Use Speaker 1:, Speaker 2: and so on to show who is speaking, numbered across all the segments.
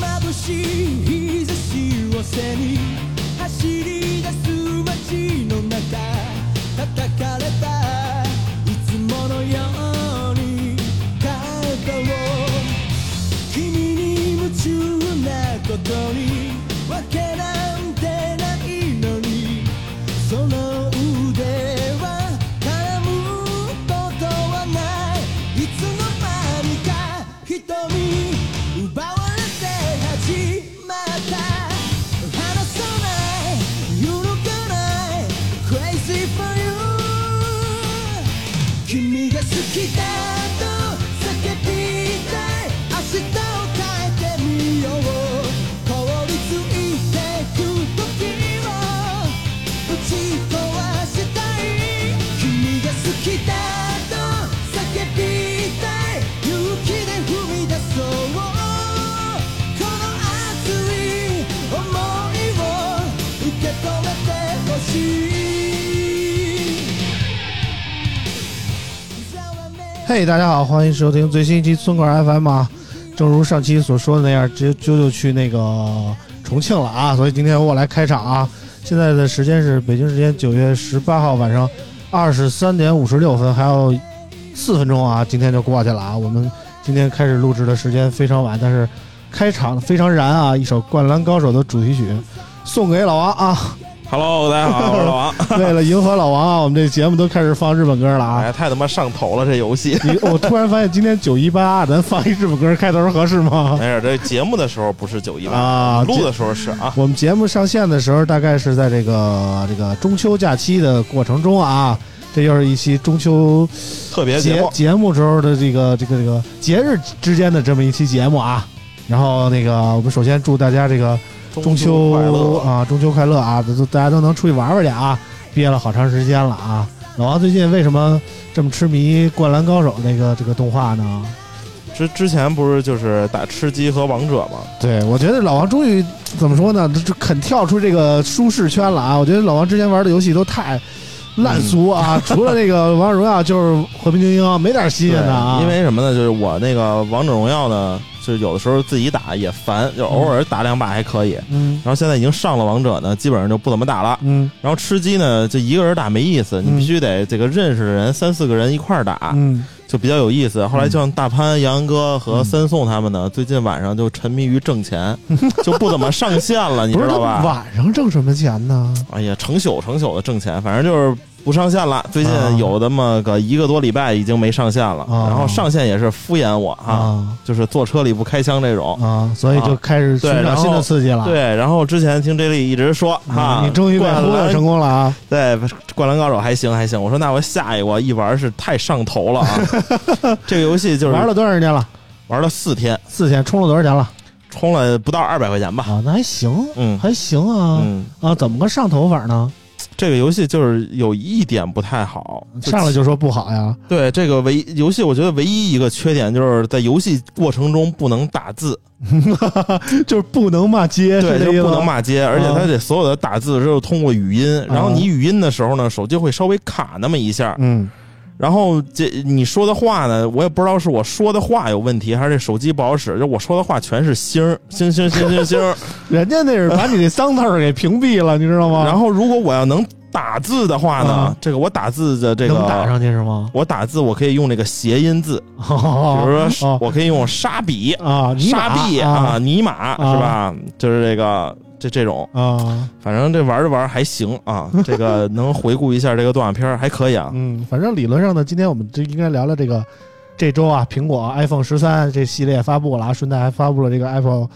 Speaker 1: 眩しい日差しを背に走り出す街の中叩かれたいつものように肩を君に夢中なことにわけなんてないのにその腕は絡むことはないいつの間にか瞳に奪われて始まった離さない揺るがない Crazy for you 君が好きだと叫びたい明日を変えてみよう凍りついてく時を打ち壊したい君が好きだと叫びたい勇気で踏み出そうこの熱い想いを受け止めてほしい
Speaker 2: 嘿、大家好，欢迎收听最新一期村口 FM 啊！正如上期所说的那样，直接啾啾去那个重庆了啊，所以今天我来开场啊。现在的时间是北京时间九月十八号晚上二十三点五十六分，还有四分钟啊，今天就过去了啊。我们今天开始录制的时间非常晚，但是开场非常燃啊！一首《灌篮高手》的主题曲送给老王啊！
Speaker 3: Hello，大家好，我是老 王。
Speaker 2: 为了迎合老王啊，我们这节目都开始放日本歌了啊
Speaker 3: 哎。呀，太他妈上头了这游戏。
Speaker 2: 你我突然发现今天九一八，咱放一日本歌开头合适吗？
Speaker 3: 没事，这节目的时候不是九一八，
Speaker 2: 啊，
Speaker 3: 录
Speaker 2: 节
Speaker 3: 的时候是啊。
Speaker 2: 我们节目上线的时候，大概是在这个这个中秋假期的过程中啊，这又是一期中秋
Speaker 3: 特别节
Speaker 2: 节
Speaker 3: 目，
Speaker 2: 节目时候的这个这个这个节日之间的这么一期节目啊。然后那个，我们首先祝大家这个中秋
Speaker 3: 快乐。
Speaker 2: 啊，中秋快乐啊，都大家都能出去玩玩去啊！憋了好长时间了啊。老王最近为什么这么痴迷《灌篮高手》那个这个动画呢？
Speaker 3: 之之前不是就是打吃鸡和王者吗？
Speaker 2: 对，我觉得老王终于怎么说呢，这这肯跳出这个舒适圈了啊！我觉得老王之前玩的游戏都太烂俗啊， 除了那个《王者荣耀》就是《和平精英》，没点新鲜的啊。
Speaker 3: 因为什么呢？就是我那个王者荣耀呢，就是有的时候自己打也烦，就偶尔打两把还可以。
Speaker 2: 嗯
Speaker 3: 然后现在已经上了王者呢，基本上就不怎么打了。
Speaker 2: 嗯
Speaker 3: 然后吃鸡呢，就一个人打没意思，你
Speaker 2: 嗯
Speaker 3: 必须得这个认识的人三四个人一块儿打。
Speaker 2: 嗯，
Speaker 3: 就比较有意思。后来就像大潘、杨哥和三宋他们呢，最近晚上就沉迷于挣钱， 就不怎么上线了，你
Speaker 2: 不
Speaker 3: 知
Speaker 2: 是他
Speaker 3: 道吧？
Speaker 2: 晚上挣什么钱呢？
Speaker 3: 哎呀，成宿成宿的挣钱，反正就是不上线了。最近
Speaker 2: 啊
Speaker 3: 有那么个一个多礼拜已经没上线了，
Speaker 2: 啊
Speaker 3: 然后上线也是敷衍我啊，
Speaker 2: 啊
Speaker 3: 就是坐车里不开枪这种。
Speaker 2: 啊，所以就开始寻
Speaker 3: 对
Speaker 2: 找
Speaker 3: 然后
Speaker 2: 新的刺激了。
Speaker 3: 对，然后之前听 J 莉一直说
Speaker 2: 啊
Speaker 3: 哈，，
Speaker 2: 你终于被
Speaker 3: 灌
Speaker 2: 忽悠
Speaker 3: 篮
Speaker 2: 成功了啊！
Speaker 3: 对，灌篮高手还行还行。我说那我下一个一玩是太上头了啊，这个游戏就是
Speaker 2: 玩了多长时间了？
Speaker 3: 玩了四天，
Speaker 2: 四天，充了多少钱了？
Speaker 3: 充了不到二百块钱吧。
Speaker 2: 啊，那还行，
Speaker 3: 嗯
Speaker 2: 还行啊。
Speaker 3: 嗯，
Speaker 2: 啊，怎么个上头法呢？
Speaker 3: 这个游戏就是有一点不太好，
Speaker 2: 上来就说不好呀？
Speaker 3: 对这个唯一游戏，我觉得唯一一个缺点就是在游戏过程中不能打字，
Speaker 2: 就是不能骂街，
Speaker 3: 对，
Speaker 2: 哎是这
Speaker 3: 就
Speaker 2: 意思
Speaker 3: 不
Speaker 2: 吗啊
Speaker 3: 能。骂街，而且它得所有的打字都是通过语音，然后你语音的时候呢，手机会稍微卡那么一下，
Speaker 2: 嗯，
Speaker 3: 然后这你说的话呢，我也不知道是我说的话有问题，还是这手机不好使，就我说的话全是星儿星星星 星星儿，
Speaker 2: 人家那是把你那脏字儿给屏蔽了，你知道吗？
Speaker 3: 然后如果我要能打字的话呢
Speaker 2: 啊，
Speaker 3: 这个我打字的这
Speaker 2: 能打
Speaker 3: 个。
Speaker 2: 上去是吗？
Speaker 3: 我打字我可以用这个谐音字，比如说，
Speaker 2: 哦
Speaker 3: 我可以用沙笔、
Speaker 2: 啊，尼玛
Speaker 3: 沙币啊、
Speaker 2: 啊
Speaker 3: 尼玛是吧？就是这个这这种，
Speaker 2: 啊，
Speaker 3: 反正这玩着玩还行啊。 这个能回顾一下这个动画片儿还可以啊。
Speaker 2: 嗯嗯，反正理论上呢，今天我们就应该聊聊这个这周啊，苹果 iPhone 十三这系列发布了啊，顺带还发布了这个 Apple、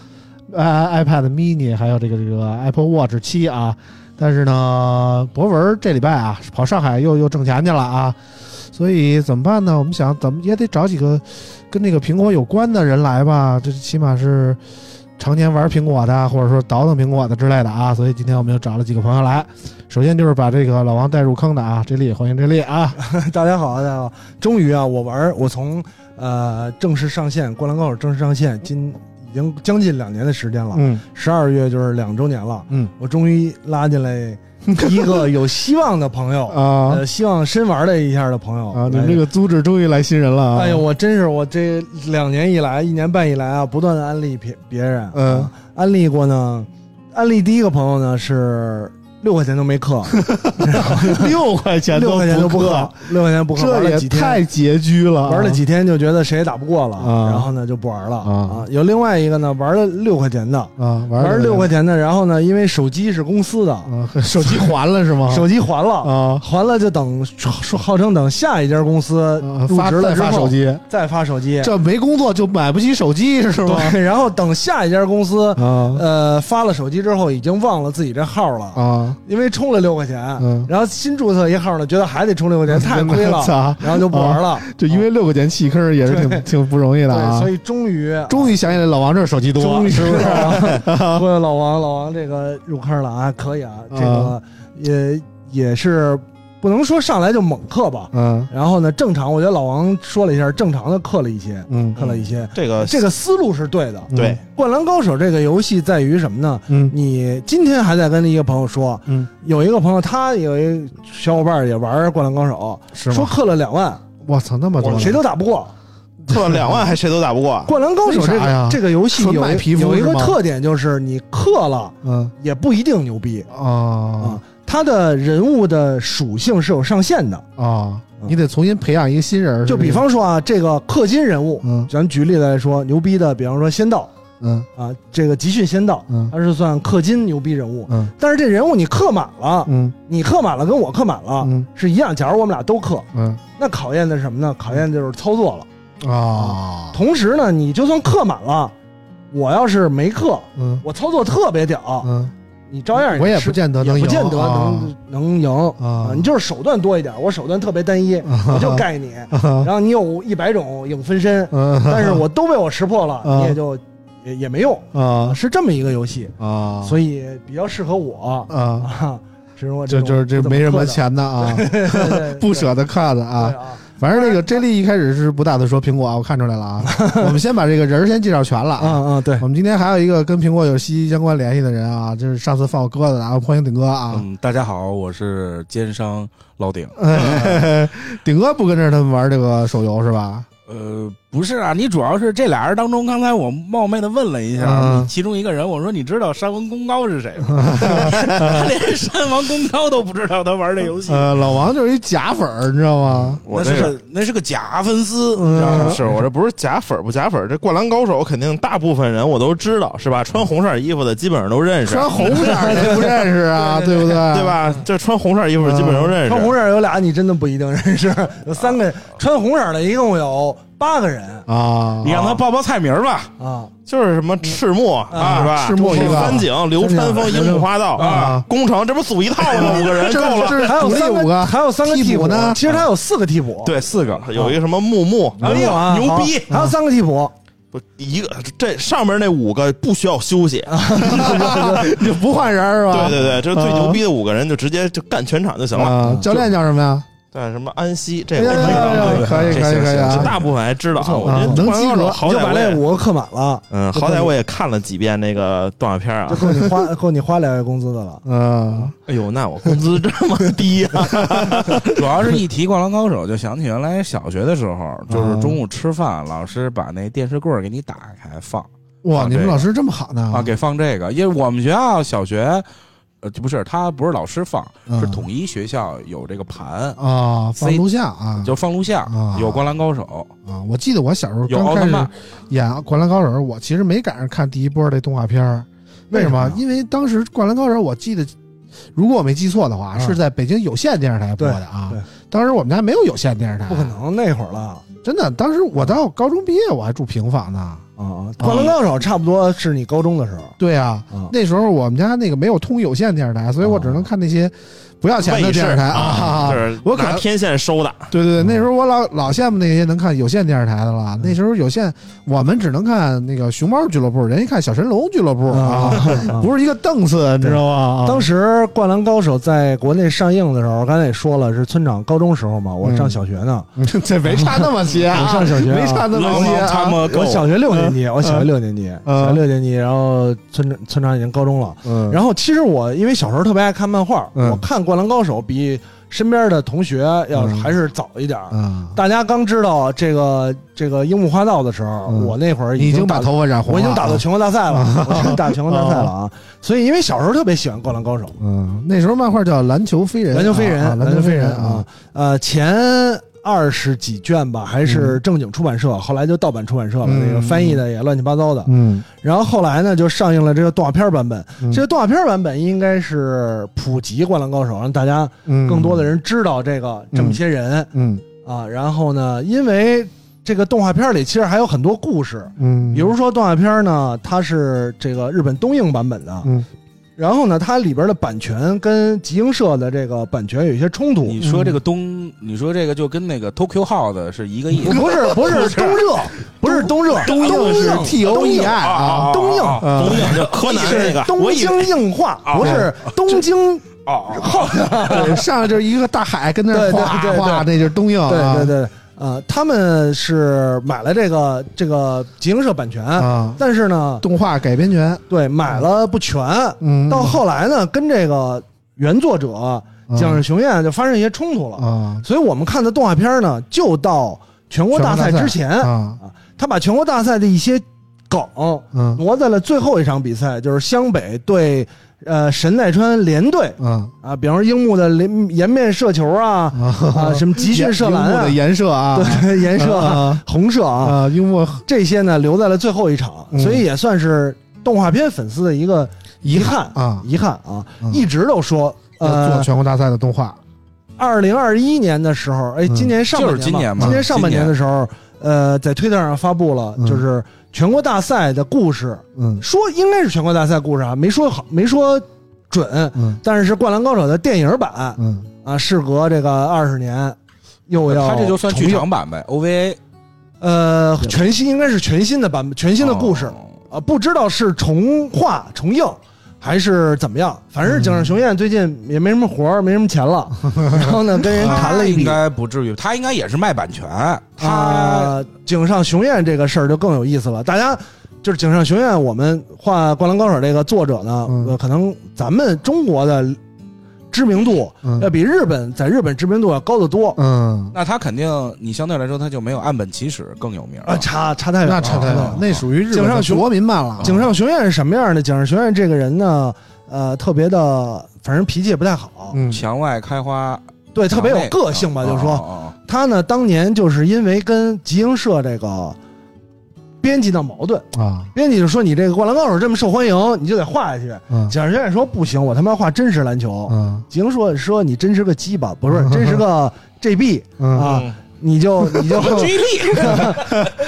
Speaker 2: i iPad mini，还有这个这个 Apple Watch 七啊。但是呢，博文这礼拜啊跑上海又又挣钱去了啊，所以怎么办呢？我们想怎么也得找几个跟这个苹果有关的人来吧，这起码是常年玩苹果的，或者说倒腾苹果的之类的啊。所以今天我们又找了几个朋友来，首先就是把这个老王带入坑的啊，这里欢迎这里啊，
Speaker 4: 大家好，大家好！终于啊，我玩儿我从呃正式上线《灌篮高手》正式上线，今已经将近两年的时间了，
Speaker 2: 嗯
Speaker 4: 十二、月就是两周年了。
Speaker 2: 嗯
Speaker 4: 我终于拉进来一个有希望的朋友，
Speaker 2: 啊
Speaker 4: 呃，希望深玩了一下的朋友
Speaker 2: 啊，你们这个资质终于来新人了啊，
Speaker 4: 哎哎呦，我真是我这两年以来，一年半以来啊，不断的安利别别人，
Speaker 2: 嗯
Speaker 4: 啊，安利过呢，安利第一个朋友呢是六块钱都没氪，
Speaker 2: 六块 钱
Speaker 4: 呃六块钱都不氪
Speaker 2: 氪，，
Speaker 4: 六块钱不氪，玩
Speaker 2: 这
Speaker 4: 了
Speaker 2: 也
Speaker 4: 几天
Speaker 2: 太拮据了啊，
Speaker 4: 玩了几天就觉得谁也打不过了，
Speaker 2: 啊
Speaker 4: 然后呢就不玩了
Speaker 2: 啊
Speaker 4: 啊。有另外一个呢，玩了六块钱的，
Speaker 2: 啊，玩
Speaker 4: 玩了
Speaker 2: 了
Speaker 4: 六块钱的，然后呢，因为手机是公司的，
Speaker 2: 啊， 手机还了是吗？
Speaker 4: 手机还了，
Speaker 2: 啊，
Speaker 4: 还了就等说号称等下一家公司
Speaker 2: 啊
Speaker 4: 入
Speaker 2: 发
Speaker 4: 职
Speaker 2: 再
Speaker 4: 了之
Speaker 2: 发手
Speaker 4: 后哎
Speaker 2: 机，
Speaker 4: 再发手机，
Speaker 2: 这没工作就买不起手机是吗？
Speaker 4: 对， 然后等下一家公司。
Speaker 2: 啊
Speaker 4: 呃，发了手机之后已经忘了自己这号了，
Speaker 2: 啊，
Speaker 4: 因为充了六块钱，
Speaker 2: 嗯
Speaker 4: 然后新注册一号呢，觉得还得充六 块钱，太亏了，
Speaker 2: 操！啊
Speaker 4: 然后就不 玩了。
Speaker 2: 就因为六块钱弃坑也是
Speaker 4: 对
Speaker 2: 挺挺不容易的
Speaker 4: 对，
Speaker 2: 啊
Speaker 4: 所。以终于
Speaker 2: 终于想起来老王这手机多，
Speaker 4: 终于
Speaker 2: 是不是？
Speaker 4: 不过老王，老王这个入坑了啊，可以啊，这
Speaker 2: 啊
Speaker 4: 个也也是不能说上来就猛氪吧。
Speaker 2: 嗯
Speaker 4: 然后呢，正常，我觉得老王说了一下，正常的氪了一些，
Speaker 2: 嗯
Speaker 4: 氪了一些，
Speaker 3: 这个
Speaker 4: 这个思路是对的。
Speaker 2: 嗯
Speaker 3: 对
Speaker 4: 《灌篮高手》这个游戏在于什么呢？
Speaker 2: 嗯
Speaker 4: 你今天还在跟一个朋友说，
Speaker 2: 嗯，
Speaker 4: 有一个朋友他有一小伙伴也玩《灌篮高手
Speaker 2: 是》，
Speaker 4: 说
Speaker 2: 吗？
Speaker 4: 氪了两万，
Speaker 2: 我操，那么多呢，
Speaker 4: 谁都打不过。
Speaker 3: 氪两万还谁都打不过
Speaker 4: 《，灌篮高手》这
Speaker 2: 为啥呀
Speaker 4: 个这个游戏
Speaker 2: 纯
Speaker 4: 有
Speaker 2: 买皮肤
Speaker 4: 有一个
Speaker 2: 是吗
Speaker 4: 特点就是你氪了。
Speaker 2: 嗯
Speaker 4: 也不一定牛逼
Speaker 2: 啊
Speaker 4: 啊。他的人物的属性是有上限的，
Speaker 2: 啊，你得重新培养一个新人儿，
Speaker 4: 嗯就是
Speaker 2: 不
Speaker 4: 比
Speaker 2: 是
Speaker 4: 方说啊，这个氪金人物，
Speaker 2: 嗯
Speaker 4: 咱举例子来说，牛逼的，比方说仙道
Speaker 2: 嗯
Speaker 4: 啊，这个集训仙道，
Speaker 2: 嗯
Speaker 4: 他是算氪金牛逼人物。
Speaker 2: 嗯
Speaker 4: 但是这人物你氪满了，
Speaker 2: 嗯
Speaker 4: 你氪满了跟我氪满了
Speaker 2: 嗯
Speaker 4: 是一样。假如我们俩都氪，
Speaker 2: 嗯
Speaker 4: 那考验的是什么呢？考验就是操作了。
Speaker 2: 啊
Speaker 4: 同时呢，你就算氪满了，我要是没氪，
Speaker 2: 嗯
Speaker 4: 我操作特别屌，
Speaker 2: 嗯，
Speaker 4: 你照样
Speaker 2: 我也
Speaker 4: 吃
Speaker 2: 不见得能
Speaker 4: 啊也
Speaker 2: 赢，
Speaker 4: 不见得能能赢。
Speaker 2: 啊
Speaker 4: 啊，你就是手段多一点，我手段特别单一，我就盖你，
Speaker 2: 啊
Speaker 4: 然后你有一百种影分身，
Speaker 2: 嗯，
Speaker 4: 但是我都被我识破了，
Speaker 2: 啊
Speaker 4: 你也就也也没用，
Speaker 2: 啊
Speaker 4: 是这么一个游戏，
Speaker 2: 啊，
Speaker 4: 所以比较适合我
Speaker 2: 啊，
Speaker 4: 啊，是我
Speaker 2: 就
Speaker 4: 种
Speaker 2: 就是这
Speaker 4: 不怎
Speaker 2: 没什
Speaker 4: 氪
Speaker 2: 么
Speaker 4: 的，
Speaker 2: 钱的啊，
Speaker 4: 对 对
Speaker 2: 不舍得看的
Speaker 4: 对
Speaker 2: 啊。
Speaker 4: 啊，
Speaker 2: 反正这个 J 莉一开始是不打算说苹果啊，我看出来了 啊。我们先把这个人儿先介绍全了
Speaker 4: 啊
Speaker 2: 啊。
Speaker 4: 啊对，
Speaker 2: 我们今天还有一个跟苹果有息息相关联系的人啊，就是上次放我鸽子的啊，欢迎顶哥啊。
Speaker 5: 嗯，大家好，我是奸商老顶。
Speaker 2: 嗯哎 顶哥不跟着他们玩这个手游是吧？
Speaker 5: 呃，不是啊，你主要是这俩人当中，刚才我冒昧的问了一下，
Speaker 2: 嗯
Speaker 5: 你其中一个人，我说你知道山王功高是谁吗？ 他连山王功高都不知道，他玩这游戏。
Speaker 2: 呃，老王就是一假粉儿，你知道吗？嗯
Speaker 3: 我
Speaker 5: 那
Speaker 3: 这
Speaker 5: 是
Speaker 3: 个。
Speaker 5: 个那是个假粉丝，你知道
Speaker 3: 不
Speaker 5: 吗？
Speaker 3: 是我这不是假粉儿不假粉儿，这灌篮高手肯定大部分人我都知道是吧？穿红色衣服的基本上都认识，
Speaker 2: 穿红色儿的不认识啊，对不对？
Speaker 3: 对？吧？这穿红色衣服的基本上都认识。
Speaker 4: 穿红色有俩你真的不一定 认识，有三个人穿红色的一共有八个人
Speaker 2: 啊
Speaker 5: 你，让他报报菜名儿吧，
Speaker 4: 啊，
Speaker 3: 就是什么赤木啊，是
Speaker 2: 嗯
Speaker 3: 吧？
Speaker 2: 赤木一个
Speaker 3: 三井、流川枫、樱木花道
Speaker 2: 啊
Speaker 3: 啊，宫城，这不组一套吗？五个人
Speaker 2: 这
Speaker 3: 够了。
Speaker 2: 这是
Speaker 4: 还有
Speaker 2: 主力
Speaker 4: 三
Speaker 2: 五 个，
Speaker 4: 还有三个
Speaker 2: 替
Speaker 4: 替
Speaker 2: 补
Speaker 4: 补
Speaker 2: 呢啊
Speaker 4: 其实他有四个替补，
Speaker 3: 对，四个，有一个什么木木，
Speaker 4: 哎呦啊，
Speaker 3: 牛逼
Speaker 4: 好还有三个替补，
Speaker 3: 不一个这上面那五个不需要休息，
Speaker 2: 啊你就不换人儿是吧？
Speaker 3: 对对对，这最牛逼的五个人就直接就干全场就行了。
Speaker 2: 啊，教练叫什么呀？
Speaker 3: 但什么安西这
Speaker 2: 哎
Speaker 3: 个我
Speaker 2: 呀
Speaker 3: 知
Speaker 2: 呀
Speaker 3: 道，
Speaker 2: 呀
Speaker 5: 这个
Speaker 2: 可以
Speaker 5: 这
Speaker 2: 可以
Speaker 5: 行
Speaker 2: 可以
Speaker 5: 行
Speaker 2: 啊！
Speaker 3: 这大部分还知道。我觉
Speaker 2: 啊
Speaker 3: 得
Speaker 2: 能
Speaker 3: 灌篮高
Speaker 2: 记住
Speaker 3: 手
Speaker 4: 你
Speaker 3: 好
Speaker 4: 就
Speaker 3: 歹
Speaker 4: 把
Speaker 3: 我
Speaker 4: 那
Speaker 3: 也
Speaker 4: 五个氪满了，
Speaker 3: 嗯，好歹我也看了几遍那个动画片
Speaker 4: 就
Speaker 3: 啊。
Speaker 4: 够你花够你花两月工资的了。
Speaker 2: 嗯
Speaker 3: 哎呦，那我工资这么低啊呀？
Speaker 5: 主要是一提《灌篮高手》，就想起原来小学的时候，就是中午吃饭，老师把那电视棍儿给你打开放
Speaker 2: 哇，
Speaker 5: 啊
Speaker 2: 你们
Speaker 5: 对
Speaker 2: 老师这么好呢？
Speaker 5: 啊，给放这个，因为我们学校小学，呃，不是他不是老师放，
Speaker 2: 嗯
Speaker 5: 是统一学校有这个盘，
Speaker 2: 啊，放
Speaker 5: C-
Speaker 2: 录像啊，
Speaker 5: 就放录像
Speaker 2: 啊，
Speaker 5: 有《灌篮高手》，
Speaker 2: 啊！我记得我小时候
Speaker 5: 有
Speaker 2: 刚
Speaker 5: 奥
Speaker 2: 开
Speaker 5: 特
Speaker 2: 始
Speaker 5: 曼
Speaker 2: 演《灌篮高手》，我其实没赶上看第一波这动画片儿。为什么
Speaker 4: 为什？么
Speaker 2: 因为当时《灌篮高手》，我记得，如果我没记错的话，
Speaker 4: 嗯
Speaker 2: 是在北京有线电视台播的啊
Speaker 4: 对对。
Speaker 2: 当时我们家没有有线电视台，
Speaker 4: 不可，能那会儿了
Speaker 2: 真的。当时我到高中毕业，我还住平房呢。
Speaker 4: 啊！灌篮高手差不多是你高中的时候
Speaker 2: 对啊，
Speaker 4: 啊，
Speaker 2: 那时候我们家那个没有通有线电视台，所以我只
Speaker 4: 哦
Speaker 2: 能看那些不要钱的电视台啊。
Speaker 3: 就是
Speaker 2: 我可
Speaker 3: 拿
Speaker 2: 能
Speaker 3: 天线收的，
Speaker 2: 对对对，
Speaker 4: 嗯
Speaker 2: 那时候我老老羡慕那些能看有线电视台的了。那时候有线，我们只能看那个熊猫俱乐部，人家看小神龙俱乐部啊，
Speaker 4: 啊
Speaker 2: 不是一个档次，你知道吗？
Speaker 4: 当时《灌篮高手》在国内上映的时候，刚才也说了，是村长高中时候嘛，我
Speaker 2: 嗯
Speaker 4: 上小学呢，
Speaker 2: 时这没差那么些啊，
Speaker 4: 我 上小学啊
Speaker 2: 没差那么
Speaker 5: Long
Speaker 2: 些
Speaker 5: long
Speaker 2: 啊。
Speaker 5: time ago
Speaker 4: 我小学六年级，我小学六年级，
Speaker 2: 嗯
Speaker 4: 小学六年级，然后村长村长已经高中了。
Speaker 2: 嗯
Speaker 4: 然后其实我因为小时候特别爱看漫画，
Speaker 2: 嗯
Speaker 4: 我看《灌篮高手》比身边的同学要
Speaker 2: 嗯
Speaker 4: 还是早一点儿。
Speaker 2: 啊，
Speaker 4: 大家刚知道这个这个樱木花道的时候，
Speaker 2: 嗯
Speaker 4: 我那会儿
Speaker 2: 你
Speaker 4: 已
Speaker 2: 已经
Speaker 4: 打
Speaker 2: 把头发染红
Speaker 4: 我
Speaker 2: 了，
Speaker 4: 已经打到全国大赛 了，我已经打全国大赛了啊！ 所以因为小时候特别喜欢《灌篮高手》。
Speaker 2: 嗯，那时候漫画叫《篮球飞人》啊，
Speaker 4: 篮球飞人，
Speaker 2: 啊篮球飞人啊，，
Speaker 4: 呃，前二十几卷吧，还是正经出版社，后来就盗版出版社了，
Speaker 2: 嗯
Speaker 4: 那个翻译的也乱七八糟的。
Speaker 2: 嗯，
Speaker 4: 然后后来呢，就上映了这个动画片版本。
Speaker 2: 嗯
Speaker 4: 这个动画片版本应该是普及《灌篮高手》，让大家
Speaker 2: 嗯
Speaker 4: 更多的，人知道这个这么些人
Speaker 2: 嗯
Speaker 4: 啊。然后呢，因为这个动画片里其实还有很多故事，
Speaker 2: 嗯，
Speaker 4: 比如说动画片呢，它是这个日本东映版本的。
Speaker 2: 嗯
Speaker 4: 然后呢，它里边的版权跟集英社的这个版权有一些冲突。
Speaker 5: 你说这个东，你说这个就跟那个 Tokyo House 是一个意思。
Speaker 4: 不是不是东热，不是东热，
Speaker 2: 东映是
Speaker 4: 东
Speaker 2: T O E I 啊，
Speaker 4: 东映
Speaker 2: 啊
Speaker 3: 东映就柯哦南那
Speaker 4: 是
Speaker 3: 个，我
Speaker 4: 东
Speaker 3: 以
Speaker 4: 京
Speaker 3: 为
Speaker 4: 硬化，
Speaker 5: 啊
Speaker 4: 不是东京。
Speaker 5: 哦，
Speaker 2: 对啊上来就是一个大海跟那
Speaker 4: 对
Speaker 2: 儿
Speaker 4: 对
Speaker 2: 哗
Speaker 4: 对对
Speaker 2: 哗，那就是东映啊，
Speaker 4: 对对对，呃，他们是买了这个这个集英社版权，
Speaker 2: 啊，
Speaker 4: 但是呢，
Speaker 2: 动画改编权，
Speaker 4: 对买了不全，
Speaker 2: 嗯，
Speaker 4: 到后来呢，跟这个原作者
Speaker 2: 嗯
Speaker 4: 蒋日雄彦就发生一些冲突了，
Speaker 2: 啊
Speaker 4: 所以我们看的动画片呢，就到全国大赛之前，
Speaker 2: 啊，
Speaker 4: 他把全国大赛的一些梗。
Speaker 2: 嗯
Speaker 4: 挪在了最后一场比赛，就是湘北对呃神奈川联队
Speaker 2: 嗯
Speaker 4: 啊，比方说樱木的连颜面射球 啊，
Speaker 2: 啊
Speaker 4: 啊什么集训射篮
Speaker 2: 的
Speaker 4: 啊，
Speaker 2: 颜色啊，
Speaker 4: 对 颜射啊、
Speaker 2: 啊
Speaker 4: 红射啊，
Speaker 2: 啊，樱木
Speaker 4: 这些呢留在了最后一场，
Speaker 2: 嗯
Speaker 4: 所以也算是动画片粉丝的一个遗憾
Speaker 2: 啊
Speaker 4: 遗憾啊，
Speaker 2: 嗯
Speaker 4: 一直都说
Speaker 2: 要做
Speaker 4: 呃，
Speaker 2: 全国大赛的动画，
Speaker 4: 二零二一年的时候，哎，
Speaker 2: 嗯
Speaker 4: 今年上半年吧
Speaker 5: 就是今年嘛
Speaker 4: 今年上半
Speaker 5: 今
Speaker 4: 年
Speaker 5: 年
Speaker 4: 的时候，呃，在推特上发布了
Speaker 2: 嗯
Speaker 4: 就是全国大赛的故事。
Speaker 2: 嗯
Speaker 4: 说应该是全国大赛故事啊，没说好，没说准，
Speaker 2: 嗯
Speaker 4: 但是是《灌篮高手》的电影版
Speaker 2: 嗯，
Speaker 4: 啊，事隔这个二十年，又要
Speaker 5: 他这就算
Speaker 4: 重
Speaker 5: 剧
Speaker 4: 映，
Speaker 5: 场版呗，OVA
Speaker 4: 呃，全新应该是全新的版本，全新的故事
Speaker 5: 哦
Speaker 4: 啊，不知道是重画重映。还是怎么样？反正井上雄彦最近也没什么活儿，没什么 钱了，然后呢，跟人谈了
Speaker 5: 他啊
Speaker 4: 一
Speaker 5: 应
Speaker 4: 笔。
Speaker 5: 该不至于，他应该也是卖版权，他
Speaker 4: 啊，井上雄彦这个事儿就更有意思了。大家就是井上雄彦，我们画《灌篮高手》这个作者呢，
Speaker 2: 嗯
Speaker 4: 呃，可能咱们中国的知名度
Speaker 2: 嗯
Speaker 4: 要比日本在日本知名度要高得多
Speaker 2: 嗯，
Speaker 5: 那他肯定你相对来说他就没有岸本齐史更有名
Speaker 4: 啊，差差太远
Speaker 2: 嗯
Speaker 4: 了。
Speaker 2: 那差太
Speaker 4: 啊
Speaker 2: 远，嗯那属于日本
Speaker 4: 井上
Speaker 2: 的
Speaker 4: 雄
Speaker 2: 国民漫了，
Speaker 4: 井上雄彦是什么样的？井上雄彦这个人呢，呃，特别的，反正脾气也不太好，
Speaker 2: 嗯啊
Speaker 5: 墙外开花，
Speaker 4: 对，特别有
Speaker 5: 墙内
Speaker 4: 个性吧，
Speaker 5: 哦
Speaker 4: 就
Speaker 5: 哦
Speaker 4: 说
Speaker 5: 哦
Speaker 4: 他呢，当年就是因为跟集英社这个编辑闹矛盾，
Speaker 2: 啊
Speaker 4: 编辑就说你这个《灌篮高手》这么受欢迎，你就得画下去。
Speaker 2: 嗯
Speaker 4: 蒋学远说不行，我他妈画真实篮球。
Speaker 2: 嗯
Speaker 4: 景硕说你真是个鸡巴，不 是真是个 JB
Speaker 2: 嗯
Speaker 4: 啊，
Speaker 5: 嗯
Speaker 4: 你就你就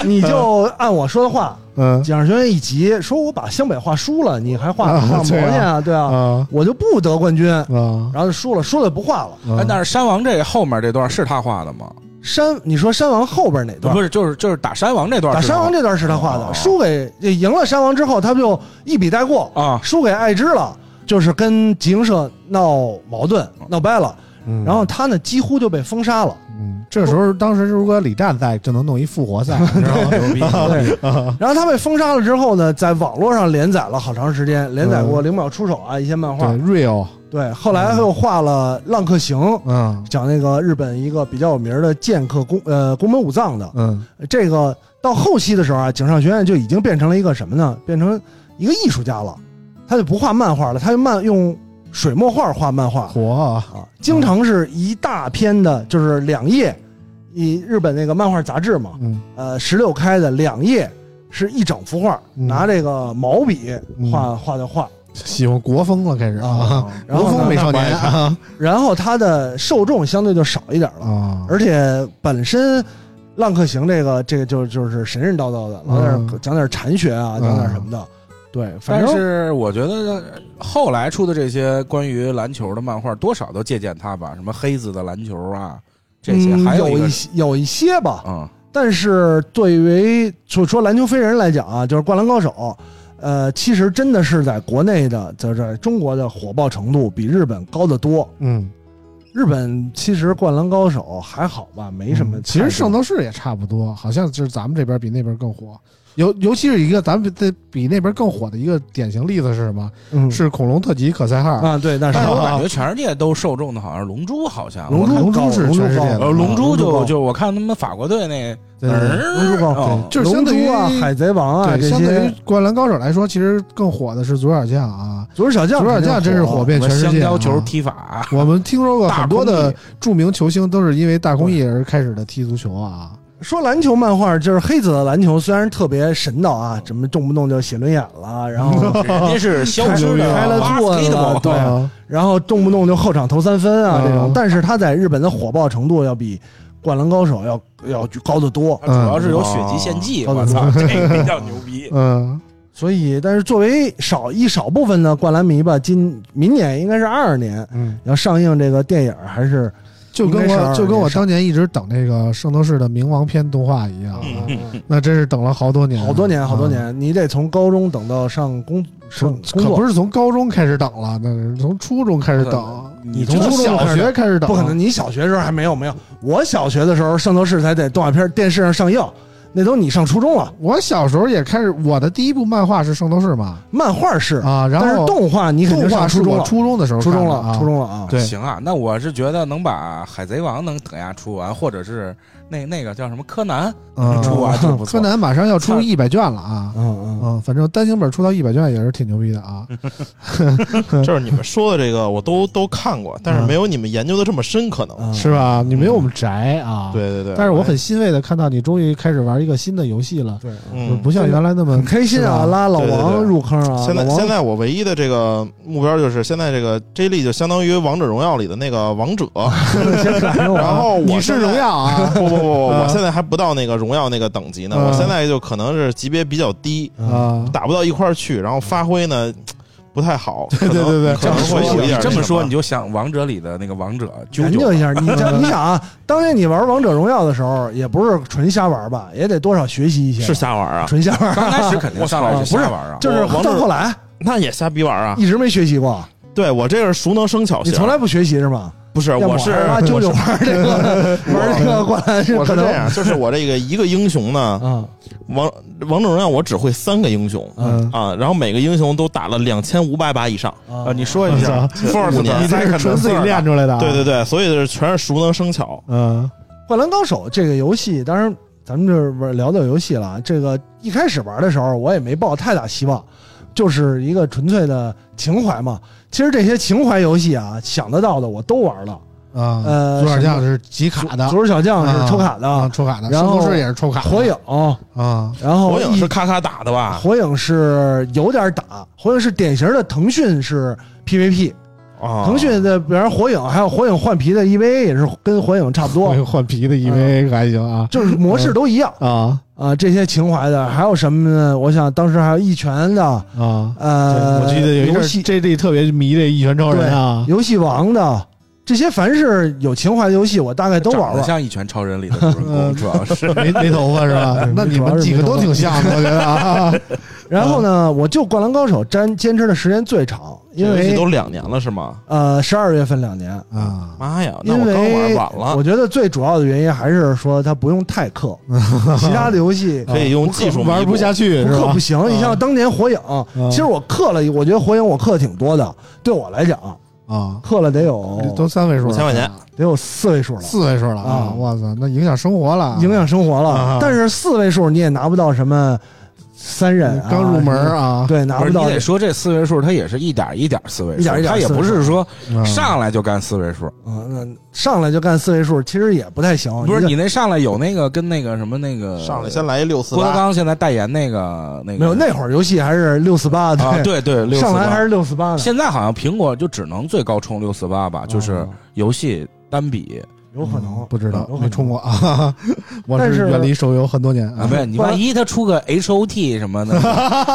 Speaker 4: 你就按我说的话，
Speaker 2: 嗯
Speaker 4: 蒋学远一急说我把湘北画输了，你还画
Speaker 2: 啊
Speaker 4: 画毛
Speaker 2: 对啊
Speaker 4: 线啊？对啊，
Speaker 2: 啊
Speaker 4: 我就不得冠军，
Speaker 2: 啊
Speaker 4: 然后就输了，输了不画了。
Speaker 5: 哎
Speaker 2: 啊，
Speaker 5: 但是山王这后面这段是他画的吗？
Speaker 4: 山，你说山王后边哪段
Speaker 5: 不？是，就是就是打山王这段
Speaker 4: 打
Speaker 5: 是他
Speaker 4: 山
Speaker 5: 画
Speaker 4: 王
Speaker 5: 的，
Speaker 4: 这段是他画
Speaker 5: 哦
Speaker 4: 的，输给赢了山王之后，他不就一笔带过
Speaker 2: 哦
Speaker 5: 啊
Speaker 4: 输给爱知了，就是跟集英社闹矛盾闹掰了，
Speaker 2: 嗯
Speaker 4: 然后他呢几乎就被封杀了。
Speaker 2: 嗯，这时候当时如果李战在，就能弄一复活 赛，你知道吗？
Speaker 5: 牛逼牛逼，
Speaker 4: 然后他被封杀了之后呢，在网络上连载了好长时间，连载过《灵秒出手》啊一些漫画
Speaker 2: 嗯对。，real，
Speaker 4: 对，后来又画了《浪客行》，
Speaker 2: 嗯
Speaker 4: 讲那个日本一个比较有名的剑客宫呃宫本武藏的。
Speaker 2: 嗯
Speaker 4: 这个到后期的时候啊，井上学院就已经变成了一个什么呢？变成一个艺术家了，他就不画漫画了，他就漫用水墨画画漫画
Speaker 2: 火啊，
Speaker 4: 啊，经常是一大篇的，就是两页，以日本那个漫画杂志嘛，
Speaker 2: 嗯
Speaker 4: 呃十六开的两页是一整幅画，
Speaker 2: 嗯
Speaker 4: 拿这个毛笔
Speaker 2: 嗯
Speaker 4: 画画的画，
Speaker 2: 喜欢国风了，开始啊，
Speaker 4: 啊，然
Speaker 2: 国
Speaker 4: 后
Speaker 2: 风
Speaker 4: 呢
Speaker 2: 美少年 啊
Speaker 4: 然后它的受众相对就少一点了，
Speaker 2: 啊，
Speaker 4: 而且本身《浪客行》这个这个就就是神神叨叨的，老点
Speaker 2: 嗯
Speaker 4: 儿讲点禅学啊，
Speaker 2: 嗯
Speaker 4: 讲点什么的，对，反
Speaker 5: 但
Speaker 4: 正
Speaker 5: 是我觉得后来出的这些关于篮球的漫画，多少都借鉴他吧，什么黑子的篮球啊，这些，
Speaker 4: 嗯
Speaker 5: 还
Speaker 4: 有
Speaker 5: 一个
Speaker 4: 一些有一些吧，
Speaker 5: 啊，
Speaker 4: 但是对于就说篮球飞人来讲啊，就是《灌篮高手》，呃，其实真的是在国内的，就是中国的火爆程度比日本高得多。
Speaker 2: 嗯，
Speaker 4: 日本其实《灌篮高手》还好吧，没什么太多。
Speaker 2: 嗯其实圣斗士也差不多，好像就是咱们这边比那边更火。尤尤其是一个咱们这比那边更火的一个典型例子是什么？
Speaker 4: 嗯
Speaker 2: 是恐龙特级可赛号，
Speaker 4: 啊，对，那是
Speaker 5: 但是我
Speaker 2: 啊
Speaker 5: 感觉全世界都受众的好像是龙珠，好像
Speaker 2: 龙珠
Speaker 4: 龙
Speaker 2: 珠是全世界的
Speaker 5: 呃
Speaker 4: 高
Speaker 5: 龙珠
Speaker 4: 龙珠
Speaker 5: 就
Speaker 4: 高
Speaker 5: 就我看他们法国队那
Speaker 2: 对
Speaker 4: 龙珠高
Speaker 5: 哦
Speaker 2: 就是相
Speaker 4: 龙
Speaker 2: 对于
Speaker 4: 珠啊、海贼王啊这
Speaker 2: 对，相对于
Speaker 4: 些
Speaker 2: 《，灌篮高手》来说，其实更火的是左小将啊，
Speaker 4: 左手小将，
Speaker 2: 左小将真是火
Speaker 4: 火，
Speaker 2: 遍全世
Speaker 5: 香
Speaker 2: 界、
Speaker 5: 蕉
Speaker 2: 啊。
Speaker 5: 球踢 法，
Speaker 2: 我们听说过
Speaker 5: 大
Speaker 2: 很多
Speaker 5: 空
Speaker 2: 的
Speaker 5: 翼
Speaker 2: 著名球星都是因为大空翼而开始的踢足球啊。
Speaker 4: 说篮球漫画，就是黑子的篮球，虽然特别神道啊，怎么动不动就写轮眼了，然后
Speaker 5: 人家是消
Speaker 4: 开
Speaker 5: 失的
Speaker 4: 开了座了嗯
Speaker 5: basketball
Speaker 4: 对
Speaker 2: 啊
Speaker 4: 然后动不动就后场投三分啊
Speaker 2: 嗯
Speaker 4: 这种，但是他在日本的火爆程度要比《灌篮高手》要要高得多，
Speaker 5: 主要是有血迹献祭，
Speaker 4: 嗯
Speaker 5: 我操，这个比较牛逼。
Speaker 2: 嗯，
Speaker 4: 所以但是作为少一少部分的灌篮迷吧，今明年应该是二二年
Speaker 2: 嗯，
Speaker 4: 要上映这个电影，还是
Speaker 2: 就跟
Speaker 4: 应该是
Speaker 2: 我
Speaker 4: 二
Speaker 2: 就跟我
Speaker 4: 年上
Speaker 2: 当年一直等这个《圣斗士》的冥王篇动画一样，啊那真是等了好多年，
Speaker 4: 好多年好多
Speaker 2: 啊。
Speaker 4: 年，你得从高中等到上工上
Speaker 2: 从
Speaker 4: 工
Speaker 2: 可
Speaker 4: 作
Speaker 2: 不。是从高中开始等了，那是从初中开始等，啊
Speaker 5: 你
Speaker 4: 从
Speaker 2: 从
Speaker 4: 初中
Speaker 2: 小
Speaker 4: 开始
Speaker 2: 学
Speaker 4: 等
Speaker 2: 开始等，啊
Speaker 4: 不可能，你小学的时候还没有没有，我小学的时候《圣斗士》才在动画片电视上上映，那都你上初中了。
Speaker 2: 我小时候也开始，我的第一部漫画是《圣斗士》嘛，
Speaker 4: 漫画是，
Speaker 2: 啊，然
Speaker 4: 但是
Speaker 2: 后
Speaker 4: 动画你肯定
Speaker 2: 动画
Speaker 4: 上
Speaker 2: 是
Speaker 4: 初中
Speaker 2: 我
Speaker 4: 了，
Speaker 2: 初中的时候
Speaker 4: 初
Speaker 2: 看的
Speaker 4: 中
Speaker 2: 啊，
Speaker 4: 了，初中了啊。
Speaker 2: 对
Speaker 5: 行啊，那我是觉得能把《海贼王》能等下出完，或者是那那个叫什么柯南
Speaker 2: 嗯
Speaker 5: 出完就不错。
Speaker 2: 柯南马上要出
Speaker 5: 看
Speaker 2: 一百卷了啊，
Speaker 4: 嗯嗯，
Speaker 2: 嗯，反正单行本出到一百卷也是挺牛逼的啊，
Speaker 3: 就是你们说的这个，我都都看过，但是没有你们研究的这么深，可能。
Speaker 4: 嗯
Speaker 2: 是？吧？你没有我们宅啊，。
Speaker 3: 对对对。哎
Speaker 2: 但是我很欣慰的看到你终于开始玩一个新的游戏了，
Speaker 4: 对，
Speaker 2: 就
Speaker 3: 嗯
Speaker 2: 不像原来那么
Speaker 4: 很开心
Speaker 2: 是
Speaker 4: 啊，
Speaker 2: 吧
Speaker 4: 拉老
Speaker 3: 对对
Speaker 4: 王
Speaker 3: 对
Speaker 4: 入坑啊。
Speaker 3: 现在
Speaker 4: 老王
Speaker 3: 现在我唯一的这个目标就是现在这个 J 莉就相当于王者荣耀里的那个王者，
Speaker 4: 先改用
Speaker 3: 然
Speaker 4: 啊，
Speaker 3: 后我
Speaker 2: 你是
Speaker 3: 现在
Speaker 2: 荣。耀 啊，
Speaker 3: 不不不不，
Speaker 2: 啊
Speaker 3: 我现在还不到那个荣耀那个等级呢，
Speaker 2: 啊
Speaker 3: 我现在就可能是级别比较低，
Speaker 2: 啊，
Speaker 3: 打不到一块儿去，然后发挥呢不太好，对
Speaker 2: 对对对
Speaker 3: 可能
Speaker 4: 这
Speaker 3: 会
Speaker 4: 么说
Speaker 3: 有一
Speaker 5: 你
Speaker 3: 点
Speaker 5: 这么说，你
Speaker 3: 就
Speaker 5: 就想王者里的那个王者啾
Speaker 4: 研究一
Speaker 5: 啾，
Speaker 4: 下。你这你想啊，当年你玩王者荣耀的时候，也不是纯瞎玩吧，也得多少学习一些吧。
Speaker 3: 是瞎玩啊，
Speaker 4: 纯瞎玩，
Speaker 5: 刚开始肯 定上来是瞎玩啊，
Speaker 4: 就是
Speaker 3: 我王者
Speaker 4: 到后来
Speaker 3: 那也瞎逼玩啊。
Speaker 4: 一直没学习过。
Speaker 3: 对我这是熟能生巧
Speaker 4: 你
Speaker 3: 型，
Speaker 4: 从来不学习是吗？
Speaker 3: 不是
Speaker 4: 要
Speaker 3: 我是
Speaker 4: 啊，舅舅玩这个玩这个灌篮是
Speaker 3: 我
Speaker 4: 可
Speaker 3: 是
Speaker 4: 能
Speaker 3: 这 样，就是我这个一个英雄呢，
Speaker 4: 啊
Speaker 3: 王王者荣耀我只会三个英雄
Speaker 4: 嗯
Speaker 3: 啊，然后每个英雄都打了两千五百把以上，
Speaker 4: 啊
Speaker 5: 呃，你说一
Speaker 2: 哦我
Speaker 5: 下
Speaker 2: 操，
Speaker 3: 五年
Speaker 2: 你这是纯自己练出来的，
Speaker 3: 啊
Speaker 2: 啊
Speaker 3: 对对，对，所以是全是熟能生巧。
Speaker 2: 嗯
Speaker 4: 灌篮高手这个游戏，当然咱们这儿玩聊到游戏了啊。这个一开始玩的时候，我也没抱太大希望，就是一个纯粹的情怀嘛。其实这些情怀游戏啊，想得到的我都玩了。
Speaker 2: 啊，
Speaker 4: 呃
Speaker 2: 左小将是集卡的，
Speaker 4: 左手小将是抽卡的，
Speaker 2: 啊，抽卡的，
Speaker 4: 然
Speaker 2: 圣
Speaker 4: 后
Speaker 2: 斗士也是抽卡的，
Speaker 4: 火影，
Speaker 2: 啊，
Speaker 4: 然后
Speaker 3: 火影是
Speaker 4: 一
Speaker 3: 咔咔打的吧？
Speaker 4: 火影是有点打，火影是典型的腾讯是 PVP，、
Speaker 3: 啊，
Speaker 4: 腾讯的比方说火影，还有火影换皮的 EVA 也是跟火影差不多
Speaker 2: 换，换皮的 EVA 还行啊
Speaker 4: 就是模式都一样
Speaker 2: 啊
Speaker 4: 啊、这些情怀的还有什么呢？我想当时还有一拳的，
Speaker 2: 啊！
Speaker 4: 呃，
Speaker 2: 我记得有一阵
Speaker 4: 游
Speaker 2: 儿
Speaker 4: 戏
Speaker 2: J D 特别迷这一拳超人啊，
Speaker 4: 游戏王的。这些凡是有情怀的游戏，我大概都玩嗯
Speaker 5: 长得
Speaker 4: 玩。
Speaker 5: 像一拳超人里的主人公，主要是
Speaker 2: 没没头发是吧
Speaker 4: 对？
Speaker 2: 那你们几个都挺像的，我觉得啊，
Speaker 4: 然后呢，我就《灌篮高手》坚坚持的时间最长，因
Speaker 3: 这游戏
Speaker 4: 为
Speaker 3: 都两年了是吗？
Speaker 4: 呃，十二月份两年，
Speaker 2: 啊，
Speaker 3: 妈呀，那
Speaker 4: 因
Speaker 3: 我刚玩
Speaker 4: 为
Speaker 3: 晚了，
Speaker 4: 我觉得最主要的原因还是说它不用太氪，其他的游戏
Speaker 3: 可以用技术
Speaker 2: 玩
Speaker 3: 弥补
Speaker 2: 不下去哦
Speaker 4: 不
Speaker 2: 是
Speaker 4: 氪
Speaker 2: 吧
Speaker 4: 不？行。你像当年火影，其实我氪了，我觉得火影我氪挺多的，对我来讲
Speaker 2: 啊，
Speaker 4: 氪了得
Speaker 2: 都
Speaker 4: 有
Speaker 2: 三位数了，
Speaker 3: 5000块钱
Speaker 4: 得有四位数了，
Speaker 2: 四位数了啊！
Speaker 4: 啊
Speaker 2: 我操，那影响生活了，
Speaker 4: 影响生活了。但是四位数你也拿不到什么三人啊
Speaker 2: 刚入门儿啊，
Speaker 4: 对 拿
Speaker 5: 不是
Speaker 4: 不
Speaker 5: 你
Speaker 4: 到
Speaker 5: 得说这四位数，它也是一点儿一点儿四位数，
Speaker 4: 一点儿一点儿
Speaker 5: 它也
Speaker 4: 四位
Speaker 5: 不
Speaker 4: 数
Speaker 5: 是说
Speaker 2: 啊
Speaker 5: 上来就干四位数。
Speaker 4: 啊，那上来就干四位数，其实也不太行。
Speaker 5: 不是
Speaker 4: 就
Speaker 5: 你那上来有那个跟那个什么那个
Speaker 6: 上来先来一六四
Speaker 5: 郭德
Speaker 6: 八，
Speaker 5: 纲现在代言那个那个
Speaker 4: 没有那会儿游戏还是六四八
Speaker 5: 啊，对对，六
Speaker 4: 上来
Speaker 5: 48
Speaker 4: 还是六四八呢，
Speaker 5: 现在好像苹果就只能最高冲六四八吧，就是
Speaker 4: 啊
Speaker 5: 游戏单笔
Speaker 4: 有可能
Speaker 2: 嗯不知道
Speaker 4: 有可能
Speaker 2: 没充过啊， 我
Speaker 4: 但
Speaker 2: 是
Speaker 4: 是
Speaker 2: 远离手游很多
Speaker 4: 嗯
Speaker 2: 年
Speaker 5: 啊，不是你万一他出个 H O T 什么 的，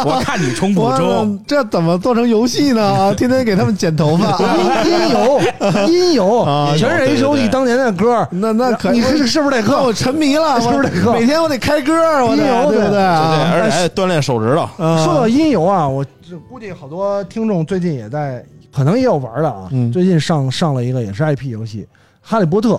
Speaker 5: 我看你冲不冲？
Speaker 2: 我这怎么做成游戏呢？啊天天给他们剪头发，
Speaker 4: 音游音
Speaker 2: 啊
Speaker 4: 游全是
Speaker 3: 有对
Speaker 4: H O
Speaker 3: 对
Speaker 4: T
Speaker 3: 对
Speaker 4: 当年的歌儿，
Speaker 2: 那那可
Speaker 4: 你是是不是
Speaker 2: 那
Speaker 4: 得氪
Speaker 2: 我沉迷了，
Speaker 4: 是不是得
Speaker 2: 我
Speaker 4: 氪
Speaker 2: 每天我得开歌儿，我
Speaker 4: 音
Speaker 2: 得
Speaker 4: 游
Speaker 2: 对不对
Speaker 3: 对对，
Speaker 2: 啊？
Speaker 3: 而且还得锻炼手指头。
Speaker 2: 嗯
Speaker 4: 说到音游啊，我这估计好多听众最近也在，可能也有玩的啊。
Speaker 2: 嗯
Speaker 4: 最近上上了一个也是 IP 游戏《哈利波特》。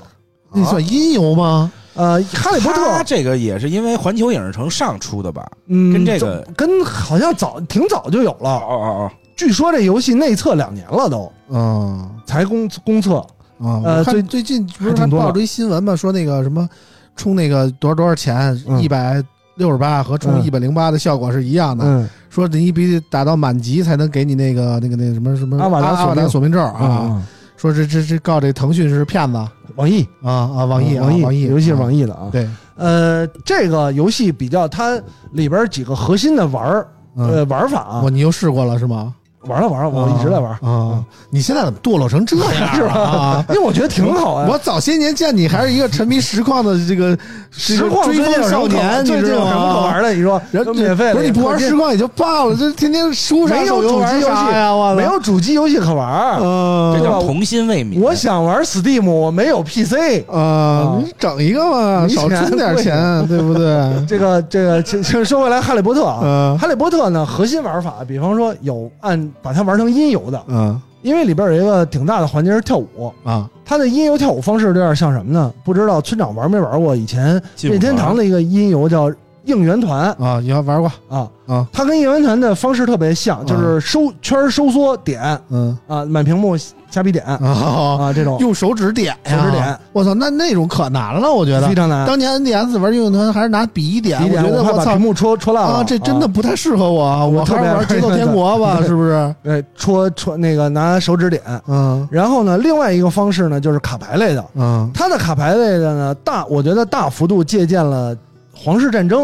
Speaker 2: 那算音游吗？
Speaker 4: 呃，《哈利波特
Speaker 5: 他》这个也是因为环球影视城上出的吧？
Speaker 4: 嗯，
Speaker 5: 跟这个
Speaker 4: 怎跟好像早挺早就有
Speaker 5: 哦
Speaker 4: 了，
Speaker 5: 哦哦，
Speaker 4: 据说这游戏内测两年了都
Speaker 2: 嗯
Speaker 4: 才公公测。
Speaker 2: 啊，
Speaker 4: 呃
Speaker 2: 我看
Speaker 4: 最
Speaker 2: 最近不是
Speaker 4: 还
Speaker 2: 还
Speaker 4: 挺多的
Speaker 2: 爆出一新闻嘛，说那个什么充那个多少多少钱，
Speaker 4: 嗯
Speaker 2: 一百六十八和充
Speaker 4: 嗯
Speaker 2: 一百零八的效果是一样的，
Speaker 4: 嗯，
Speaker 2: 说你必须打到满级才能给你那个那个那个什么什么
Speaker 4: 阿瓦达索命
Speaker 2: 达索命咒
Speaker 4: 啊
Speaker 2: 啊，说这这这告这腾讯是骗子啊
Speaker 4: 网易，
Speaker 2: 啊，网易啊
Speaker 4: 嗯网易，
Speaker 2: 网易，
Speaker 4: 游戏是
Speaker 2: 啊
Speaker 4: 网易的啊。
Speaker 2: 对，
Speaker 4: 呃，这个游戏比较它里边几个核心的玩儿呃
Speaker 2: 嗯，
Speaker 4: 玩法啊
Speaker 2: 我，你又试过了是吗？
Speaker 4: 玩了玩了，我一直在玩，嗯
Speaker 2: 啊，你现在怎么堕落成这 样
Speaker 4: 是吧
Speaker 2: 啊？
Speaker 4: 因为我觉得挺好呀。
Speaker 2: 我早些年见你还是一个沉迷实况的这个这
Speaker 4: 实
Speaker 2: 个
Speaker 4: 况
Speaker 2: 追
Speaker 4: 最近有
Speaker 2: 风
Speaker 4: 什
Speaker 2: 少
Speaker 4: 么可
Speaker 2: 年，你
Speaker 4: 最近
Speaker 2: 知
Speaker 4: 有
Speaker 2: 道
Speaker 4: 什么可
Speaker 2: 吗？
Speaker 4: 玩的？你说
Speaker 2: 人
Speaker 4: 都免费的，
Speaker 2: 不是你不玩
Speaker 4: 也
Speaker 2: 实况也就罢了，这天天输啥
Speaker 4: 没有
Speaker 2: 手游
Speaker 4: 主
Speaker 2: 玩
Speaker 4: 机游戏
Speaker 2: 啥呀？我操
Speaker 4: 没有主机游戏可玩儿。
Speaker 2: 嗯
Speaker 5: 这
Speaker 4: 对吧
Speaker 5: 叫童心未泯。
Speaker 4: 我想玩 Steam，我没有 PC。
Speaker 2: 啊，
Speaker 4: 啊
Speaker 2: 你整一个嘛，
Speaker 4: 没
Speaker 2: 少
Speaker 4: 钱
Speaker 2: 充点
Speaker 4: 贵啊
Speaker 2: 钱，对不 对？
Speaker 4: 这个这个，这这说回来，《哈利波特》啊，
Speaker 2: 嗯
Speaker 4: 哈利波特》呢，核心玩法，比方说有按把它玩成音游的，
Speaker 2: 嗯
Speaker 4: 因为里边有一个挺大的环节是跳舞。
Speaker 2: 啊
Speaker 4: 它的音游跳舞方式有点像什么呢？不知道村长玩没玩过？以前
Speaker 5: 进不
Speaker 4: 任天堂的一个音游叫《应援团》
Speaker 2: 啊，你要玩过
Speaker 4: 啊，
Speaker 2: 啊？
Speaker 4: 它跟应援团的方式特别像，就是收圈儿收缩点
Speaker 2: 嗯
Speaker 4: 啊，满屏幕瞎比点啊
Speaker 2: 啊，
Speaker 4: 这种，
Speaker 2: 用手指点呀，
Speaker 4: 手指点，
Speaker 2: 我操，那那种可难了，我觉得
Speaker 4: 非。常难。
Speaker 2: 当年 NDS 玩运动团还是拿笔点，
Speaker 4: 比点
Speaker 2: 我觉得
Speaker 4: 快
Speaker 2: 我
Speaker 4: 把
Speaker 2: 操
Speaker 4: 屏幕戳戳烂了
Speaker 2: 啊，这真的
Speaker 4: 啊
Speaker 2: 不太适合我啊，我
Speaker 4: 我特
Speaker 2: 还是
Speaker 4: 别
Speaker 2: 玩
Speaker 4: 爱
Speaker 2: 节奏
Speaker 4: 看
Speaker 2: 天
Speaker 4: 的
Speaker 2: 国吧， 是不是？
Speaker 4: 对，哎戳戳那个拿手指点。
Speaker 2: 嗯
Speaker 4: 然后呢，另外一个方式呢，就是卡牌类的。
Speaker 2: 嗯
Speaker 4: 它的卡牌类的呢，大我觉得大幅度借鉴了《皇室战争》，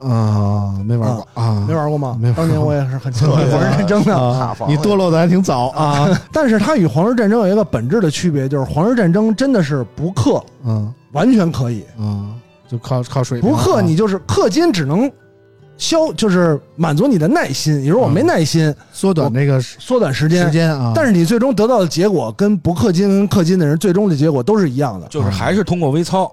Speaker 2: 啊，没玩过啊，
Speaker 4: 没玩过吗
Speaker 2: 没？玩过
Speaker 4: 当年我也是很喜欢《皇室战争》的。
Speaker 2: 啊，你堕落的还挺早 啊，
Speaker 4: 但是它与《皇室战争》有一个本质的区别，就是《皇室战争》真的是不氪，
Speaker 2: 嗯
Speaker 4: 完全可以
Speaker 2: 啊，就靠靠水平
Speaker 4: 不
Speaker 2: 啊
Speaker 4: 氪，你就是氪金只能消，就是满足你的耐心。你说我没耐心，
Speaker 2: 缩短这个时
Speaker 4: 缩短时间
Speaker 2: 啊时，间啊，
Speaker 4: 但是你最终得到的结果跟不氪金跟氪金的人最终的结果都是一样的。
Speaker 5: 就是还是通过微操，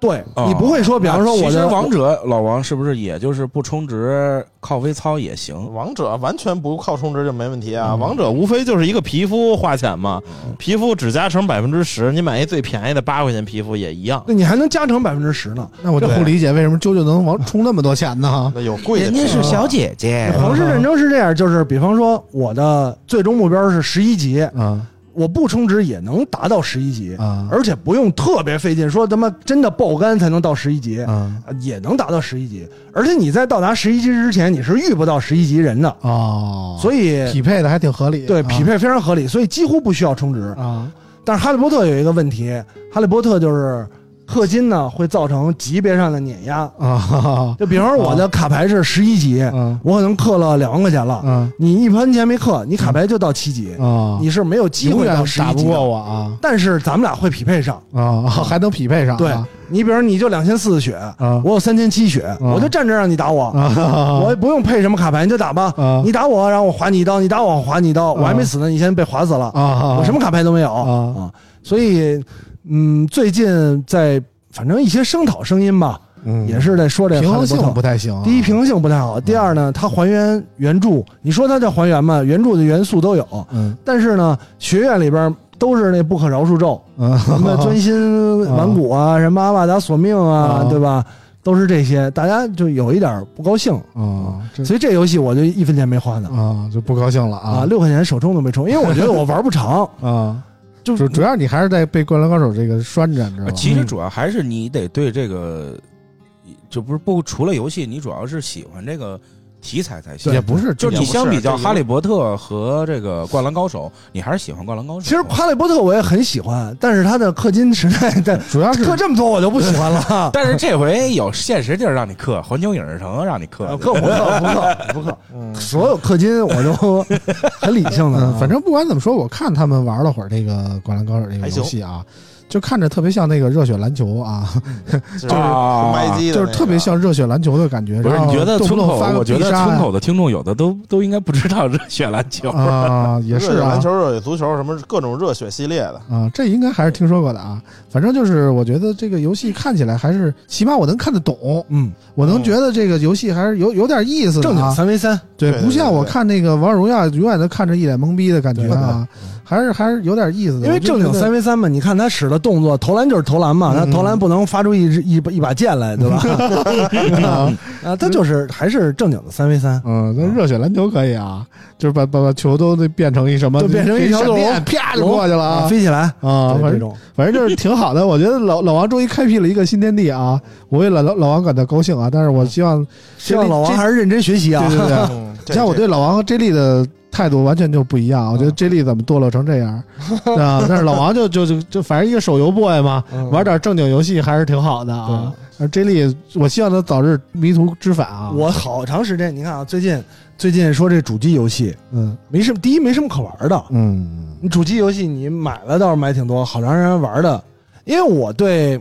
Speaker 4: 对
Speaker 5: 哦
Speaker 2: 啊
Speaker 4: 你不会说，比方说
Speaker 5: 那
Speaker 4: 我
Speaker 5: 其实
Speaker 4: 的
Speaker 5: 王者老王是不是也就是不充值靠微操也行？
Speaker 3: 王者完全不靠充值就没问题啊！王者无非就是一个皮肤花钱嘛，皮肤只加成百分之十，你买一最便宜的八块钱皮肤也一样。
Speaker 4: 那你还能加成百分之十呢。
Speaker 2: 那我就不理解为什么啾啾能往充那么多钱呢？
Speaker 3: 那有贵的啊皮肤，
Speaker 5: 姐姐
Speaker 4: 皇室战争是这样，就是比方说我的最终目标是十一级，
Speaker 2: 啊
Speaker 4: 我不充值也能达到十一级，
Speaker 2: 啊
Speaker 4: 而且不用特别费劲，说他妈真的爆肝才能到十一级，
Speaker 2: 啊
Speaker 4: 也能达到十一级。而且你在到达十一级之前，你是遇不到十一级人的，
Speaker 2: 哦，
Speaker 4: 所以
Speaker 2: 匹配的还挺合理，
Speaker 4: 对
Speaker 2: 啊
Speaker 4: 匹配非常合理，所以几乎不需要充值。
Speaker 2: 啊
Speaker 4: 但是哈利波特有一个问题，哈利波特就是氪金呢会造成级别上的碾压。
Speaker 2: 啊哈哈
Speaker 4: 就比方说我的卡牌是十一级，
Speaker 2: 嗯
Speaker 4: 我可能氪了两万块钱了，
Speaker 2: 嗯
Speaker 4: 你一分钱没氪，你卡牌就到七级，
Speaker 2: 啊，
Speaker 4: 你是没有机
Speaker 2: 永
Speaker 4: 会
Speaker 2: 远
Speaker 4: 到十
Speaker 2: 打
Speaker 4: 一
Speaker 2: 不
Speaker 4: 级
Speaker 2: 过
Speaker 4: 的。
Speaker 2: 我啊
Speaker 4: 但是咱们俩会匹配上，
Speaker 2: 啊，还能匹配上啊
Speaker 4: 对你比如你就两千四的血，
Speaker 2: 啊
Speaker 4: 我有三千七血，我就站这儿让你打我，
Speaker 2: 啊，
Speaker 4: 我也不用配什么卡牌，你就打吧
Speaker 2: 啊，
Speaker 4: 你打我，然后我划你一刀，你打我，我划你一刀，我还没死呢，你先被划死了，
Speaker 2: 啊，
Speaker 4: 我什么卡牌都没有
Speaker 2: 啊
Speaker 4: 啊。所以，嗯，最近在反正一些声讨声音吧，
Speaker 2: 嗯
Speaker 4: 也是在说这个
Speaker 2: 平
Speaker 4: 哈
Speaker 2: 衡
Speaker 4: 利波
Speaker 2: 性
Speaker 4: 特
Speaker 2: 不太行啊，
Speaker 4: 第一，平衡性不太好，第二呢，它还原原著，你说它叫还原嘛？原著的元素都有，
Speaker 2: 嗯
Speaker 4: 但是呢，学院里边都是那不可饶恕咒，
Speaker 2: 嗯，
Speaker 4: 什 么专心顽固啊，什么阿瓦达索命啊，
Speaker 2: 啊
Speaker 4: 对吧？都是这些，大家就有一点不高兴，
Speaker 2: 啊，这
Speaker 4: 所以这游戏我就一分钱没花呢
Speaker 2: 啊就不高兴了
Speaker 4: 啊，
Speaker 2: 啊
Speaker 4: 六块钱首充都没充，因为我觉得我玩不长，
Speaker 2: 啊，
Speaker 4: 就
Speaker 2: 主主要你还是在被《灌篮高手》这个拴着，你知道吗？
Speaker 5: 啊其实主要还是你得对这个，就不是不除了游戏，你主要是喜欢这个题材才行
Speaker 2: 也。不是，
Speaker 5: 就是
Speaker 2: 也
Speaker 5: 你
Speaker 2: 不
Speaker 5: 相比较《
Speaker 2: 这
Speaker 5: 哈利波特》和这个《灌篮高手》，你还是喜欢《灌篮高手》。
Speaker 4: 其实《哈利波特》我也很喜欢，但是他的氪金时代，但
Speaker 2: 主要是
Speaker 4: 氪这么多我就不喜 欢 了。
Speaker 5: 但是这回有现实地儿让你刻，环球影视城让你刻
Speaker 4: 啊，氪不氪不氪不 氪，所有氪金我都 很理性的啊、
Speaker 2: 嗯，反正不管怎么说，我看他们玩了会儿这个《灌篮高手》这个
Speaker 3: 还行
Speaker 2: 游戏啊，就看着特别像那个热血篮球啊，
Speaker 3: 就是
Speaker 5: 啊
Speaker 3: 麦基的那
Speaker 2: 就
Speaker 3: 个，
Speaker 2: 是特别像热血篮球的感觉。
Speaker 5: 不是，
Speaker 2: 然后
Speaker 5: 你觉得
Speaker 2: 动不
Speaker 5: 村
Speaker 2: 动
Speaker 5: 口
Speaker 2: 发？个
Speaker 5: 我觉
Speaker 2: 必
Speaker 5: 得
Speaker 2: 杀
Speaker 5: 村
Speaker 2: 呀
Speaker 5: 口的听众有的都都应该不知道热血篮球。
Speaker 2: 啊，也
Speaker 3: 热
Speaker 2: 是
Speaker 3: 血
Speaker 2: 啊
Speaker 3: 篮球、热血足球什么各种热血系列的。
Speaker 2: 啊，这应该还是听说过的啊。反正就是，我觉得这个游戏看起来还是，起码我能看得懂，
Speaker 4: 嗯，
Speaker 2: 我能觉得这个游戏还是有有点意思的
Speaker 4: 正经
Speaker 2: 啊。
Speaker 4: 三 v 三，
Speaker 2: 对，
Speaker 3: 对
Speaker 2: 不
Speaker 3: 对
Speaker 2: 像
Speaker 3: 对
Speaker 2: 我
Speaker 3: 对
Speaker 2: 看那个《王者荣耀》，永远都看着一脸懵逼的感觉啊，还是还是有点意思的。
Speaker 4: 因为
Speaker 2: 我就
Speaker 4: 正经
Speaker 2: 觉得
Speaker 4: 三 v 三嘛，你看他使的动作，投篮就是投篮嘛，他
Speaker 2: 嗯
Speaker 4: 投篮不能发出一支一把一把剑 来，对吧？啊，他就是还是正经的三 v 三，
Speaker 2: 嗯， 那热血篮球可以啊，就是把把把球都得变成一什么，
Speaker 4: 就变成一条
Speaker 2: 闪
Speaker 4: 龙
Speaker 2: 电，啪就过去了啊
Speaker 4: 飞起来
Speaker 2: 啊！反
Speaker 4: 对这
Speaker 2: 正
Speaker 4: 种。
Speaker 2: 反正就是挺好的，我觉得老老王终于开辟了一个新天地啊！我为老老王感到高兴啊，但是我希望
Speaker 4: 嗯希望老王
Speaker 2: 这
Speaker 4: 还是认真学习啊！
Speaker 2: 对对对，
Speaker 3: 嗯，
Speaker 2: 你像我对老王和 J 莉的态度完全就不一样，我觉得
Speaker 4: 嗯
Speaker 2: J 莉怎么堕落成这样 啊？但是老王就就就就反正一个手游 boy 嘛，
Speaker 4: 嗯
Speaker 2: 玩点正经游戏还是挺好的啊。而 J 莉，我希望他早日迷途知返啊！
Speaker 4: 我好长时间，你看啊，最近最近说这主机游戏
Speaker 2: 嗯
Speaker 4: 没什么，第一没什么可玩的，
Speaker 2: 嗯
Speaker 4: 你主机游戏你买了倒是买挺多，好让人玩的。因为我对，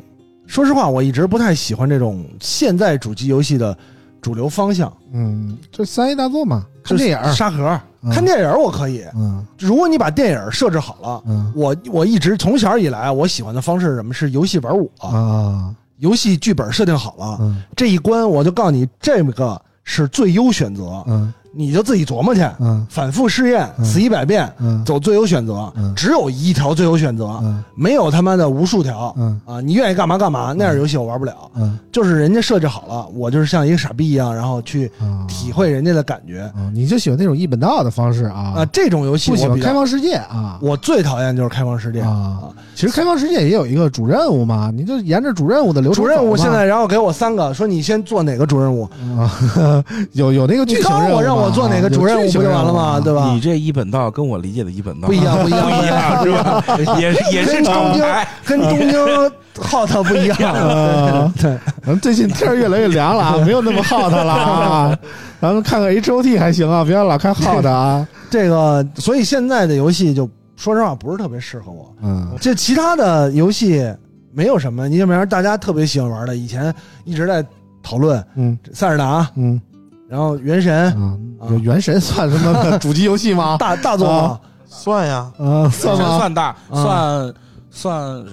Speaker 4: 说实话，我一直不太喜欢这种现在主机游戏的主流方向。
Speaker 2: 嗯，这三 A 大作嘛，看
Speaker 4: 就是
Speaker 2: 电影儿，
Speaker 4: 沙盒，
Speaker 2: 嗯
Speaker 4: 看电影我可以。
Speaker 2: 嗯
Speaker 4: 如果你把电影设置好了，
Speaker 2: 嗯
Speaker 4: 我我一直从小以来我喜欢的方式是什么？是游戏玩我，
Speaker 2: 啊
Speaker 4: 游戏剧本设定好了，
Speaker 2: 嗯
Speaker 4: 这一关我就告诉你，这个是最优选择，
Speaker 2: 嗯
Speaker 4: 你就自己琢磨去，
Speaker 2: 嗯
Speaker 4: 反复试验，
Speaker 2: 嗯
Speaker 4: 死一百遍，
Speaker 2: 嗯
Speaker 4: 走最优选择，
Speaker 2: 嗯
Speaker 4: 只有一条最优选择，
Speaker 2: 嗯
Speaker 4: 没有他妈的无数条。
Speaker 2: 嗯
Speaker 4: 啊，你愿意干嘛干嘛，那样游戏我玩不了。
Speaker 2: 嗯
Speaker 4: 就是人家设置好了，我就是像一个傻逼一样，然后去
Speaker 2: 啊
Speaker 4: 体会人家的感觉
Speaker 2: 啊，你就喜欢那种一本道的方式啊
Speaker 4: 啊。这种游戏
Speaker 2: 不喜
Speaker 4: 我
Speaker 2: 欢
Speaker 4: 比较
Speaker 2: 开放世界啊
Speaker 4: 我最讨厌就是开放世界。
Speaker 2: 啊！其实开放世界也有一个主任务嘛，你就沿着主任务的流程
Speaker 4: 主
Speaker 2: 走嘛。
Speaker 4: 任务现在，然后给我三个，说你先做哪个主任务？
Speaker 2: 啊有有那个
Speaker 4: 你
Speaker 2: 剧情
Speaker 4: 告诉
Speaker 2: 任务
Speaker 4: 我让
Speaker 2: 嘛
Speaker 4: 我做哪个主任务
Speaker 2: 有
Speaker 4: 不
Speaker 2: 剧
Speaker 4: 就
Speaker 2: 情
Speaker 4: 完了
Speaker 2: 任务
Speaker 4: 吗？
Speaker 2: 嘛
Speaker 4: 对吧？
Speaker 5: 你这一本道跟我理解的一本道
Speaker 4: 不一样，不一样，
Speaker 5: 不一样是吧？也是也是
Speaker 4: 跟
Speaker 5: 厂
Speaker 4: 东京
Speaker 5: 牌。
Speaker 4: 跟东京 hot 不 一样
Speaker 2: 啊。
Speaker 4: 对，
Speaker 2: 咱们最近天儿越来越凉了 啊，没有那么耗它了啊。咱们看看 H O T 还行啊，不要老看耗它啊。
Speaker 4: 这个所以现在的游戏就说实话不是特别适合我。
Speaker 2: 嗯
Speaker 4: 这其他的游戏没有什么，你就比方说大家特别喜欢玩的，以前一直在讨论
Speaker 2: 嗯
Speaker 4: 塞尔达，
Speaker 2: 嗯
Speaker 4: 然后原神
Speaker 2: 啊
Speaker 4: 啊，
Speaker 2: 有原神算什么主机游戏 吗？
Speaker 4: 大大作嘛
Speaker 2: 啊，
Speaker 3: 算呀，
Speaker 2: 啊，
Speaker 5: 算
Speaker 2: 算吗？
Speaker 5: 算大，
Speaker 4: 嗯
Speaker 5: 算算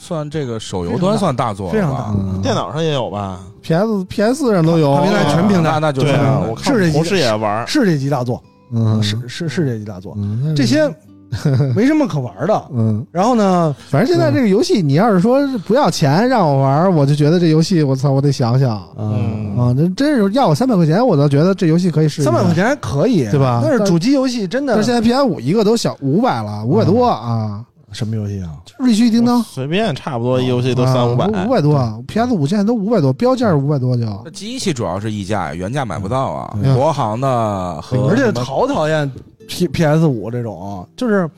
Speaker 5: 算这个手游端算大作
Speaker 4: 非常
Speaker 5: 吧
Speaker 4: 大
Speaker 2: 嗯
Speaker 3: 电脑上也有吧？
Speaker 2: P S P S 上都有
Speaker 4: 它，平台全屏的
Speaker 5: 哦那那就
Speaker 3: 对
Speaker 5: 是
Speaker 3: 啊，我看
Speaker 4: 是这
Speaker 3: 我
Speaker 4: 意思
Speaker 3: 同事也玩，
Speaker 4: 是这级大作，
Speaker 2: 啊嗯
Speaker 4: 是是是这级大作，
Speaker 2: 嗯那是
Speaker 4: 这些没什么可玩的。
Speaker 2: 嗯，
Speaker 4: 然后呢，
Speaker 2: 反正现
Speaker 4: 嗯
Speaker 2: 在这个游戏，你要是说不要钱让我玩儿，我就觉得这游戏我操，我得想想啊，
Speaker 4: 嗯，
Speaker 2: 那真是要我三百块钱，我倒觉得这游戏可以试一下
Speaker 4: 三百块，钱还可以，
Speaker 2: 对吧
Speaker 4: 但是主机游戏真
Speaker 2: 但
Speaker 4: 的
Speaker 2: 是现在 P S 五一个都小五百了，五百多啊，
Speaker 4: 什么游戏啊？
Speaker 2: 就瑞奇与叮当。
Speaker 3: 随便差不多一游戏都
Speaker 2: 啊
Speaker 3: 三五百，
Speaker 2: 五百多，PS 五现在都五百多，标价是五百多就。
Speaker 5: 那机器主要是溢价，原价买不到啊。
Speaker 2: 嗯
Speaker 5: 国行的和
Speaker 4: 而且
Speaker 5: 什么
Speaker 4: 好讨厌 P P S 五这种，就是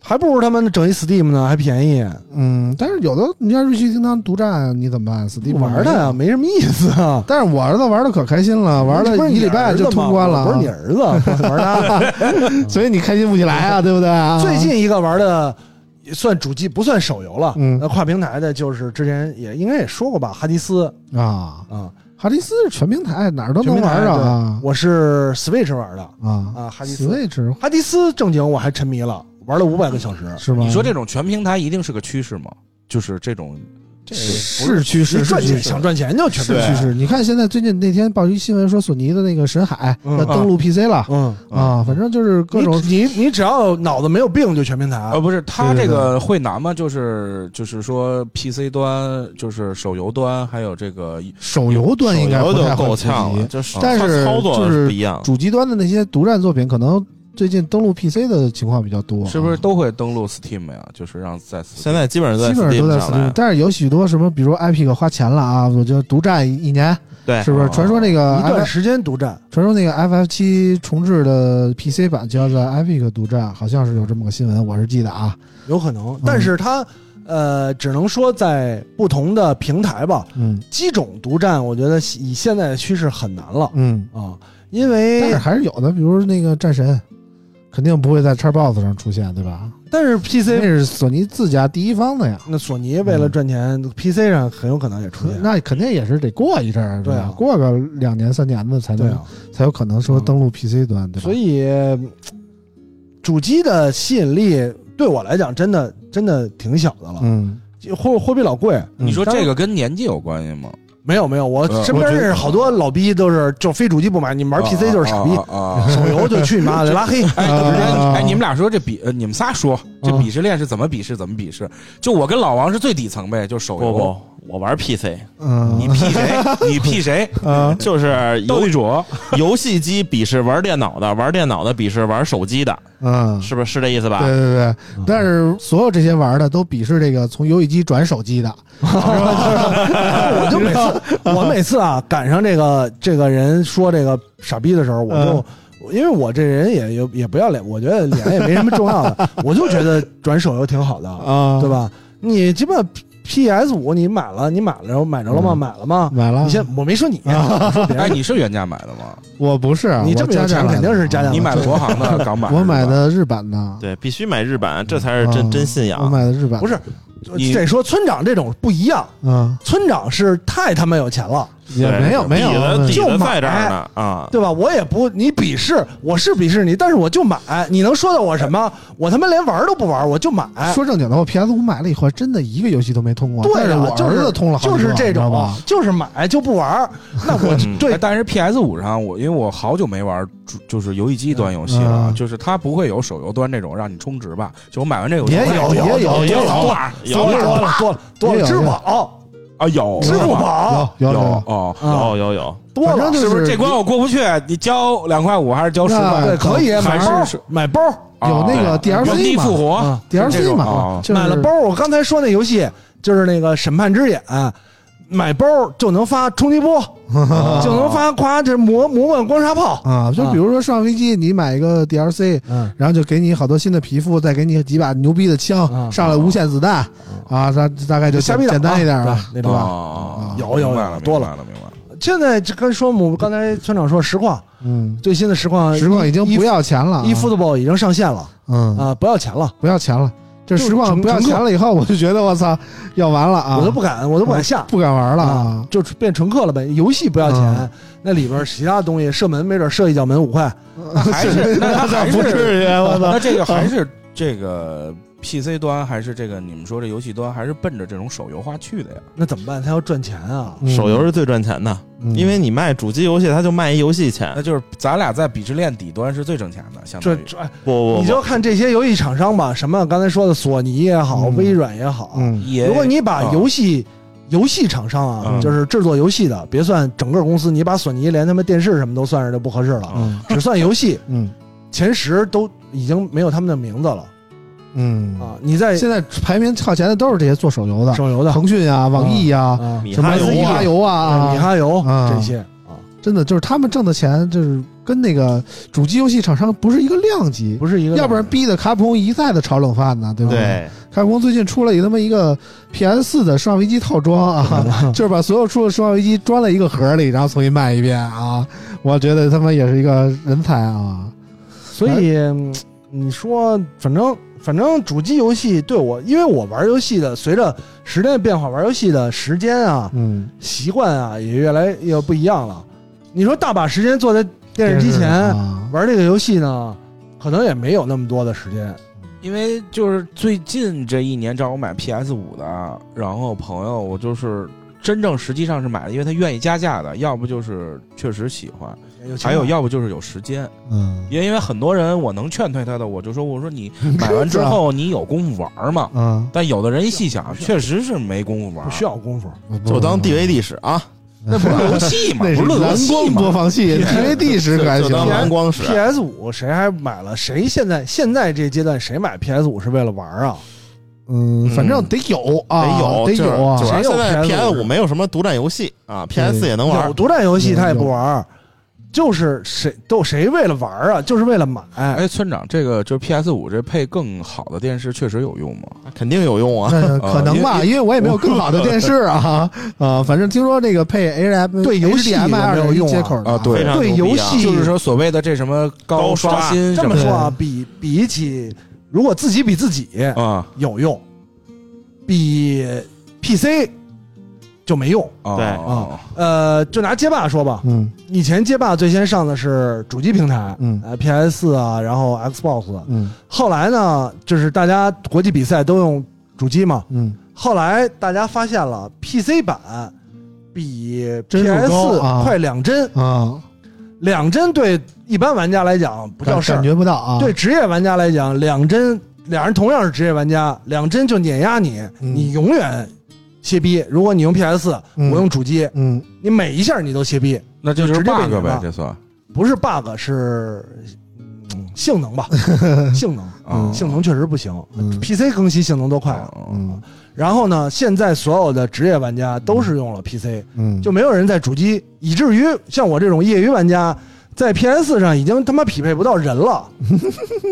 Speaker 4: 还不如他们整一 Steam 呢，还便宜，
Speaker 2: 嗯，但是有的你像瑞奇叮当独占，你怎么办？Steam
Speaker 4: 玩它
Speaker 2: 没有
Speaker 4: 呀，没什么意思啊。
Speaker 2: 但是我儿子玩的可开心了，啊玩
Speaker 4: 不
Speaker 2: 了
Speaker 4: 是
Speaker 2: 一
Speaker 4: 你
Speaker 2: 礼拜
Speaker 4: 儿子
Speaker 2: 就
Speaker 4: 吗
Speaker 2: 通关了，啊
Speaker 4: 不是你儿子玩它。
Speaker 2: 所以你开心不起来啊，对不对 啊？
Speaker 4: 最近一个玩的也算主机，不算手游了，
Speaker 2: 嗯
Speaker 4: 那跨平台的，就是之前也应该也说过吧，哈迪斯
Speaker 2: 啊，
Speaker 4: 啊，
Speaker 2: 哈迪斯是全平台，哪儿都
Speaker 4: 全
Speaker 2: 能
Speaker 4: 平台
Speaker 2: 玩着
Speaker 4: 对
Speaker 2: 啊
Speaker 4: 我是 Switch 玩的，
Speaker 2: 啊
Speaker 4: 啊哈迪斯
Speaker 2: Switch
Speaker 4: 哈迪斯正经我还沉迷了，玩了五百个小时。
Speaker 2: 是吗？
Speaker 5: 你说这种全平台一定是个趋势吗？就是这种
Speaker 3: 这
Speaker 2: 是趋势，
Speaker 4: 你
Speaker 2: 是
Speaker 4: 赚
Speaker 2: 趋
Speaker 4: 钱
Speaker 2: 势
Speaker 4: 想。赚钱就全
Speaker 2: 是
Speaker 4: 平
Speaker 2: 趋
Speaker 4: 台，
Speaker 2: 势，你看现在最近那天报一新闻说索尼的那个神海
Speaker 4: 嗯
Speaker 2: 要登陆 PC 了
Speaker 4: 嗯，
Speaker 2: 啊，反正就是各种
Speaker 4: 你你你只要脑子没有病就全平台。
Speaker 5: 呃，不是，它
Speaker 2: 对对
Speaker 5: 这个会难吗？就是就是说，PC 端、就是手游端，还有这个
Speaker 2: 手游端应该
Speaker 3: 手游
Speaker 2: 不太会
Speaker 3: 都够
Speaker 2: 普
Speaker 3: 呛了，
Speaker 2: 及，
Speaker 3: 就是
Speaker 2: 但
Speaker 3: 它
Speaker 2: 是
Speaker 3: 操作
Speaker 2: 就是
Speaker 3: 不一样，
Speaker 2: 主机端的那些独占作品可能最近登录 PC 的情况比较多啊，
Speaker 5: 是不是都会登录 Steam 呀？就是让在 Steam
Speaker 3: 现在基本上在
Speaker 2: 基本上都
Speaker 3: Steam 上
Speaker 2: Steam，
Speaker 3: 来，
Speaker 2: 但是有许多什么，比如 Epic 花钱了啊，我就独占一年，
Speaker 3: 对
Speaker 2: 是不是？
Speaker 5: 哦
Speaker 2: 传说那个
Speaker 4: 一
Speaker 2: F-
Speaker 4: 段时间独占，
Speaker 2: 传说那个 FF 七重置的 PC 版就要在 Epic 独占，好像是有这么个新闻，我是记得啊。
Speaker 4: 有可能，但是它呃，只能说在不同的平台吧，
Speaker 2: 嗯
Speaker 4: 机种独占，我觉得以现在的趋势很难了
Speaker 2: 嗯，
Speaker 4: 啊，
Speaker 2: 但
Speaker 4: 因为
Speaker 2: 是还是有的，比如那个战神，肯定不会在 Xbox 上出现，对吧？
Speaker 4: 但是
Speaker 2: 那
Speaker 4: PC
Speaker 2: 是索尼自家第一方的呀，
Speaker 4: 那索尼为
Speaker 5: 嗯
Speaker 4: 了赚钱，PC 上很有可能也出现，
Speaker 2: 那肯定也是得过一阵儿，
Speaker 4: 对啊
Speaker 2: 吧过个两年三年的才
Speaker 4: 对
Speaker 2: 能、
Speaker 4: 啊，
Speaker 2: 才有可能说登录 PC 端，对吧？
Speaker 4: 所以嗯主机的吸引力对我来讲，真的真的挺小的了，
Speaker 2: 嗯，
Speaker 4: 就货货比老贵。
Speaker 5: 你说
Speaker 4: 当然
Speaker 5: 这个跟年纪有关系吗？
Speaker 4: 没有没有，我
Speaker 5: 嗯呃
Speaker 4: 身边
Speaker 5: 我觉得
Speaker 4: 认识好多老逼都是就非主机不买，你玩 PC 就是傻逼，
Speaker 5: 啊啊啊啊
Speaker 4: 手游就去你妈的拉黑。
Speaker 5: 哎，
Speaker 2: 啊
Speaker 5: 不是
Speaker 2: 啊
Speaker 5: 哎，你们俩说这鄙，呃你们仨说这
Speaker 2: 啊
Speaker 5: 鄙视链是怎么鄙视，怎么鄙视？就我跟老王是最底层呗，就手
Speaker 3: 不
Speaker 5: 游。
Speaker 3: 不，我玩 PC，
Speaker 2: 嗯，
Speaker 5: 你 P 谁？你 P 谁？
Speaker 2: 啊
Speaker 3: 就是
Speaker 5: 斗
Speaker 3: 游
Speaker 5: 地主。
Speaker 3: 游戏机鄙视玩电脑的，玩电脑的鄙视玩手机的，
Speaker 2: 嗯，
Speaker 3: 是不是是这意思吧？
Speaker 2: 对对对，
Speaker 4: 嗯
Speaker 2: 但是所有这些玩儿的都鄙视这个从游戏机转手机的，
Speaker 4: 我就每次我每次啊赶上这个这个人说这个傻逼的时候，我
Speaker 2: 嗯
Speaker 4: 就。因为我这人也也也不要脸，我觉得脸也没什么重要 的，我就觉得转手游挺好 的，
Speaker 2: 啊
Speaker 4: 对？吧？你鸡巴 PS 五你买了，你买了买着了吗？
Speaker 2: 嗯
Speaker 4: 买了吗？
Speaker 2: 买了啊
Speaker 4: 你，先，我没说你，我说别
Speaker 5: 哎，
Speaker 4: 人，
Speaker 5: 你是原价买的 吗？
Speaker 2: 我不是，啊
Speaker 4: 你这
Speaker 2: 我
Speaker 4: 么有
Speaker 2: 加价
Speaker 4: 钱
Speaker 2: 来
Speaker 4: 肯定是加价
Speaker 5: 你买的国 行的、港版？
Speaker 2: 我买。的日版的，
Speaker 3: 对，必须买日版，
Speaker 5: 嗯
Speaker 3: 这才是真、
Speaker 2: 啊
Speaker 3: 真信
Speaker 2: 我
Speaker 3: 仰。
Speaker 2: 买的日版
Speaker 4: 不
Speaker 2: 是，
Speaker 4: 是
Speaker 5: 你
Speaker 4: 得说村长这种不一样，
Speaker 2: 嗯，
Speaker 4: 村长是太他妈有钱了，
Speaker 2: 也没有
Speaker 3: 对
Speaker 2: 没有
Speaker 3: 底子
Speaker 2: 嗯
Speaker 3: 底
Speaker 4: 就
Speaker 3: 子
Speaker 4: 买
Speaker 3: 在这儿呢啊！
Speaker 4: 对吧？我也不你鄙视，我是鄙视你，但是我就买，你能说到我什么？我他妈连玩都不玩，我就买。
Speaker 2: 说正经的，我 PS 五买了以后，真的一个游戏都没通过。哦但
Speaker 4: 哎对
Speaker 2: 是
Speaker 4: 啊
Speaker 2: 我
Speaker 4: 就
Speaker 2: 儿
Speaker 4: 是
Speaker 2: 子通了好几
Speaker 4: 就
Speaker 2: 个，
Speaker 4: 是这
Speaker 2: 你知道
Speaker 4: 种啊
Speaker 2: 吧，
Speaker 4: 就是买就不玩。那我
Speaker 3: 嗯
Speaker 4: 对
Speaker 5: 哎，但是 PS 五上我因为我好久没玩主就是游戏机端游戏了，
Speaker 2: 嗯
Speaker 5: 就是它不会有手游端这种让你充值吧？就我买
Speaker 4: 啊
Speaker 5: 完这个游戏
Speaker 2: 也有也 有
Speaker 3: 也
Speaker 2: 也
Speaker 3: 有
Speaker 2: 有
Speaker 3: 有
Speaker 4: 多了多了多了多
Speaker 2: 也有
Speaker 4: 了，支付宝
Speaker 5: 啊有
Speaker 4: 支付宝
Speaker 2: 有有
Speaker 5: 有
Speaker 2: 哦有，
Speaker 5: 哦，
Speaker 4: 啊
Speaker 3: 有有有，
Speaker 4: 多
Speaker 2: 反正
Speaker 4: 了
Speaker 2: 就是
Speaker 5: 是不是这关我过不去？你交两块五还是交十
Speaker 2: 那
Speaker 5: 块
Speaker 4: 对，？可以
Speaker 2: 还
Speaker 4: 买包
Speaker 5: 是
Speaker 4: 买包
Speaker 5: 啊
Speaker 2: 有那个
Speaker 5: 对
Speaker 2: DLC
Speaker 5: 原地复活
Speaker 4: 啊，
Speaker 5: 这
Speaker 2: DLC
Speaker 5: 种
Speaker 2: 嘛
Speaker 5: 啊，
Speaker 2: 就是
Speaker 4: 买了包。我刚才说那游戏就是那个审判之眼。买包就能发冲 击波，就能发夸这魔魔幻光沙炮，
Speaker 2: 啊，就比如说上飞机，你买一个 DLC，
Speaker 4: 嗯，
Speaker 2: 然后就给你好多新的皮肤，再给你几把牛逼的枪，
Speaker 4: 嗯
Speaker 2: 上来无限子弹啊，大大概就
Speaker 4: 瞎
Speaker 2: 简
Speaker 4: 逼打
Speaker 2: 简单一点
Speaker 4: 啊
Speaker 2: 了，对
Speaker 4: 对那种
Speaker 2: 吧？
Speaker 5: 哦
Speaker 4: 有有有
Speaker 5: 明白了
Speaker 4: 多
Speaker 5: 明
Speaker 4: 了
Speaker 5: 白了明白了。
Speaker 4: 现在这跟说我们刚才村长说实况，
Speaker 2: 嗯，
Speaker 4: 最新的实况，
Speaker 2: 实况已经不要钱了啊，
Speaker 4: eFootball 已经上线了
Speaker 2: 嗯，
Speaker 4: 啊，不要钱了，
Speaker 2: 不要钱了。这
Speaker 4: 就是
Speaker 2: 实况
Speaker 4: 纯
Speaker 2: 不要钱了以后，我就觉得我操，要完了啊！
Speaker 4: 我都不敢，我都不敢下
Speaker 2: 不敢玩了
Speaker 4: 啊
Speaker 2: 啊，！
Speaker 4: 就变纯客了呗。游戏不要
Speaker 2: 嗯
Speaker 4: 钱，那里边其他东西射门没准射一脚门五块，
Speaker 5: 还是那他还
Speaker 2: 不
Speaker 5: 是
Speaker 2: 至于，我操！
Speaker 5: 那这个还
Speaker 4: 嗯
Speaker 5: 是这个 PC 端还是这个你们说这游戏端还是奔着这种手游化去的呀？
Speaker 4: 那怎么办？他要赚钱啊！
Speaker 2: 嗯
Speaker 3: 手游是最赚钱的，
Speaker 2: 嗯哎
Speaker 3: 因为你卖主机游戏，他就卖一游戏钱
Speaker 5: 那。就是咱俩在鄙视链底端是最挣钱的，相当
Speaker 4: 这
Speaker 5: 于。
Speaker 4: 这，哎
Speaker 3: 不不
Speaker 4: 你
Speaker 3: 不，
Speaker 4: 就看这些游戏厂商吧，什么刚才说的索尼也好，
Speaker 2: 嗯
Speaker 4: 微软也好，
Speaker 2: 嗯
Speaker 5: 也
Speaker 4: 如果你把
Speaker 5: 啊
Speaker 4: 游戏。游戏厂商啊
Speaker 5: 嗯，
Speaker 4: 就是制作游戏的，别算整个公司，你把索尼连他们电视什么都算上就不合适了，
Speaker 2: 嗯
Speaker 4: 只算游戏
Speaker 2: 嗯
Speaker 4: 前十都已经没有他们的名字了
Speaker 2: 嗯
Speaker 4: 啊！你在
Speaker 2: 现在排名靠前的都是这些做手游的，
Speaker 4: 手游的
Speaker 2: 腾讯啊、网易啊、
Speaker 4: 啊，
Speaker 3: 米
Speaker 2: 什么
Speaker 3: 哈游
Speaker 2: 米
Speaker 3: 啊
Speaker 2: 哈，游啊，
Speaker 4: 米哈游
Speaker 2: 啊
Speaker 4: 这些啊，
Speaker 2: 真的就是他们挣的钱，就是跟那个主机游戏厂商不是一个量级。
Speaker 4: 不是一个，
Speaker 2: 要不然逼得卡普空一再的炒冷饭呢，对不？
Speaker 3: 对，
Speaker 2: 卡普空最近出了一他妈一个 PS 四的《生化危机》套装 啊，就是把所有出的《生化危机》装在一个盒里，然后重新卖一遍啊！我觉得他妈也是一个人才啊！
Speaker 4: 所以嗯你说，反正反正主机游戏对我，因为我玩游戏的，随着时代的变化，玩游戏的时间啊、
Speaker 2: 嗯，
Speaker 4: 习惯啊，也越来越不一样了。你说大把时间坐在电视机前、
Speaker 2: 啊
Speaker 4: 玩这个游戏呢，可能也没有那么多的时间。
Speaker 5: 因为就是最近这一年找我买 PS 五的，然后朋友我就是真正实际上是买的，因为他愿意加价的，要不就是确实喜欢，还有要不就是有时间。
Speaker 2: 嗯
Speaker 5: 因为因为很多人我能劝退他的，我就说我说你买完之后你有功夫玩吗？
Speaker 2: 嗯，
Speaker 5: 但有的人一细想，
Speaker 4: 啊不是啊
Speaker 5: 确实是没功夫玩
Speaker 4: 不。需要功夫，
Speaker 2: 不不
Speaker 3: 就当
Speaker 2: 不
Speaker 3: DVD 使啊，
Speaker 5: 那不是游戏 嘛，
Speaker 2: 那是
Speaker 5: 不是
Speaker 2: 蓝
Speaker 5: 游戏
Speaker 2: 光播
Speaker 5: 嘛，
Speaker 2: 放器，LED 时可还
Speaker 3: 就
Speaker 2: 行
Speaker 3: 当
Speaker 2: 吗。
Speaker 3: 蓝光使。
Speaker 4: PS 五谁还买了？谁现在现在这阶段谁买 PS 五是为了玩啊？
Speaker 2: 嗯，反正
Speaker 3: 嗯
Speaker 2: 得有
Speaker 3: 得
Speaker 2: 啊，
Speaker 3: 有，
Speaker 2: 得
Speaker 3: 就是
Speaker 2: 有啊
Speaker 3: 主。要
Speaker 4: 谁有
Speaker 3: 现在
Speaker 4: PS5
Speaker 3: PS 五没有什么独占游戏啊，PS 也能
Speaker 4: 有
Speaker 3: 玩。
Speaker 4: 独占游戏
Speaker 2: 嗯
Speaker 4: 他也
Speaker 2: 有
Speaker 4: 不玩儿，就是谁都谁为了玩儿啊，就是为了买。
Speaker 5: 哎，村长，这个就是 PS 五这配更好的电视确实有用吗？
Speaker 3: 肯定有用啊！
Speaker 2: 那可能吧，
Speaker 5: 呃
Speaker 2: 因为我也没有更好的电视 啊啊，反正听说这个配 H M
Speaker 4: 对游戏有没有
Speaker 2: HDMI 2.1
Speaker 4: 用啊
Speaker 2: 接口的
Speaker 5: 啊对
Speaker 3: 非常
Speaker 4: 对
Speaker 3: 牛逼
Speaker 4: 游
Speaker 3: 啊
Speaker 4: 戏
Speaker 5: 就是说所谓的这什么
Speaker 3: 高刷
Speaker 5: 刷新
Speaker 4: 这
Speaker 5: 什
Speaker 4: 么
Speaker 5: 么
Speaker 4: 说啊，比比起如果自己比自己
Speaker 5: 啊
Speaker 4: 有用，比 PC 就没用。
Speaker 5: 啊
Speaker 3: 对
Speaker 5: 啊
Speaker 4: 呃，就拿街霸说吧，
Speaker 2: 嗯
Speaker 4: 以前街霸最先上的是主机平台，
Speaker 2: 嗯
Speaker 4: 呃，PS 四啊，然后 Xbox 啊。
Speaker 2: 嗯
Speaker 4: 后来呢，就是大家国际比赛都用主机嘛，
Speaker 2: 嗯，
Speaker 4: 后来大家发现了 PC 版比
Speaker 2: 帧数
Speaker 4: PS
Speaker 2: 高啊
Speaker 4: 快两帧，
Speaker 2: 啊，
Speaker 4: 两帧对一般玩家来讲不叫
Speaker 2: 感
Speaker 4: 事
Speaker 2: 感
Speaker 4: 儿，
Speaker 2: 觉不到啊。
Speaker 4: 对，职业玩家来讲，两帧俩人同样是职业玩家，两帧就碾压你，
Speaker 2: 嗯
Speaker 4: 你永远歇逼。如果你用 PS，
Speaker 2: 嗯
Speaker 4: 我用主机，
Speaker 2: 嗯，
Speaker 4: 你每一下你都歇逼，
Speaker 5: 那这就是
Speaker 4: 直接被
Speaker 5: bug
Speaker 4: 碾
Speaker 5: 呗
Speaker 4: 了，
Speaker 5: 这算
Speaker 4: 不是 bug 是。嗯性能吧， 性能，
Speaker 5: 啊
Speaker 4: 性能确实不行。
Speaker 2: 嗯
Speaker 4: PC 更新性能都快了，
Speaker 5: 嗯
Speaker 2: 嗯
Speaker 4: 然后呢，现在所有的职业玩家都是用了 PC，
Speaker 2: 嗯，
Speaker 4: 就没有人在主机，以至于像我这种业余玩家，在 PS 上已经他妈匹配不到 人了，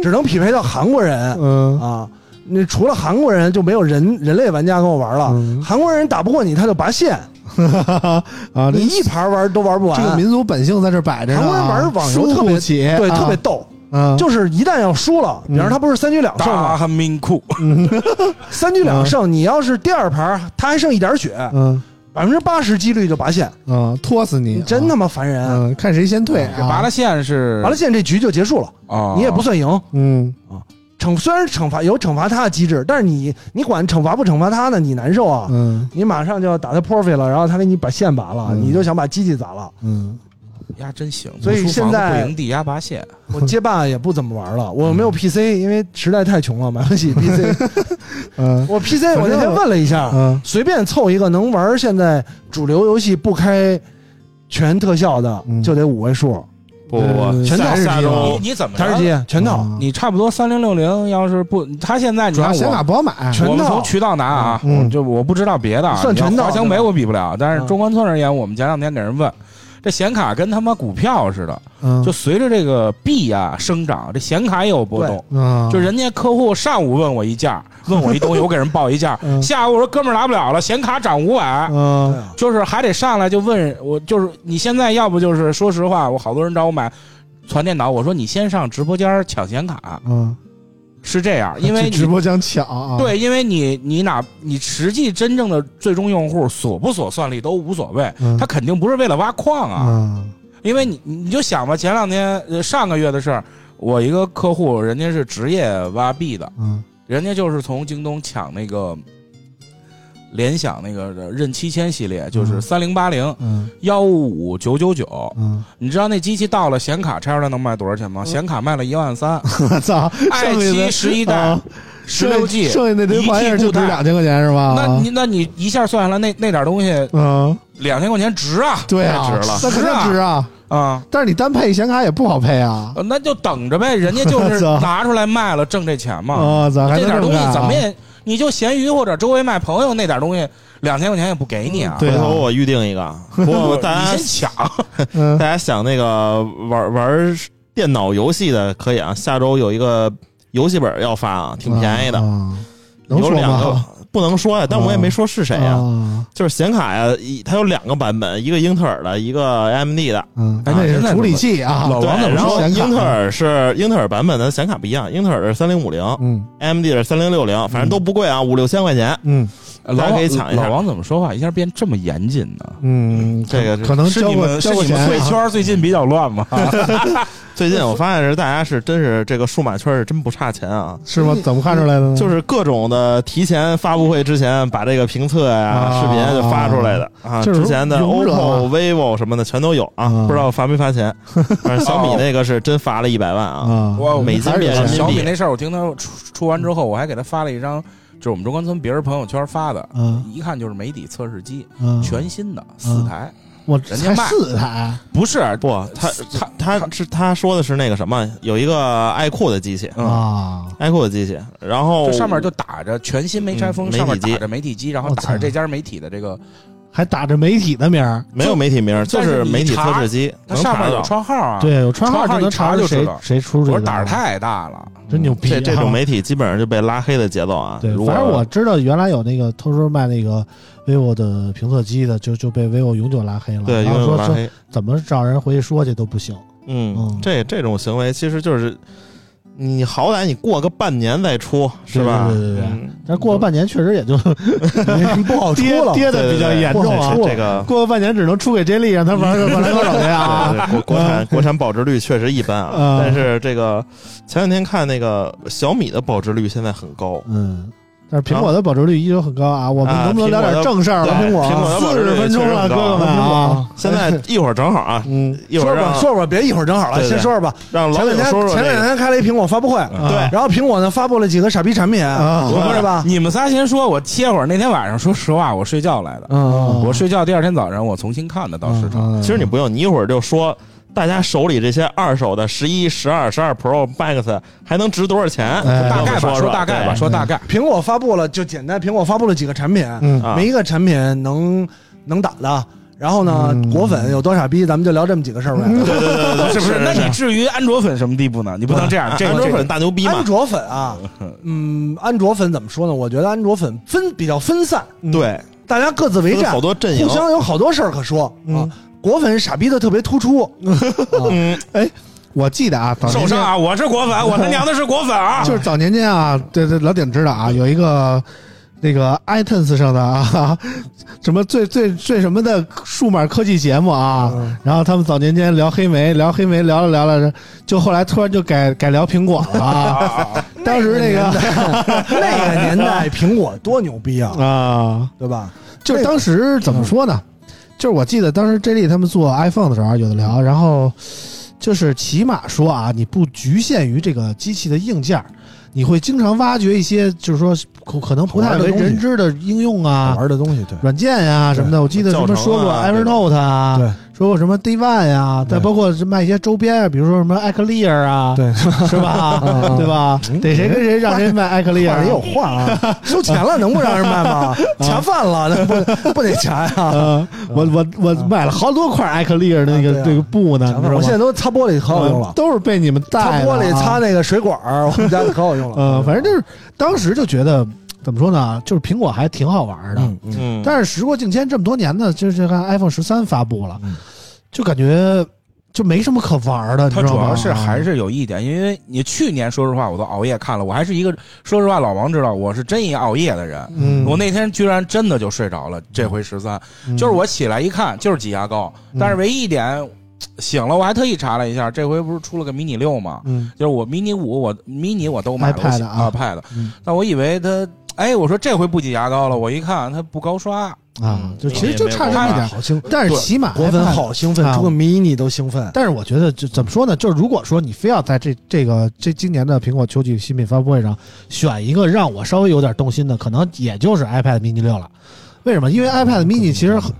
Speaker 4: 只能匹配到韩国人
Speaker 2: 嗯
Speaker 4: 啊。那除了韩国人，就没有人人类玩家跟我玩了。
Speaker 2: 嗯
Speaker 4: 韩国人打不过你，他就拔线，
Speaker 2: 啊，
Speaker 4: 你一盘玩都玩不完。
Speaker 2: 这个民族本性在这摆着呢啊。
Speaker 4: 韩国人玩网游特别
Speaker 2: 输不起，
Speaker 4: 对，
Speaker 2: 啊
Speaker 4: 特别逗，
Speaker 2: 嗯，
Speaker 4: 就是一旦要输了，比方
Speaker 2: 嗯
Speaker 4: 他不是三局两胜
Speaker 5: 大
Speaker 4: 吗？
Speaker 5: 很命苦，
Speaker 4: 啊三局两胜，你要是第二盘他还剩一点血，
Speaker 2: 嗯
Speaker 4: 百分之八十几率就拔线，
Speaker 2: 嗯，拖死你，
Speaker 4: 你真他妈烦人。啊
Speaker 2: 嗯，看谁先退
Speaker 5: 这拔
Speaker 2: 啊。
Speaker 5: 了线是
Speaker 4: 完了，现在这局就结束了，
Speaker 5: 啊，
Speaker 4: 你也不算赢。
Speaker 2: 嗯
Speaker 4: 惩虽然惩罚有惩罚他的机制，但是你你管惩罚不惩罚他呢，你难受啊！
Speaker 2: 嗯
Speaker 4: 你马上就要打他 p r 了，然后他给你把线拔了，
Speaker 2: 嗯
Speaker 4: 你就想把机器砸了。
Speaker 2: 嗯
Speaker 5: 呀真行，
Speaker 4: 所以
Speaker 5: 不输房
Speaker 4: 现
Speaker 5: 子
Speaker 4: 在呃
Speaker 5: 不赢地压拔线，
Speaker 4: 我街霸也不怎么玩了，我没有 PC，因为实在太穷了，买不 起 PC。
Speaker 2: 嗯
Speaker 4: 我 PC 我那天问了一
Speaker 5: 啊
Speaker 4: 下，
Speaker 2: 嗯
Speaker 4: 随便凑一个能玩现在主流游戏不开全特效的，
Speaker 2: 嗯
Speaker 4: 就得五位数，
Speaker 3: 不不不，
Speaker 2: 嗯
Speaker 3: 下
Speaker 2: 全都是
Speaker 3: 下
Speaker 2: 这样
Speaker 3: 周
Speaker 2: 哦
Speaker 5: 你你怎么着
Speaker 4: 台式机全套。
Speaker 2: 嗯
Speaker 5: 你差不多三零六零，要是不，他现在你
Speaker 2: 主要
Speaker 5: 看
Speaker 2: 显卡
Speaker 5: 我，
Speaker 2: 不好买，
Speaker 4: 全套
Speaker 5: 我们从渠道拿啊，
Speaker 2: 嗯
Speaker 5: 我就我不知道别的啊，
Speaker 4: 算全套
Speaker 5: 你要华强北
Speaker 4: 对吧
Speaker 5: 我比不了，但是
Speaker 4: 嗯
Speaker 5: 中关村而言，我们前两天给人问，这显卡跟他妈股票似的，
Speaker 2: 嗯
Speaker 5: 就随着这个币啊生长，这显卡也有波动。
Speaker 2: 嗯，
Speaker 5: 就人家客户上午问我一价，问我一东西，我给人报一价，
Speaker 2: 嗯
Speaker 5: 下午我说哥们儿拿不了了，显卡涨五百，
Speaker 2: 嗯
Speaker 4: 对啊
Speaker 5: 就是还得上来就问我，就是你现在要不就是说实话，我好多人找我买传电脑，我说你先上直播间抢显卡
Speaker 2: 嗯，
Speaker 5: 是这样，因为
Speaker 2: 去
Speaker 5: 你
Speaker 2: 直播间抢啊，
Speaker 5: 对，因为你你哪你实际真正的最终用户所不所算力都无所谓，
Speaker 2: 嗯，
Speaker 5: 他肯定不是为了挖矿啊，
Speaker 2: 嗯
Speaker 5: 因为你你就想吧，前两天呃上个月的事儿，我一个客户人家是职业挖币的，
Speaker 2: 嗯
Speaker 5: 人家就是从京东抢那个联想那个呃任七千系列，就是
Speaker 2: 嗯
Speaker 5: 三零八零
Speaker 2: 嗯
Speaker 5: 幺五五九九九，
Speaker 2: 嗯，
Speaker 5: 你知道那机器到了显卡拆出来能卖多少钱吗？显卡卖了一万三
Speaker 2: 我嗯 操，
Speaker 5: ，i
Speaker 2: 剩下
Speaker 5: 七
Speaker 2: 的
Speaker 5: 十一代
Speaker 2: 啊
Speaker 5: 十六 G，
Speaker 2: 剩下那堆玩意儿就值两千块钱是吧？
Speaker 5: 那你那你一下算下来，那那点东西
Speaker 2: 嗯，
Speaker 5: 两千块钱值啊
Speaker 2: 对啊，
Speaker 3: 太值了
Speaker 2: 那肯定值啊。
Speaker 5: 啊、
Speaker 2: 但是你单配显卡也不好配啊，
Speaker 5: 呃那就等着呗，人家 就是
Speaker 2: 操
Speaker 5: 拿出来卖了挣这钱嘛。
Speaker 2: 啊，咱还
Speaker 5: 这
Speaker 2: 能么
Speaker 5: 点东
Speaker 2: 干
Speaker 5: 西
Speaker 2: 啊
Speaker 5: 怎么也，你就闲鱼或者周围卖朋友那点东西，两千块钱也不给你啊。
Speaker 2: 对
Speaker 3: 回
Speaker 2: 啊
Speaker 3: 头我预定一 个。不过大
Speaker 5: 你
Speaker 3: 家
Speaker 5: 先抢，
Speaker 2: 嗯
Speaker 3: 大家想那个玩玩电脑游戏的可以啊，下周有一个游戏本要发啊，挺便宜的，
Speaker 2: 啊能
Speaker 3: 有
Speaker 2: 说
Speaker 3: 两个
Speaker 2: 吗？
Speaker 3: 不能说呀，但我也没说是谁呀。
Speaker 2: 啊？
Speaker 3: 就是显卡呀，一它有两个版本，一个英特尔的，一个 AMD 的。
Speaker 2: 嗯，
Speaker 5: 哎
Speaker 2: 那是
Speaker 5: 现在
Speaker 2: 处理
Speaker 5: 怎么
Speaker 2: 器啊，
Speaker 5: 老
Speaker 3: 对
Speaker 5: 王怎，么
Speaker 3: 然
Speaker 5: 说
Speaker 3: 后
Speaker 2: 显卡
Speaker 3: 英特尔是英特尔版本的显卡不一样，英特尔是三零五零
Speaker 2: 嗯
Speaker 3: ，AMD 是三零六零，反正都不贵啊，五六千块钱。
Speaker 2: 嗯
Speaker 5: 老
Speaker 3: 大家
Speaker 5: 王
Speaker 3: 可以抢一下
Speaker 5: 老王怎么说话一下变这么严谨呢？
Speaker 2: 嗯，
Speaker 3: 这个是
Speaker 2: 可能
Speaker 5: 是
Speaker 2: 交
Speaker 5: 你
Speaker 2: 过
Speaker 5: 们
Speaker 2: 交
Speaker 5: 是
Speaker 2: 过
Speaker 5: 你
Speaker 2: 钱
Speaker 5: 们
Speaker 2: 啊
Speaker 5: 贵圈最近比较乱吗？
Speaker 3: 啊最近我发现是大家是真是这个数码圈是真不差钱啊。
Speaker 2: 是吗？怎么看出来的呢？
Speaker 3: 就是各种的提前发布会之前，把这个评测呀、
Speaker 2: 啊
Speaker 3: 视频啊就发出来的啊，
Speaker 2: 就是
Speaker 3: 之前的
Speaker 2: 容忍啊
Speaker 3: OPPO、vivo 什么的全都有啊，
Speaker 2: 啊
Speaker 3: 不知道罚没 罚钱。反正小米那个是真罚了一百万啊，
Speaker 2: 啊，
Speaker 5: 我
Speaker 3: 美金
Speaker 2: 还是有
Speaker 3: 变人
Speaker 2: 钱
Speaker 3: 民
Speaker 5: 小米
Speaker 3: 币
Speaker 5: 那事儿，我听他出出完之后，我还给他发了一张，就是我们中关村别人朋友圈发的，
Speaker 2: 嗯
Speaker 5: 一看就是媒体测试机，
Speaker 2: 嗯
Speaker 5: 全新的四台，
Speaker 2: 我
Speaker 5: 人
Speaker 2: 才
Speaker 5: 家卖
Speaker 2: 四台，
Speaker 5: 不是
Speaker 3: 不，他
Speaker 5: 他
Speaker 3: 他是他说的是那个什么，有一个爱酷的机器，
Speaker 2: 啊，
Speaker 3: 爱酷的机器，然后
Speaker 5: 这上面就打着全新没拆封，
Speaker 3: 哦嗯
Speaker 5: 上面
Speaker 3: 媒体机
Speaker 5: 打着媒体机，然后
Speaker 2: 我
Speaker 5: 打着
Speaker 2: 操
Speaker 5: 这家媒体的这个，
Speaker 2: 还打着媒体的名儿，
Speaker 3: 没有媒体名，就
Speaker 5: 但是你
Speaker 3: 媒体
Speaker 5: 查
Speaker 3: 测试机，
Speaker 5: 它
Speaker 3: 能
Speaker 5: 上
Speaker 3: 查
Speaker 5: 面
Speaker 3: 到
Speaker 5: 有窗号啊。，
Speaker 2: 对，有川
Speaker 5: 川
Speaker 2: 号
Speaker 5: 号
Speaker 2: 就能
Speaker 5: 一查
Speaker 2: 查
Speaker 5: 就
Speaker 2: 出
Speaker 5: 知
Speaker 2: 谁
Speaker 5: 道
Speaker 2: 谁出
Speaker 5: 我
Speaker 2: 这
Speaker 5: 说
Speaker 2: 个，
Speaker 5: 胆儿太大了，
Speaker 2: 真牛逼啊，
Speaker 3: 这这种媒体基本上就被拉黑的节奏啊。
Speaker 2: 对，
Speaker 3: 如果
Speaker 2: 反正我知道原来有那个偷偷卖那个 vivo 的评测机的，就就被 vivo 永久拉黑了。
Speaker 3: 对，因
Speaker 2: 然
Speaker 3: 为
Speaker 2: 后啊说
Speaker 3: 我拉
Speaker 2: 说
Speaker 3: 黑，
Speaker 2: 怎么找人回去说去都不行。
Speaker 3: 嗯
Speaker 2: 嗯，
Speaker 3: 这这种行为其实就是你好歹你过个半年再出是吧？
Speaker 2: 对对对对对
Speaker 3: 嗯
Speaker 2: 但过了半年，确实也就
Speaker 4: 嗯 不好出
Speaker 2: 跌
Speaker 4: 了。
Speaker 2: 跌的比较严重啊
Speaker 3: 对对。对这个
Speaker 2: 过了半年只能出给 J 莉，让他玩个玩来玩手去啊。
Speaker 3: 对对，国国产国产保值率确实一般啊
Speaker 2: 嗯，
Speaker 3: 但是这个前两天看那个小米的保值率现在很高，
Speaker 2: 嗯，但是苹果的保值率依旧很高啊。我们
Speaker 3: 啊
Speaker 2: 能不能聊点正事儿
Speaker 3: 对
Speaker 2: 了？
Speaker 3: 苹
Speaker 2: 苹
Speaker 3: 果
Speaker 2: 果
Speaker 3: 的保
Speaker 2: 四
Speaker 3: 值率
Speaker 2: 十分钟
Speaker 3: 确实
Speaker 2: 了，
Speaker 3: 很
Speaker 2: 哥
Speaker 3: 高
Speaker 2: 哥们啊，
Speaker 3: 现在一会儿正好啊，
Speaker 2: 嗯，
Speaker 3: 一会
Speaker 4: 说
Speaker 3: 儿
Speaker 4: 吧，
Speaker 3: 让
Speaker 4: 说吧，别一会儿正好了，
Speaker 3: 对对
Speaker 4: 先说说吧。
Speaker 3: 让老
Speaker 4: 前
Speaker 3: 李
Speaker 4: 两天
Speaker 3: 说说
Speaker 4: 前
Speaker 3: 这
Speaker 4: 两
Speaker 3: 个，
Speaker 4: 天开了一苹果发布会，
Speaker 3: 对
Speaker 4: 然后苹果呢发布了几个傻逼产品，
Speaker 2: 啊
Speaker 4: 我是吧？
Speaker 5: 你们仨先说，我歇会儿。那天晚上，说实话，我睡觉来的。
Speaker 4: 嗯，
Speaker 5: 我睡觉，第二天早上我重新看的到市场。
Speaker 2: 哦嗯
Speaker 3: 其实你不用，你一会儿就说。大家手里这些二手的十一、十二、十二 Pro Max 还能值多少钱？
Speaker 2: 哎
Speaker 5: 大概吧，
Speaker 3: 说嗯
Speaker 5: 说大概吧，
Speaker 3: 对
Speaker 5: 说大概。
Speaker 4: 苹果发布了就简单，苹果发布了几个产品，
Speaker 2: 嗯
Speaker 3: 啊
Speaker 4: 没一个产品能能打的。然后呢，
Speaker 2: 嗯
Speaker 4: 果粉有多傻逼，咱们就聊这么几个事儿呗。
Speaker 3: 对对对对对，
Speaker 5: 不是不是，那你至于安卓粉什么地步呢？你不能这 样，这
Speaker 3: 安
Speaker 5: 个
Speaker 3: 卓
Speaker 5: 这个
Speaker 3: 粉大牛逼嘛
Speaker 4: 安？卓 粉啊，嗯，安卓粉怎么说呢？我觉得安卓粉分比较分散，
Speaker 5: 嗯
Speaker 3: 对，
Speaker 4: 大家各自为
Speaker 3: 分
Speaker 4: 战
Speaker 3: 好，多阵营
Speaker 4: 互，相有好多事儿可说啊
Speaker 2: 嗯。
Speaker 4: 果粉傻逼的特别突出，啊
Speaker 3: 嗯，
Speaker 2: 我记得啊，早
Speaker 5: 受
Speaker 2: 年
Speaker 5: 伤
Speaker 2: 间
Speaker 5: 啊！我是果粉，我他娘的是果粉啊！
Speaker 2: 就是早年间啊，对对，老顶知道啊，有一个那个 iTunes 上的啊，什么最最最什么的数码科技节目啊，
Speaker 4: 嗯
Speaker 2: 然后他们早年间聊黑莓，聊黑莓聊着聊着，就后来突然就改改聊苹果了啊，当时那个
Speaker 4: 那个年代苹果多牛逼啊，
Speaker 2: 啊，
Speaker 4: 对吧？
Speaker 2: 就是当时怎么说呢？就是我记得当时 J 莉他们做 iPhone 的时候啊有的聊，然后就是起码说啊，你不局限于这个机器的硬件儿，你会经常挖掘一些就是说可可能不太为人知的应用
Speaker 4: 好
Speaker 2: 啊、
Speaker 4: 玩的东西，对
Speaker 2: 软件呀、什么的。我记得什么说过
Speaker 3: 教程啊
Speaker 2: Evernote 啊，
Speaker 4: 对
Speaker 2: 说过什么 Divan 啊，
Speaker 4: 对
Speaker 2: 再包括卖一些周边啊，比如说什么 iClear 啊，
Speaker 4: 对，
Speaker 2: 是吧
Speaker 4: 嗯？
Speaker 2: 对吧？得谁跟谁让谁卖
Speaker 4: 话
Speaker 2: iClear，
Speaker 4: 里有话啊，收钱了能不让人卖吗？恰饭了那不不得掐呀？
Speaker 2: 啊， 我我我买了好多块艾克利尔那
Speaker 4: 啊
Speaker 2: 个
Speaker 4: 对啊
Speaker 2: 这个布呢，你
Speaker 4: 恰
Speaker 2: 知
Speaker 4: 饭
Speaker 2: 道
Speaker 4: 我现在
Speaker 2: 吗？嗯
Speaker 4: 都擦玻璃可好用了，
Speaker 2: 都是被你们
Speaker 4: 擦
Speaker 2: 带的
Speaker 4: 玻
Speaker 2: 啊
Speaker 4: 璃擦。那个水管儿，我们家可好用了。
Speaker 2: 呃，反正就是当时就觉得怎么说呢，就是苹果还挺好玩的。
Speaker 4: 嗯嗯
Speaker 3: 嗯，
Speaker 2: 但是时过境迁这么多年呢，就是看 iPhone 十三发布了
Speaker 4: 嗯，
Speaker 2: 就感觉就没什么可玩的，你
Speaker 5: 它
Speaker 2: 知道
Speaker 5: 主
Speaker 2: 吗？
Speaker 5: 要是还是有一点，因为你去年说实话我都熬夜看了，我还是一个说实话老王知道我是真一熬夜的人，
Speaker 2: 嗯，
Speaker 5: 我那天居然真的就睡着了。这回十三，
Speaker 2: 嗯
Speaker 5: 就是我起来一看就是挤牙膏，
Speaker 2: 嗯
Speaker 5: 但是唯一一点醒了，我还特意查了一下，这回不是出了个迷你六吗？
Speaker 2: 嗯
Speaker 5: 就是我迷你五，我迷你我都买了
Speaker 2: iPad 啊
Speaker 5: iPad，
Speaker 2: 嗯
Speaker 5: 但我以为它，哎，我说这回不挤牙膏了，我一看它不高刷，
Speaker 2: 啊，就其实就差
Speaker 3: 嗯
Speaker 2: 这么一
Speaker 5: 没有
Speaker 2: 点，
Speaker 4: 好兴奋，
Speaker 2: 但是
Speaker 5: 对
Speaker 2: 起码
Speaker 4: 果粉
Speaker 2: iPad
Speaker 4: 好兴奋，
Speaker 2: 啊
Speaker 4: 出个迷你都兴奋。
Speaker 2: 但是我觉得，就怎么说呢？就是如果说你非要在这这个这今年的苹果秋季新品发布会上选一个让我稍微有点动心的，可能也就是 iPad mini 六了。为什么？因为
Speaker 5: 嗯
Speaker 2: iPad mini 其实很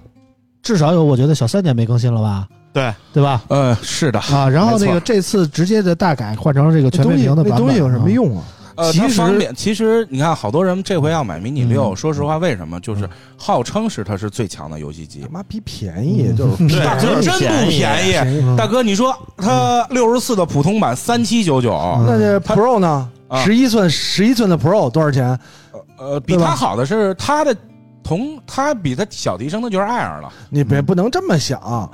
Speaker 2: 至少有我觉得小三年没更新了吧？
Speaker 3: 对
Speaker 2: 对吧？
Speaker 5: 呃，是的，
Speaker 2: 啊，然后那
Speaker 5: 没
Speaker 2: 个
Speaker 5: 错
Speaker 2: 这次直接的大改换成这个
Speaker 4: 那
Speaker 2: 全面
Speaker 4: 东西
Speaker 2: 屏的版
Speaker 4: 那
Speaker 2: 本，
Speaker 4: 东西有什么
Speaker 2: 啊？
Speaker 4: 用啊？
Speaker 5: 呃，
Speaker 2: 其
Speaker 5: 它
Speaker 2: 实
Speaker 5: 方便。其实你看，好多人这回要买迷你六、
Speaker 2: 嗯
Speaker 5: 说实话，为什么？就是号称是它是最强的游戏机
Speaker 4: 他，妈逼便宜，就是便
Speaker 3: 大
Speaker 5: 大
Speaker 3: 哥
Speaker 5: 哥
Speaker 3: 真
Speaker 5: 真
Speaker 3: 不
Speaker 5: 不
Speaker 3: 便啊
Speaker 5: 便宜。
Speaker 2: 嗯
Speaker 5: 大哥，你说它六十四的普通版三七九九，
Speaker 2: 嗯
Speaker 4: 那这 Pro 呢
Speaker 5: 啊？
Speaker 4: 十一寸十一寸的 Pro 多少钱？
Speaker 5: 呃，比
Speaker 4: 对吧
Speaker 5: 它好的是它的同它比它小的一声，它就是 Air 了。
Speaker 4: 你别不能这么想。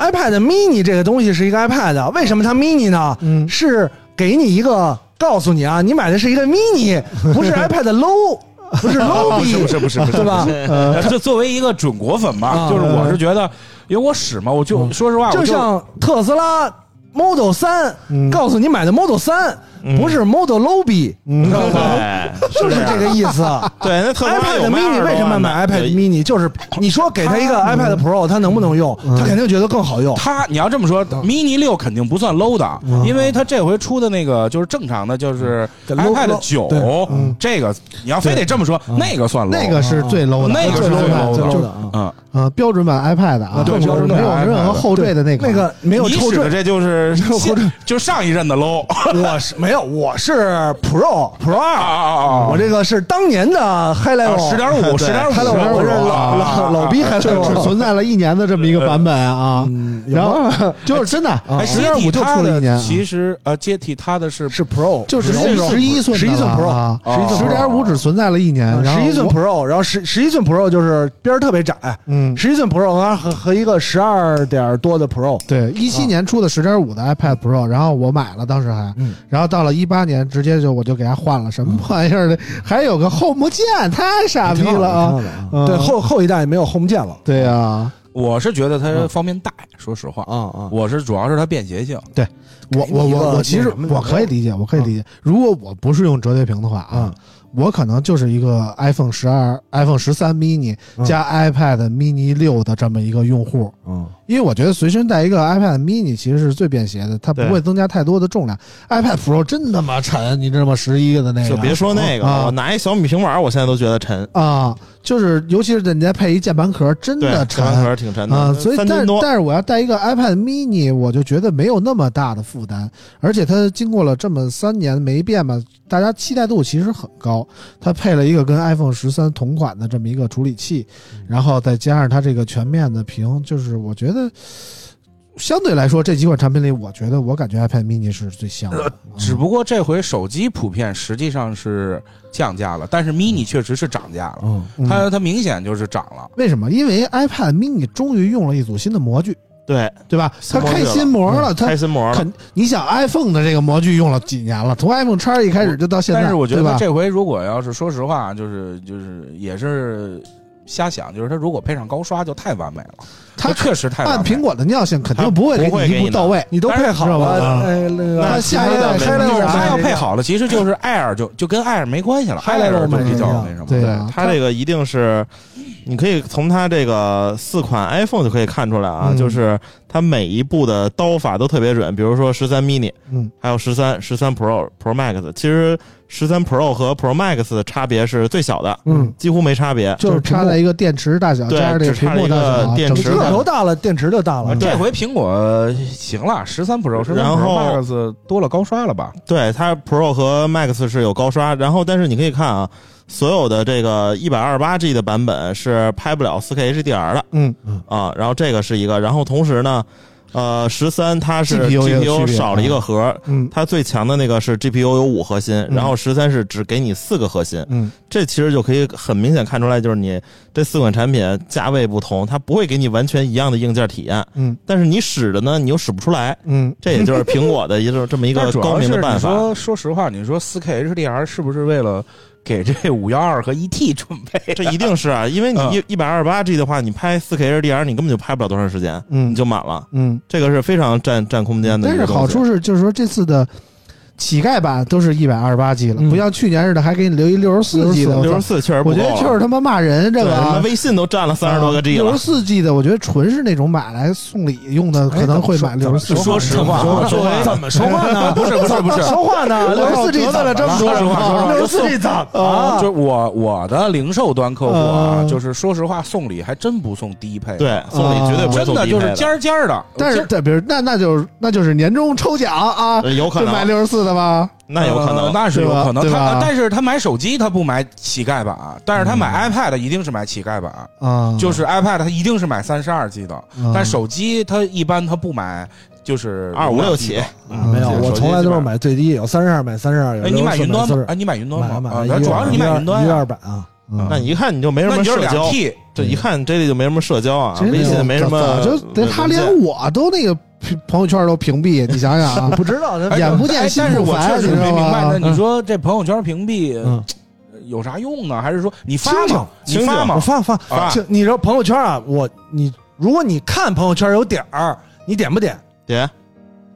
Speaker 4: iPad mini 这个东西是一个 iPad，为啊什么它 mini 呢？
Speaker 2: 嗯
Speaker 4: 是给你一个告诉你啊，你买的是一个 mini，不是 iPad low，不是 low
Speaker 5: 不
Speaker 4: b
Speaker 5: 是不是不是不是，
Speaker 4: 对吧？
Speaker 5: 呃？这作为一个准果粉吧，
Speaker 4: 啊
Speaker 5: 就是我是觉得，因为我使嘛，我就说实话，我
Speaker 4: 就像特斯拉 Model 三
Speaker 2: 嗯，
Speaker 4: 告诉你买的 Model 三
Speaker 3: 嗯
Speaker 4: 不是 Model Lobby，
Speaker 2: 嗯
Speaker 4: 你知道吗？
Speaker 3: 对，啊
Speaker 4: 就是这个意思。
Speaker 3: 对，那特斯拉
Speaker 4: iPad
Speaker 3: 有卖
Speaker 4: mini
Speaker 3: 20
Speaker 4: 为什么买
Speaker 3: 万的
Speaker 4: iPad mini？就是你说给他一个 iPad Pro，他能不能用？
Speaker 2: 嗯
Speaker 4: 他肯定觉得更好用。
Speaker 5: 它你要这么说，mini 六肯定不算 low 的，
Speaker 2: 嗯
Speaker 5: 因为它这回出的那个就是正常的，就是
Speaker 4: 给 low-
Speaker 5: iPad
Speaker 4: low-
Speaker 5: 九
Speaker 4: 对嗯，
Speaker 5: 这个你要非得这么说，
Speaker 4: 嗯
Speaker 5: 那个算 low，
Speaker 2: 那个是最 low 的，
Speaker 5: 那个
Speaker 2: 最
Speaker 5: 是
Speaker 2: low
Speaker 5: 最
Speaker 2: 的，
Speaker 5: low 的
Speaker 2: 就
Speaker 4: 就是是啊
Speaker 5: 嗯，
Speaker 2: 呃标准版 iPad 啊，
Speaker 5: 对
Speaker 2: 没
Speaker 5: 标
Speaker 2: 有
Speaker 5: 准版
Speaker 2: 没有任何
Speaker 5: iPad
Speaker 2: 后缀的那
Speaker 4: 那
Speaker 2: 个，
Speaker 4: 个没有
Speaker 5: 你
Speaker 4: 抽
Speaker 5: 使的 这
Speaker 4: 帧，
Speaker 5: 就是
Speaker 4: 没有抽帧
Speaker 5: 就上一任的 low
Speaker 2: 啊
Speaker 4: 我是没有，我是 Pro Pro
Speaker 5: 啊啊
Speaker 4: 二，
Speaker 5: 啊啊！
Speaker 4: 我这个是当年的 High
Speaker 5: 十
Speaker 4: Level，
Speaker 5: 点五，十点五，
Speaker 4: High Level，我是老老老逼 High
Speaker 2: 就
Speaker 4: Level，
Speaker 2: 只存在了一年的这么一个版本啊，
Speaker 4: 嗯有
Speaker 2: 然
Speaker 4: 吗
Speaker 2: 后 就是真的
Speaker 4: 啊
Speaker 5: 哎
Speaker 2: 十
Speaker 5: 接
Speaker 2: 点
Speaker 5: 替
Speaker 2: 五就
Speaker 5: 它
Speaker 2: 出了一年
Speaker 5: 的
Speaker 2: 啊，
Speaker 5: 其实呃，接替它的是
Speaker 4: 是 Pro，
Speaker 2: 就是
Speaker 4: 11
Speaker 2: 十一寸
Speaker 4: 十一寸 Pro，哦啊
Speaker 2: 啊，
Speaker 5: 11寸 Pro
Speaker 2: 十点五只存在了一年，然后
Speaker 4: 十一寸
Speaker 2: 我
Speaker 4: Pro，然后十十一寸 Pro 就是边儿特别窄，
Speaker 2: 嗯，
Speaker 4: 十一寸 Pro 和和和一个十二点多的 Pro，
Speaker 2: 对，一七年出的十点五的 iPad Pro，然后我买了，当时还
Speaker 4: 嗯，
Speaker 2: 然后到了一八年，直接就我就给它换了，什么玩意儿的，还有个 Home 键，太傻逼
Speaker 4: 挺好
Speaker 2: 了
Speaker 4: 的，挺
Speaker 2: 啊！
Speaker 4: 好的啊
Speaker 2: 嗯
Speaker 4: 对后后一代没有 Home 键了，
Speaker 2: 对啊呀，
Speaker 5: 我是觉得它
Speaker 4: 嗯
Speaker 5: 方便带，说实话，
Speaker 4: 啊
Speaker 3: 嗯
Speaker 4: 啊，
Speaker 5: 我是主要是它便携性。
Speaker 2: 我我
Speaker 4: 一个
Speaker 2: 我我其实
Speaker 4: 那什么
Speaker 2: 我可以理解，我可以理解，如果我不是用折叠屏的话啊
Speaker 4: 嗯，
Speaker 2: 我可能就是一个 iPhone 十二、iPhone 十三 mini
Speaker 4: 嗯
Speaker 2: 加 iPad mini 六的这么一个用户，
Speaker 4: 嗯
Speaker 2: 因为我觉得随身带一个 iPad mini 其实是最便携的，它不
Speaker 3: 对
Speaker 2: 会增加太多的重量。iPad Pro 真他妈沉，你知道吗？十一个的那个，
Speaker 3: 就别说那个，
Speaker 2: 啊
Speaker 3: 我拿一小米平板，我现在都觉得沉，
Speaker 2: 啊，就是尤其是你再配一键盘壳，真
Speaker 3: 对
Speaker 2: 的，
Speaker 3: 这
Speaker 2: 沉
Speaker 3: 玩意儿挺沉的
Speaker 2: 啊。所以，
Speaker 3: 三
Speaker 2: 但
Speaker 3: 斤多，
Speaker 2: 但是我要带一个 iPad mini，我就觉得没有那么大的负担，而且它经过了这么三年没变吧，大家期待度其实很高。它配了一个跟 iPhone 十三同款的这么一个处理器，
Speaker 3: 嗯
Speaker 2: 然后再加上它这个全面的屏，就是我觉得。相对来说，这几款产品里，我觉得我感觉 iPad mini 是最香
Speaker 3: 呃
Speaker 2: 的。嗯
Speaker 5: 只不过这回手机普遍实际上是降价了，但是 mini 确实是涨价了，
Speaker 4: 嗯
Speaker 2: 嗯
Speaker 5: 它它明显就是涨了。
Speaker 2: 为什么？因为 iPad mini 终于用了一组新的模具，
Speaker 3: 对，
Speaker 2: 对吧？它
Speaker 3: 模具
Speaker 2: 开
Speaker 3: 了嗯
Speaker 2: 新模了，它
Speaker 3: 开心膜了，
Speaker 2: 肯，你想 iPhone 的这个模具用了几年了？从 iPhone 叉一开始就到现在，
Speaker 5: 但是我觉
Speaker 2: 对
Speaker 5: 得
Speaker 2: 吧
Speaker 5: 这回如果要是说实话，就是就是也是瞎想，就是它如果配上高刷就太完美了，
Speaker 2: 它
Speaker 5: 确实太完
Speaker 2: 按
Speaker 5: 美
Speaker 2: 苹
Speaker 5: 了。
Speaker 2: 果的尿性，肯定不会
Speaker 3: 它不会
Speaker 2: 你
Speaker 3: 给
Speaker 2: 一
Speaker 3: 你
Speaker 2: 步到位。
Speaker 4: 你都配好
Speaker 2: 知道吧
Speaker 4: 了
Speaker 3: 嗯
Speaker 2: 啊，
Speaker 4: 哎，那个
Speaker 2: 那下一代
Speaker 4: 其他
Speaker 2: 开
Speaker 4: 的没
Speaker 2: 了
Speaker 4: 有
Speaker 5: 它要
Speaker 4: 没有
Speaker 5: 配好了，其实就是 Air 就就跟 Air 没关系了
Speaker 4: 嗨了
Speaker 5: ，Air 就
Speaker 4: 没
Speaker 5: 比较
Speaker 4: 关系
Speaker 5: 那什么。
Speaker 2: 对啊，
Speaker 3: 它这个一定是，你可以从它这个四款 iPhone 就可以看出来啊，
Speaker 2: 嗯
Speaker 3: 就是它每一步的刀法都特别准，比如说十三 mini，
Speaker 2: 嗯，
Speaker 3: 还有十三、十三 Pro、Pro Max，其实十三 Pro 和 Pro Max 的差别是最小的，
Speaker 4: 嗯，
Speaker 3: 几乎没差别。
Speaker 2: 就是差在一个电池大小，
Speaker 3: 对
Speaker 2: 加上这个屏幕大小啊，
Speaker 3: 只差了一个
Speaker 2: 整
Speaker 3: 电
Speaker 2: 体
Speaker 3: 池
Speaker 4: 摄
Speaker 3: 的
Speaker 4: 像头
Speaker 2: 的
Speaker 4: 大了，电池就大了，
Speaker 3: 对
Speaker 5: 这回苹果行了，十三 Pro、十三
Speaker 3: 然
Speaker 5: Pro
Speaker 3: 后
Speaker 5: Max 多了高刷了吧？
Speaker 3: 对，它 Pro 和 Max 是有高刷，然后但是你可以看啊，所有的这个一百二十八 G 的版本是拍不了 4K HDR 的
Speaker 2: 嗯，
Speaker 3: 啊，然后这个是一个，然后同时呢，呃，十三它是
Speaker 2: GPU 也有区
Speaker 3: GPU
Speaker 2: 别
Speaker 3: 少了一个核，
Speaker 2: 嗯
Speaker 3: 它最强的那个是 GPU 有五核心，然后十三是只给你四个核心，
Speaker 2: 嗯，
Speaker 3: 这其实就可以很明显看出来，就是你这四款产品价位不同，它不会给你完全一样的硬件体验，
Speaker 2: 嗯
Speaker 3: 但是你使的呢，你又使不出来，
Speaker 2: 嗯
Speaker 3: 这也就是苹果的一种这么一
Speaker 5: 但
Speaker 3: 个
Speaker 5: 主
Speaker 3: 高
Speaker 5: 要是
Speaker 3: 明的
Speaker 5: 你
Speaker 3: 办法。
Speaker 5: 说，说实话，你说四 K HDR 是不是为了给这五幺二和 ET 准备？
Speaker 3: 这一定是啊，因为你
Speaker 5: 嗯
Speaker 3: 一一百二十八 G 的话，你拍四 K HDR，你根本就拍不了多长时间，
Speaker 2: 嗯
Speaker 3: 你就满了。
Speaker 2: 嗯。
Speaker 3: 这个是非常占占空间的
Speaker 2: 但
Speaker 3: 一
Speaker 2: 是
Speaker 3: 个东西。
Speaker 2: 好处是，就是说这次的乞丐版都是一百二十八 G 了，
Speaker 4: 嗯
Speaker 2: 不像去年似的还给你留一六十四 G 的。我
Speaker 3: 六
Speaker 2: 操
Speaker 3: 十四确实不
Speaker 2: 我
Speaker 3: 够
Speaker 2: 觉
Speaker 3: 了，
Speaker 2: 得就是他妈骂人这个
Speaker 3: 对什
Speaker 2: 啊
Speaker 3: 么。微信都占了三十多个 G
Speaker 2: 六
Speaker 3: 了
Speaker 2: 十。四 G 的，我觉得纯是那种买来送礼用
Speaker 3: 哎
Speaker 2: 的，可能会买
Speaker 4: 怎
Speaker 2: 六
Speaker 4: 么
Speaker 2: 十四。
Speaker 4: 说
Speaker 3: 实话啊
Speaker 4: 说话怎么说话 呢？
Speaker 5: 不是不是不是，
Speaker 4: 说话 呢？六十四 G 怎么这么
Speaker 5: 说实话说实话
Speaker 4: 六十四 G 怎么
Speaker 5: 啊就
Speaker 4: 了？啊
Speaker 5: 是我我的零售端客户啊，
Speaker 2: 嗯
Speaker 5: 就是说实话，送礼还真不送低配，
Speaker 3: 对，，送礼绝对不会
Speaker 5: 啊真
Speaker 3: 送
Speaker 5: 的
Speaker 3: 低
Speaker 5: 就
Speaker 3: 配
Speaker 5: 是尖儿尖儿的。
Speaker 2: 但
Speaker 5: 尖
Speaker 2: 是
Speaker 5: 儿，
Speaker 2: 对，比如那那就是那就是年终抽奖 啊，
Speaker 3: 呃有可
Speaker 2: 就买
Speaker 3: 能，
Speaker 2: 六十四的吧。
Speaker 3: 那有可
Speaker 5: 呃
Speaker 3: 能。
Speaker 5: 那是有可能。
Speaker 2: 对吧
Speaker 5: 他但是他买手机，他不买乞丐版，啊但是他买 iPad 一定是买乞丐版，
Speaker 2: 啊，
Speaker 5: 就是 iPad 他一定是买三十二 G 的，
Speaker 2: 嗯
Speaker 5: 但手机他一般他不买，就是
Speaker 3: 256起
Speaker 2: 嗯
Speaker 4: 没有，
Speaker 3: 手机
Speaker 4: 我从来都是买最低，有三十二买三十二，有
Speaker 5: 哎，你买
Speaker 4: 64
Speaker 5: 云端
Speaker 4: 买
Speaker 5: 吗？
Speaker 4: 40
Speaker 5: 哎，你买云端
Speaker 4: 买
Speaker 5: 吗？啊
Speaker 4: 买，
Speaker 5: 那主要是你买云端
Speaker 4: 一
Speaker 5: 呀，
Speaker 4: 二版啊，
Speaker 2: 嗯
Speaker 3: 那你一看你就没什
Speaker 5: 那
Speaker 3: 么
Speaker 5: 你就是
Speaker 3: 社
Speaker 5: 两
Speaker 3: 交，
Speaker 5: T，
Speaker 3: 这一看这里就没什么社交啊，
Speaker 2: 真的
Speaker 3: 微信没什么呃
Speaker 2: 早
Speaker 3: 文
Speaker 2: 就
Speaker 3: 件，
Speaker 2: 对他连我都那个屏朋友圈都屏蔽，你想想啊
Speaker 4: 不，知道
Speaker 5: 哎
Speaker 4: 它
Speaker 2: 眼不见
Speaker 5: 哎
Speaker 2: 心
Speaker 5: 但是
Speaker 2: 不
Speaker 5: 我
Speaker 2: 烦
Speaker 5: 确实
Speaker 2: 你知
Speaker 5: 没
Speaker 2: 道
Speaker 5: 明白
Speaker 2: 吗
Speaker 5: 呢，你说这朋友圈屏蔽
Speaker 4: 嗯
Speaker 5: 有啥用呢？还是说你发
Speaker 4: 清
Speaker 5: 吗
Speaker 4: 醒？
Speaker 5: 你发
Speaker 4: 我
Speaker 5: 吗？啊
Speaker 4: 发发
Speaker 5: 发
Speaker 4: 就你说朋友啊圈啊，我你如果你看朋友圈有点儿，你点不点？
Speaker 3: 点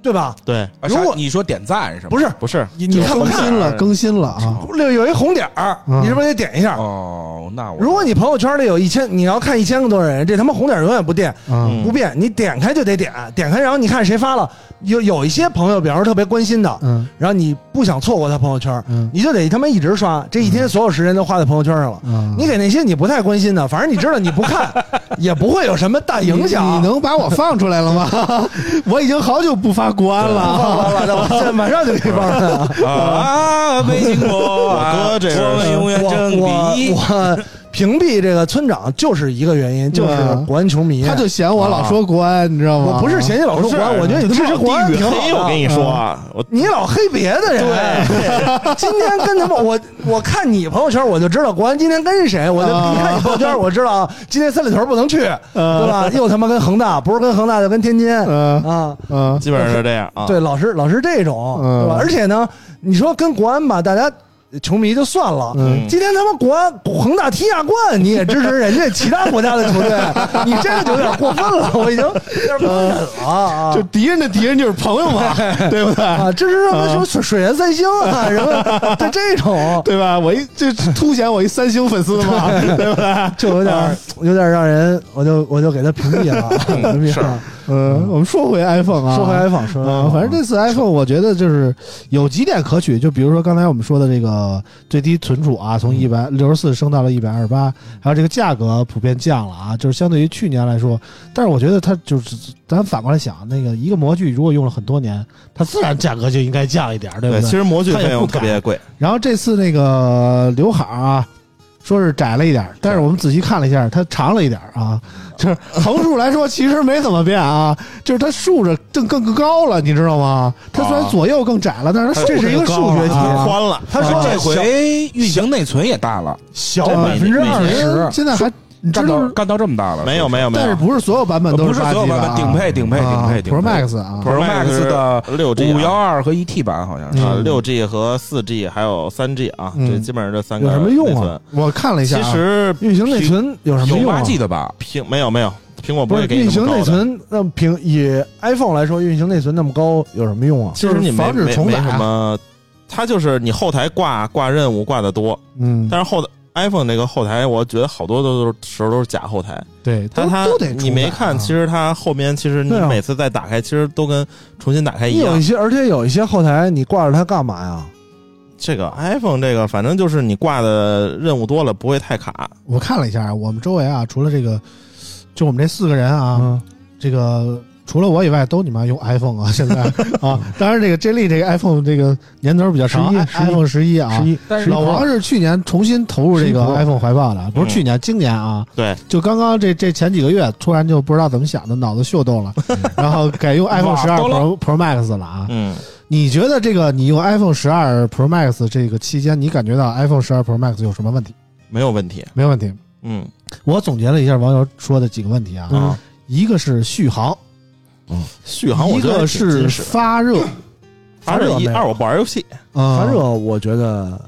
Speaker 4: 对吧？
Speaker 3: 对，
Speaker 5: 啊
Speaker 4: 如
Speaker 5: 啥
Speaker 4: 果
Speaker 5: 你说点赞是吗？
Speaker 4: 不是，
Speaker 3: 不是
Speaker 4: 你你看不
Speaker 2: 更
Speaker 4: 看？
Speaker 2: 新了，更新了啊！
Speaker 4: 有有一红点儿，
Speaker 2: 嗯
Speaker 4: 你是不是得点一下？
Speaker 5: 哦，那我
Speaker 4: 如果你朋友圈里有一千，你要看一千个多人，这他妈红点儿永远不变
Speaker 2: 嗯
Speaker 4: 不变，你点开就得点，点开然后你看谁发了，有有一些朋友，比方说特别关心的，
Speaker 2: 嗯
Speaker 4: 然后你不想错过他朋友圈，
Speaker 2: 嗯
Speaker 4: 你就得他妈一直刷，这一天所有时间都花在朋友圈上了。
Speaker 2: 嗯，
Speaker 4: 你给那些你不太关心的，反正你知道你不看，也不会有什么大影响。
Speaker 2: 你你能把我放出来了吗？ 我已经好久不发国安了
Speaker 4: 完
Speaker 2: 啊。
Speaker 4: 了完了，我现在马上就给放了。
Speaker 5: 啊，北京国，
Speaker 3: 我哥这是
Speaker 5: 我们永远争
Speaker 4: 我
Speaker 5: 第一
Speaker 4: 我。我屏蔽这个村长就是一个原因，就是国安球迷。
Speaker 2: 他就嫌我老说国安，你知道吗？
Speaker 4: 我不是嫌弃老说国安，我觉得你他妈老国安挺
Speaker 3: 啊黑，
Speaker 4: 好
Speaker 3: 我
Speaker 4: 的嗯
Speaker 3: 跟你说，啊，我
Speaker 4: 你老黑别的人。对，今天跟他们我我看你朋友圈，我就知道国安今天跟谁，我就
Speaker 2: 啊
Speaker 4: 一看你朋友圈，我知道啊，今天三里屯不能去，对吧？又他妈跟恒大，不是跟恒大就跟天津
Speaker 2: 嗯
Speaker 4: 啊。
Speaker 2: 嗯
Speaker 3: 基本上是这样啊。
Speaker 4: 对，老是老是这种，
Speaker 2: 嗯
Speaker 4: 对吧？而且呢，你说跟国安吧，大家球迷就算了。
Speaker 2: 嗯
Speaker 4: 今天他妈国安恒大踢亚冠，你也支持人家其他国家的球队，你这个就有点过分了，我已经有点不忍了啊！
Speaker 2: 就敌人的敌人就是朋友嘛，对不对？
Speaker 4: 啊，这是什么什么水水原三星啊，什么对这种
Speaker 2: 对吧？我一这凸显我一三星粉丝嘛， 对吧？
Speaker 4: 就有
Speaker 2: 啊
Speaker 4: 点有点让人，我就我就给他屏蔽 了，啊屏蔽了。
Speaker 2: 嗯，我们说回 iPhone 啊，
Speaker 4: 说回 iPhone，说回
Speaker 2: 嗯，
Speaker 4: iPhone，
Speaker 2: 反正这次 iPhone 我觉得就是有几点可取，就比如说刚才我们说的这个最低存储啊，
Speaker 4: 嗯
Speaker 2: 从一百六十四升到了一百二十八，还有这个价格普遍降了啊，就是相对于去年来说，但是我觉得它就是咱反过来想，那个一个模具如果用了很多年，它自然价格就应该降一点，对不对？
Speaker 3: 对，其实模具费用特
Speaker 2: 他也
Speaker 3: 别贵，
Speaker 2: 然后这次那个刘海儿啊，说是窄了一点儿，但是我们仔细看了一下，它长了一点儿啊， 就是横竖来说其实没怎么变啊， 就是它竖着更更更高了，你知道吗？它虽然左右更窄了，但是它竖
Speaker 4: 这是一个数学题
Speaker 2: 啊
Speaker 3: 宽了。
Speaker 4: 他说
Speaker 5: 这回运行内存也大了，
Speaker 4: 小
Speaker 3: 这
Speaker 4: 百分之二十，
Speaker 2: 啊呃现在还你知
Speaker 5: 干
Speaker 2: 道
Speaker 5: 到，干到这么大了，
Speaker 3: 没有没有啊没
Speaker 2: 但是
Speaker 3: 有
Speaker 2: 不是所有版本都
Speaker 5: 不是
Speaker 2: 8
Speaker 5: 所有
Speaker 2: G
Speaker 5: 版
Speaker 2: 的
Speaker 5: 本
Speaker 2: 啊
Speaker 5: 顶配顶配顶配
Speaker 2: 啊
Speaker 5: 顶配
Speaker 2: Pro Max 啊，
Speaker 5: Pro Max 的
Speaker 3: 六 G
Speaker 5: 五幺二和一 T 版好像是。
Speaker 3: 啊
Speaker 2: 嗯，
Speaker 3: 六 G 和四 G 还有三 G 啊，
Speaker 2: 嗯
Speaker 3: 这基本上这三个
Speaker 4: 有什么用
Speaker 3: 内
Speaker 4: 啊
Speaker 3: 存？
Speaker 2: 我看了一下
Speaker 3: 其
Speaker 2: 啊，
Speaker 3: 实
Speaker 4: 运行内存有什么
Speaker 5: 有
Speaker 4: 用
Speaker 5: 八
Speaker 4: 啊？
Speaker 5: G 的吧？
Speaker 3: 苹没有没有，苹果不
Speaker 4: 不
Speaker 3: 会
Speaker 4: 是
Speaker 3: 给你
Speaker 4: 运行
Speaker 3: 那么
Speaker 4: 内
Speaker 3: 高的。
Speaker 4: 存，那凭以 iPhone 来说，运行内存那么高有什么用啊？
Speaker 3: 其实你没
Speaker 2: 防止
Speaker 3: 没
Speaker 2: 重
Speaker 3: 没
Speaker 2: 载
Speaker 3: 什么，它就是你后台挂挂任务挂的多，
Speaker 2: 嗯，
Speaker 3: 但是后 iPhone 那个后台，我觉得好多都是时候都是假后台。
Speaker 2: 对，
Speaker 3: 它
Speaker 2: 都
Speaker 3: 它
Speaker 2: 都得啊
Speaker 3: 你没看，其
Speaker 2: 实
Speaker 3: 实它后边其实你
Speaker 4: 对啊
Speaker 3: 每次再打开，其实都跟重新打开一
Speaker 4: 你有
Speaker 3: 样
Speaker 4: 一。些，而且有一些后台你挂着它干嘛呀？
Speaker 3: 这个 iPhone 这个，反正就是你挂的任务多了，不会太卡。
Speaker 2: 我看了一下啊，我们周围啊，除了这个，就我们这四个人啊，
Speaker 4: 嗯，
Speaker 2: 这个除了我以外，都你妈用 iPhone 啊！现 在啊，当然这个 J 莉这个 iPhone 这个年头比较长
Speaker 4: 11
Speaker 2: ，i-
Speaker 4: 11
Speaker 2: iPhone 十一啊
Speaker 4: 十。一，
Speaker 5: 但是
Speaker 2: 老王是去年重新投入这个
Speaker 4: 11 Pro
Speaker 2: iPhone 怀抱的，不是去年，今年啊，
Speaker 3: 对，
Speaker 2: 就刚刚这这前几个月，突然就不知道怎么想的，脑子秀 逗了，然后改用 iPhone 十二
Speaker 5: 哇兜了
Speaker 2: Pro Pro Max 了啊。
Speaker 3: 嗯，
Speaker 2: 你觉得这个你用 iPhone 十二 Pro Max 这个期间，你感觉到 iPhone 十二 Pro Max 有什么问题？
Speaker 3: 没有问题。
Speaker 2: 没问题。
Speaker 3: 嗯
Speaker 2: 我总结了一下网友说的几个问题啊，
Speaker 3: 啊，
Speaker 2: 一个是续航，
Speaker 3: 续
Speaker 5: 啊
Speaker 3: 航我
Speaker 2: 一
Speaker 3: 觉得
Speaker 2: 个
Speaker 3: 挺
Speaker 2: 是
Speaker 3: 结实的
Speaker 2: 发热，
Speaker 3: 发
Speaker 4: 热
Speaker 3: 热一
Speaker 4: 没有
Speaker 3: 二，我不玩游戏。
Speaker 2: 啊，
Speaker 4: 发热我觉得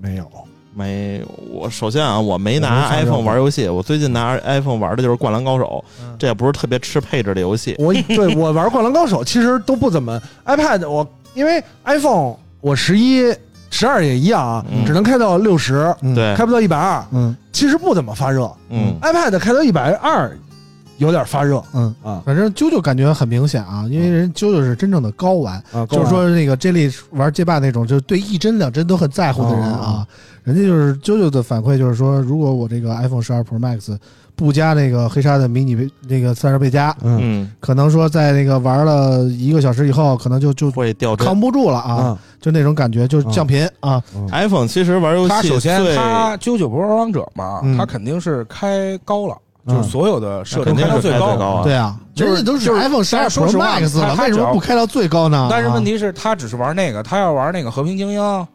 Speaker 4: 没有，
Speaker 3: 没，我首先啊，我没
Speaker 4: 我没
Speaker 3: 拿
Speaker 4: 发热
Speaker 3: iPhone
Speaker 4: 过
Speaker 3: 玩游戏，我最近拿 iPhone 玩的就是《灌篮高手》，这也不是特别吃配置的游戏。
Speaker 4: 我对我玩《灌篮高手》其实都不怎么 iPad，我因为 iPhone 我十一、十二也一样啊，
Speaker 3: 嗯
Speaker 4: 只能开到六十，
Speaker 2: 嗯，
Speaker 3: 对，
Speaker 4: 开不到一百二，
Speaker 2: 嗯
Speaker 4: 其实不怎么发热。
Speaker 3: 嗯，
Speaker 4: iPad 开到一百二有点发热
Speaker 2: 嗯，
Speaker 4: 啊
Speaker 2: 反正啾啾感觉很明显
Speaker 5: 嗯
Speaker 2: 啊，因为人啾啾是真正的高玩，
Speaker 4: 啊，
Speaker 2: 就是说那个 J 莉玩街霸那种，就是对一帧两帧都很在乎的人
Speaker 5: 哦
Speaker 2: 啊，人家就是啾啾的反馈就是说，如果我这个 iPhone 十二 Pro Max 不加那个黑鲨的迷你倍那个散热倍加，
Speaker 4: 嗯
Speaker 3: 嗯，
Speaker 2: 可能说在那个玩了一个小时以后，可能就就
Speaker 3: 会掉帧。
Speaker 2: 扛不住了啊，
Speaker 5: 嗯
Speaker 4: 啊，
Speaker 2: 就那种感觉，就是降频啊，
Speaker 3: iPhone 其实玩游
Speaker 5: 他
Speaker 3: 戏
Speaker 5: 首先
Speaker 3: 最
Speaker 5: 他九九不是王者嘛
Speaker 2: 嗯，
Speaker 5: 他肯定是开高了，
Speaker 4: 嗯
Speaker 5: 就是所有的设定
Speaker 3: 肯定
Speaker 5: 到
Speaker 3: 是
Speaker 5: 最
Speaker 3: 开最
Speaker 5: 高。
Speaker 3: 高啊，
Speaker 2: 对啊，
Speaker 5: 嗯就是
Speaker 2: 人家都是
Speaker 5: 就是
Speaker 2: iPhone 十二
Speaker 5: 但是
Speaker 2: Pro
Speaker 5: 说实话
Speaker 2: Max 了，
Speaker 5: 他
Speaker 2: 为什
Speaker 5: 只
Speaker 2: 么
Speaker 5: 要
Speaker 2: 不开到最高呢？
Speaker 5: 但是问
Speaker 2: 啊，
Speaker 5: 题是，他只是玩那个，他要玩那个和平精英
Speaker 2: 嗯，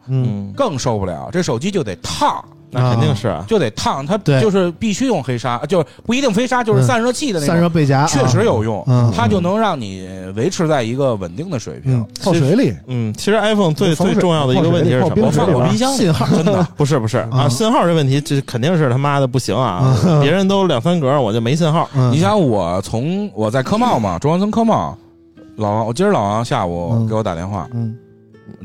Speaker 3: 嗯，
Speaker 5: 更受不了，这手机就得烫，
Speaker 3: 那肯定是啊。
Speaker 5: 就得烫，它
Speaker 2: 对
Speaker 5: 就是必须用黑鲨，就是不一定飞鲨，就是
Speaker 2: 嗯
Speaker 5: 散热器的那
Speaker 2: 散
Speaker 5: 种，
Speaker 2: 热倍加啊
Speaker 5: 确实有用
Speaker 2: 嗯，
Speaker 5: 它就能让你维持在一个稳定的水平
Speaker 2: 嗯。
Speaker 4: 泡水里
Speaker 3: 嗯，其实 iPhone 最
Speaker 4: 防水
Speaker 3: 最重要的一个问题是什么？
Speaker 4: 泡水里泡冰水里边
Speaker 5: 我冰箱里
Speaker 2: 信号
Speaker 5: 真的，
Speaker 3: 不是不是啊，
Speaker 2: 嗯
Speaker 3: 信号这问题，这肯定是他妈的不行啊！别人都两三格，我就没信号。
Speaker 2: 嗯
Speaker 5: 你想我从我在科贸嘛，中关村科贸，老王，我今儿老王下午
Speaker 2: 嗯
Speaker 5: 给我打电话，
Speaker 2: 嗯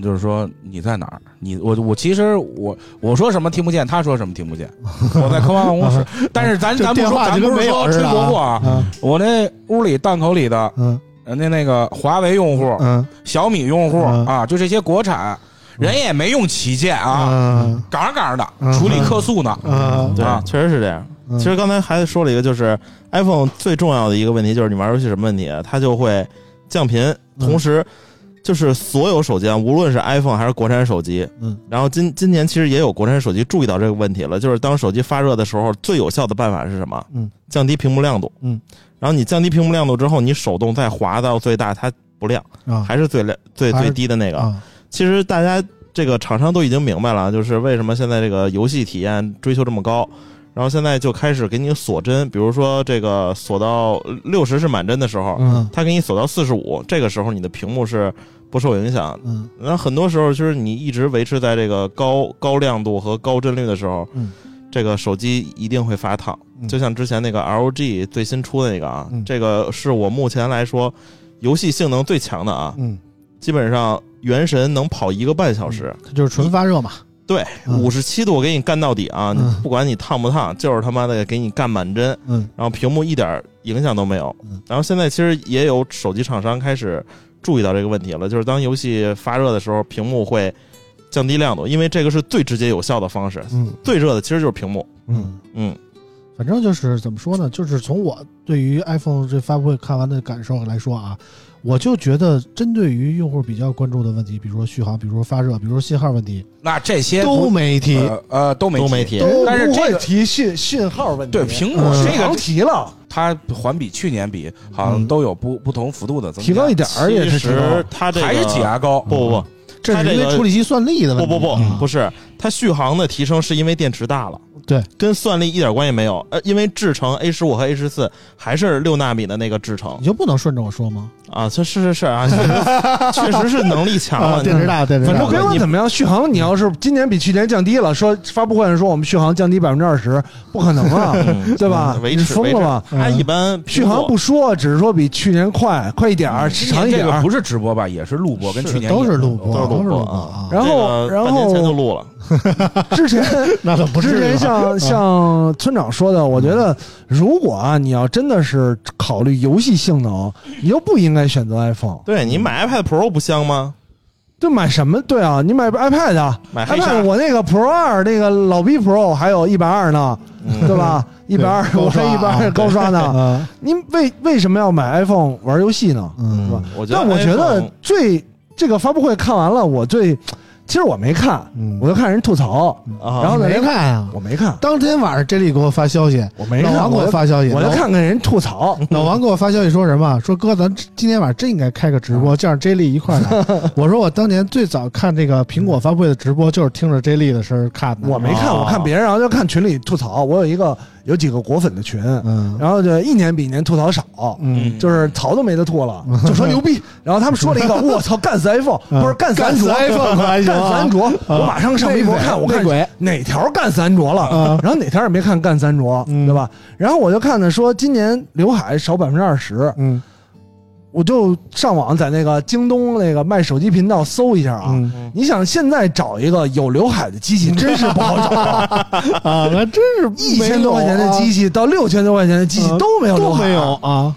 Speaker 5: 就是说你在哪儿？你我我其实我我说什么听不见，他说什么听 不见。我在科王办公室，但是咱
Speaker 2: 这
Speaker 5: 咱不
Speaker 2: 电
Speaker 5: 说
Speaker 2: 话
Speaker 5: 咱
Speaker 2: 就
Speaker 5: 不
Speaker 2: 跟没
Speaker 5: 是
Speaker 2: 有
Speaker 5: 说
Speaker 2: 似
Speaker 5: 吹
Speaker 2: 的啊
Speaker 5: 国货啊，
Speaker 2: 嗯
Speaker 5: 我那屋里档口里的
Speaker 2: 嗯
Speaker 5: 人家那个华为用户、
Speaker 2: 嗯
Speaker 5: 小米用户
Speaker 2: 嗯
Speaker 5: 啊，就这些国产，人也没用旗舰啊，
Speaker 2: 啊
Speaker 5: 杠杠的
Speaker 2: 嗯
Speaker 5: 处理客诉呢。
Speaker 2: 啊
Speaker 3: 对
Speaker 5: 啊，
Speaker 3: 确实是这样。
Speaker 2: 嗯
Speaker 3: 其实刚才还说了一个，就是 iPhone 最重要的一个问题就是你玩游戏什么问题，啊它就会降频，同时
Speaker 2: 嗯
Speaker 3: 就是所有手机啊，无论是 iPhone 还是国产手机，
Speaker 2: 嗯，
Speaker 3: 然后今今年其实也有国产手机注意到这个问题了，就是当手机发热的时候，最有效的办法是什么？
Speaker 2: 嗯，
Speaker 3: 降低屏幕亮度，
Speaker 2: 嗯，
Speaker 3: 然后你降低屏幕亮度之后，你手动再滑到最大，它不亮，
Speaker 2: 啊
Speaker 3: 还是最亮最
Speaker 2: 还是
Speaker 3: 最低的那个，
Speaker 2: 啊
Speaker 3: 其实大家这个厂商都已经明白了，啊就是为什么现在这个游戏体验追求这么高，然后现在就开始给你锁帧，比如说这个锁到六十是满帧的时候，
Speaker 2: 嗯
Speaker 3: 它给你锁到四十五，这个时候你的屏幕是不受影响。
Speaker 2: 嗯
Speaker 3: 那很多时候就是你一直维持在这个高高亮度和高帧率的时候，
Speaker 2: 嗯
Speaker 3: 这个手机一定会发烫。
Speaker 2: 嗯
Speaker 3: 就像之前那个 ROG 最新出的那个啊，
Speaker 2: 嗯
Speaker 3: 这个是我目前来说游戏性能最强的啊，
Speaker 2: 嗯，
Speaker 3: 基本上原神能跑一个半小时，
Speaker 2: 它就是纯发热嘛，
Speaker 3: 对，
Speaker 2: 嗯
Speaker 3: 五十七度我给你干到底啊！
Speaker 2: 嗯
Speaker 3: 你不管你烫不烫，就是他妈的给你干满帧，
Speaker 2: 嗯
Speaker 3: 然后屏幕一点影响都没有
Speaker 2: 嗯。
Speaker 3: 然后现在其实也有手机厂商开始注意到这个问题了，就是当游戏发热的时候，屏幕会降低亮度，因为这个是最直接有效的方式。
Speaker 2: 嗯
Speaker 3: 最热的其实就是屏幕，
Speaker 2: 嗯。
Speaker 3: 嗯，
Speaker 2: 反正就是怎么说呢，就是从我对于 iPhone 这发布会看完的感受来说啊，我就觉得针对于用户比较关注的问题，比如说续航，比如说发热，比如说信号问题，
Speaker 5: 那这些
Speaker 2: 都
Speaker 5: 不
Speaker 2: 没提。
Speaker 5: 呃呃都没
Speaker 3: 都没提
Speaker 4: 都
Speaker 5: 但是
Speaker 4: 不
Speaker 5: 这
Speaker 4: 会
Speaker 5: 个
Speaker 4: 提讯讯号问题，
Speaker 5: 对苹果
Speaker 2: 嗯
Speaker 5: 这个
Speaker 4: 常提了，
Speaker 5: 它环比去年比，好像都有不不同幅度的增加，
Speaker 4: 提高一点儿也是
Speaker 3: 其
Speaker 4: 提高
Speaker 3: 实。它这个
Speaker 5: 还是挤牙膏。嗯
Speaker 3: 不不
Speaker 2: 嗯
Speaker 3: 不，
Speaker 2: 这是因为处理器算力的问
Speaker 3: 不
Speaker 2: 题。
Speaker 3: 不不，
Speaker 2: 嗯
Speaker 3: 不是，它续航的提升是因为电池大了，
Speaker 2: 对，
Speaker 3: 跟算力一点关系没有。呃，因为制程 A 十五和 A 十四还是六纳米的那个制程
Speaker 2: 你就不能顺着我说吗？
Speaker 3: 啊，这是是是啊， 确实确实是能力强
Speaker 4: 啊
Speaker 3: 了。嗯
Speaker 2: 电池大，电池
Speaker 3: 反
Speaker 4: 反
Speaker 2: 大
Speaker 4: 正。别管怎么样，续航你要是今年比去年降低了，说发布会上说我们续航降低百分之二十，不可能啊，
Speaker 3: 嗯
Speaker 4: 对吧？
Speaker 3: 维
Speaker 4: 你
Speaker 3: 持
Speaker 4: 疯了吧？嗯
Speaker 3: 它一般苹果
Speaker 4: 续航不说，只是说比去年快快一点
Speaker 3: 嗯
Speaker 4: 儿，
Speaker 5: 今
Speaker 4: 长
Speaker 5: 年
Speaker 4: 一
Speaker 5: 这
Speaker 4: 点
Speaker 5: 个
Speaker 4: 儿。
Speaker 5: 不是直播吧，也是录播，跟去年
Speaker 2: 都
Speaker 5: 一
Speaker 2: 是
Speaker 5: 样
Speaker 2: 录播，
Speaker 3: 都是录播
Speaker 2: 是录播
Speaker 3: 啊
Speaker 2: 啊。
Speaker 4: 然后
Speaker 3: 这个
Speaker 4: 然
Speaker 3: 半年前就
Speaker 4: 后
Speaker 3: 录了，
Speaker 4: 之前
Speaker 2: 那倒不
Speaker 4: 之
Speaker 2: 是
Speaker 4: 前
Speaker 3: 嗯
Speaker 4: 像像村长说的，我觉得如果啊你要真的是考虑游戏性能，你就不应该选择 iPhone。
Speaker 3: 对你买 iPad Pro 不香吗？
Speaker 4: 对，买什么？对啊，你买 iPad 啊
Speaker 3: 买黑鲨
Speaker 4: ，iPad 我那个 Pro 二那个老 B Pro 还有一百二呢，对吧？一百二，
Speaker 2: 嗯高
Speaker 4: 我
Speaker 2: 刷
Speaker 4: 还
Speaker 2: 啊
Speaker 4: 一百二高刷呢。
Speaker 2: 啊，
Speaker 4: 您为为什么要买 iPhone 玩游戏呢？
Speaker 2: 嗯
Speaker 4: 是吧？
Speaker 3: 我觉得
Speaker 4: 但我觉得
Speaker 3: iPhone-
Speaker 4: 最这个发布会看完了，我最其实我没看，
Speaker 2: 嗯
Speaker 4: 我就看人吐槽，
Speaker 3: 啊，
Speaker 4: 然后呢
Speaker 2: 没看啊
Speaker 4: 我。没看，
Speaker 2: 当天晚上，这里给我发消息，
Speaker 4: 我没
Speaker 2: 老
Speaker 4: 看，
Speaker 2: 王给
Speaker 4: 我
Speaker 2: 我
Speaker 4: 就
Speaker 2: 发消息，
Speaker 4: 我
Speaker 2: 老嗯
Speaker 4: 就看看人吐槽。
Speaker 2: 老王给我发消息说什么？说哥，咱今天晚上真应该开个直
Speaker 4: 嗯
Speaker 2: 播，叫上 J 莉一块儿 来。我说我当年最早看这个苹果发布会的直播，就是听着 J 莉的声儿看的。
Speaker 4: 我没看，
Speaker 3: 哦
Speaker 2: 啊
Speaker 4: 我看别人，然后就看群里吐槽。我有一个有几个果粉的群，
Speaker 2: 嗯
Speaker 4: 然后就一年比一年吐槽少，
Speaker 2: 嗯
Speaker 4: 就是槽都没得 吐了，就说牛逼。然后他们说了一个，我操，干死 iPhone，
Speaker 2: 嗯
Speaker 4: 不是干死安卓
Speaker 2: 干死 iPhone 可还
Speaker 4: 干
Speaker 2: 行啊
Speaker 4: 死安卓。
Speaker 2: 啊
Speaker 4: 我马上上微博看，我看
Speaker 2: 内鬼
Speaker 4: 哪条干死安卓了
Speaker 2: 啊，
Speaker 4: 然后哪条也没看干死安卓，
Speaker 2: 嗯
Speaker 4: 对吧？然后我就看呢，说今年刘海少百分之二十，
Speaker 2: 嗯
Speaker 4: 我就上网在那个京东那个卖手机频道搜一下啊。
Speaker 2: 嗯
Speaker 4: 你想现在找一个有刘海的机器，真是不好 找。
Speaker 2: 啊，那真是
Speaker 4: 一千多块钱的机
Speaker 2: 器
Speaker 4: 器到六千多块钱的机器
Speaker 2: 啊嗯
Speaker 4: 都没有刘
Speaker 2: 都
Speaker 4: 海，
Speaker 2: 没有。啊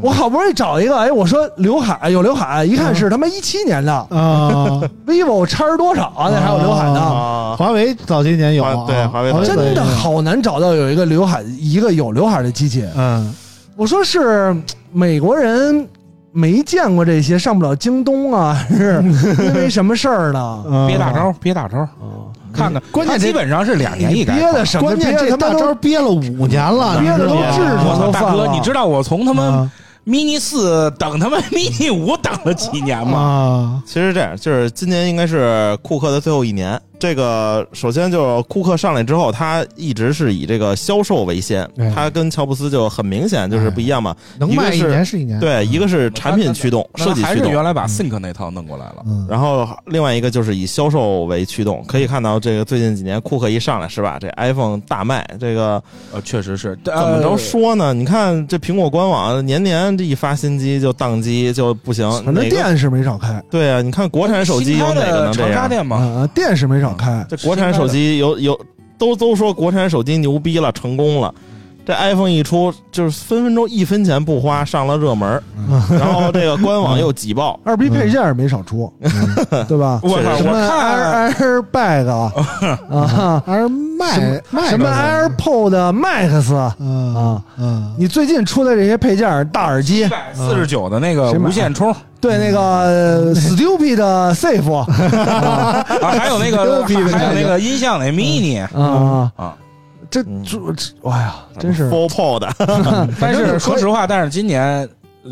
Speaker 4: 我好不容易找一个，哎，我说刘海有刘海，一看是他妈一七年的
Speaker 2: 啊！
Speaker 4: vivo 叉十多少啊，那还有刘海呢，
Speaker 3: 啊，
Speaker 2: 华为早些年有啊
Speaker 3: 华，对华为
Speaker 2: 早些年
Speaker 4: 真
Speaker 2: 有
Speaker 4: 的好难找到有一个刘海一个有刘海的机器。
Speaker 2: 嗯
Speaker 4: 我说是美国人没见过这些，上不了京东啊，还是因为什么事儿呢？
Speaker 2: 嗯
Speaker 5: 憋大招，憋大招，
Speaker 3: 嗯
Speaker 5: 看
Speaker 4: 嗯
Speaker 5: 看。
Speaker 2: 关键
Speaker 5: 它
Speaker 2: 这
Speaker 5: 基本上是两年一
Speaker 4: 你
Speaker 5: 改。
Speaker 4: 憋的什么？
Speaker 2: 关键
Speaker 4: 憋
Speaker 2: 这
Speaker 4: 得他
Speaker 2: 大
Speaker 4: 妈
Speaker 2: 招
Speaker 4: 都
Speaker 2: 憋了五年了，
Speaker 4: 憋得
Speaker 2: 你知
Speaker 4: 都
Speaker 2: 道吗
Speaker 4: 痔
Speaker 5: 我
Speaker 4: 疮
Speaker 5: 操，
Speaker 4: 都
Speaker 5: 大
Speaker 4: 犯
Speaker 5: 哥，
Speaker 4: 了嗯
Speaker 5: 你知道我从他妈
Speaker 2: 啊
Speaker 5: mini 四等 他妈
Speaker 4: 嗯
Speaker 5: mini 五等了几年吗？
Speaker 2: 啊
Speaker 3: 其实这样就是今年应该是库克的最后一年，这个首先就是库克上来之后，他一直是以这个销售为先
Speaker 2: 哎，
Speaker 3: 他跟乔布斯就很明显就是
Speaker 4: 哎
Speaker 3: 不一样嘛。
Speaker 2: 能
Speaker 3: 一个
Speaker 2: 卖一
Speaker 3: 是
Speaker 2: 年是一年。
Speaker 3: 对，一个是产品驱动、
Speaker 5: 那
Speaker 3: 设计
Speaker 5: 还
Speaker 3: 驱
Speaker 5: 是
Speaker 3: 动，
Speaker 5: 原来
Speaker 4: 嗯
Speaker 5: 把 Think 那套弄过来了。
Speaker 2: 嗯，
Speaker 3: 然后另外一个就是以销售为驱动。可以看到，这个最近几年库克一上来是吧，这 iPhone 大卖，这个
Speaker 5: 呃，确实是，怎
Speaker 3: 怎么着说呢？你看这苹果官网年年这一发新机就宕机就不行，
Speaker 4: 反正
Speaker 3: 哪个
Speaker 4: 店是没少开
Speaker 3: 对啊，你看国产手机有哪个能这
Speaker 5: 长沙
Speaker 3: 样？
Speaker 5: 店
Speaker 4: 啊、
Speaker 5: 吗？
Speaker 4: 店是没少开。，
Speaker 3: 这国产手机有有都都说国产手机牛逼了，成功了。这 iPhone 一出，就是分分钟一分钱不花上了热门儿，然后这个官网又挤爆
Speaker 4: 二逼配件儿没少出，对吧？
Speaker 5: 我靠，
Speaker 3: 确
Speaker 5: 我
Speaker 4: 什么
Speaker 5: 看
Speaker 4: Air Airbag 啊啊，
Speaker 2: 而卖卖
Speaker 4: 什么 AirPod Max
Speaker 2: 嗯
Speaker 4: 啊？
Speaker 2: 嗯，
Speaker 4: 你最近出的这些配件儿，大耳机
Speaker 5: 一，百四十九的那个
Speaker 4: 谁
Speaker 5: 无
Speaker 4: 买
Speaker 5: 线充，啊，
Speaker 4: 对那个呃 Stupid Safe
Speaker 5: 啊还有那
Speaker 4: 牛
Speaker 5: 个
Speaker 4: 逼的
Speaker 5: 还有
Speaker 4: 感觉嗯
Speaker 5: 那个音箱那 mini
Speaker 4: 啊，
Speaker 5: 啊。
Speaker 4: 这
Speaker 3: 嗯
Speaker 4: 这这，哎呀，真是
Speaker 3: f o r Pod
Speaker 5: 但
Speaker 4: 反正
Speaker 5: 是
Speaker 4: 就
Speaker 5: 说
Speaker 4: 可以
Speaker 5: 实话，但是今年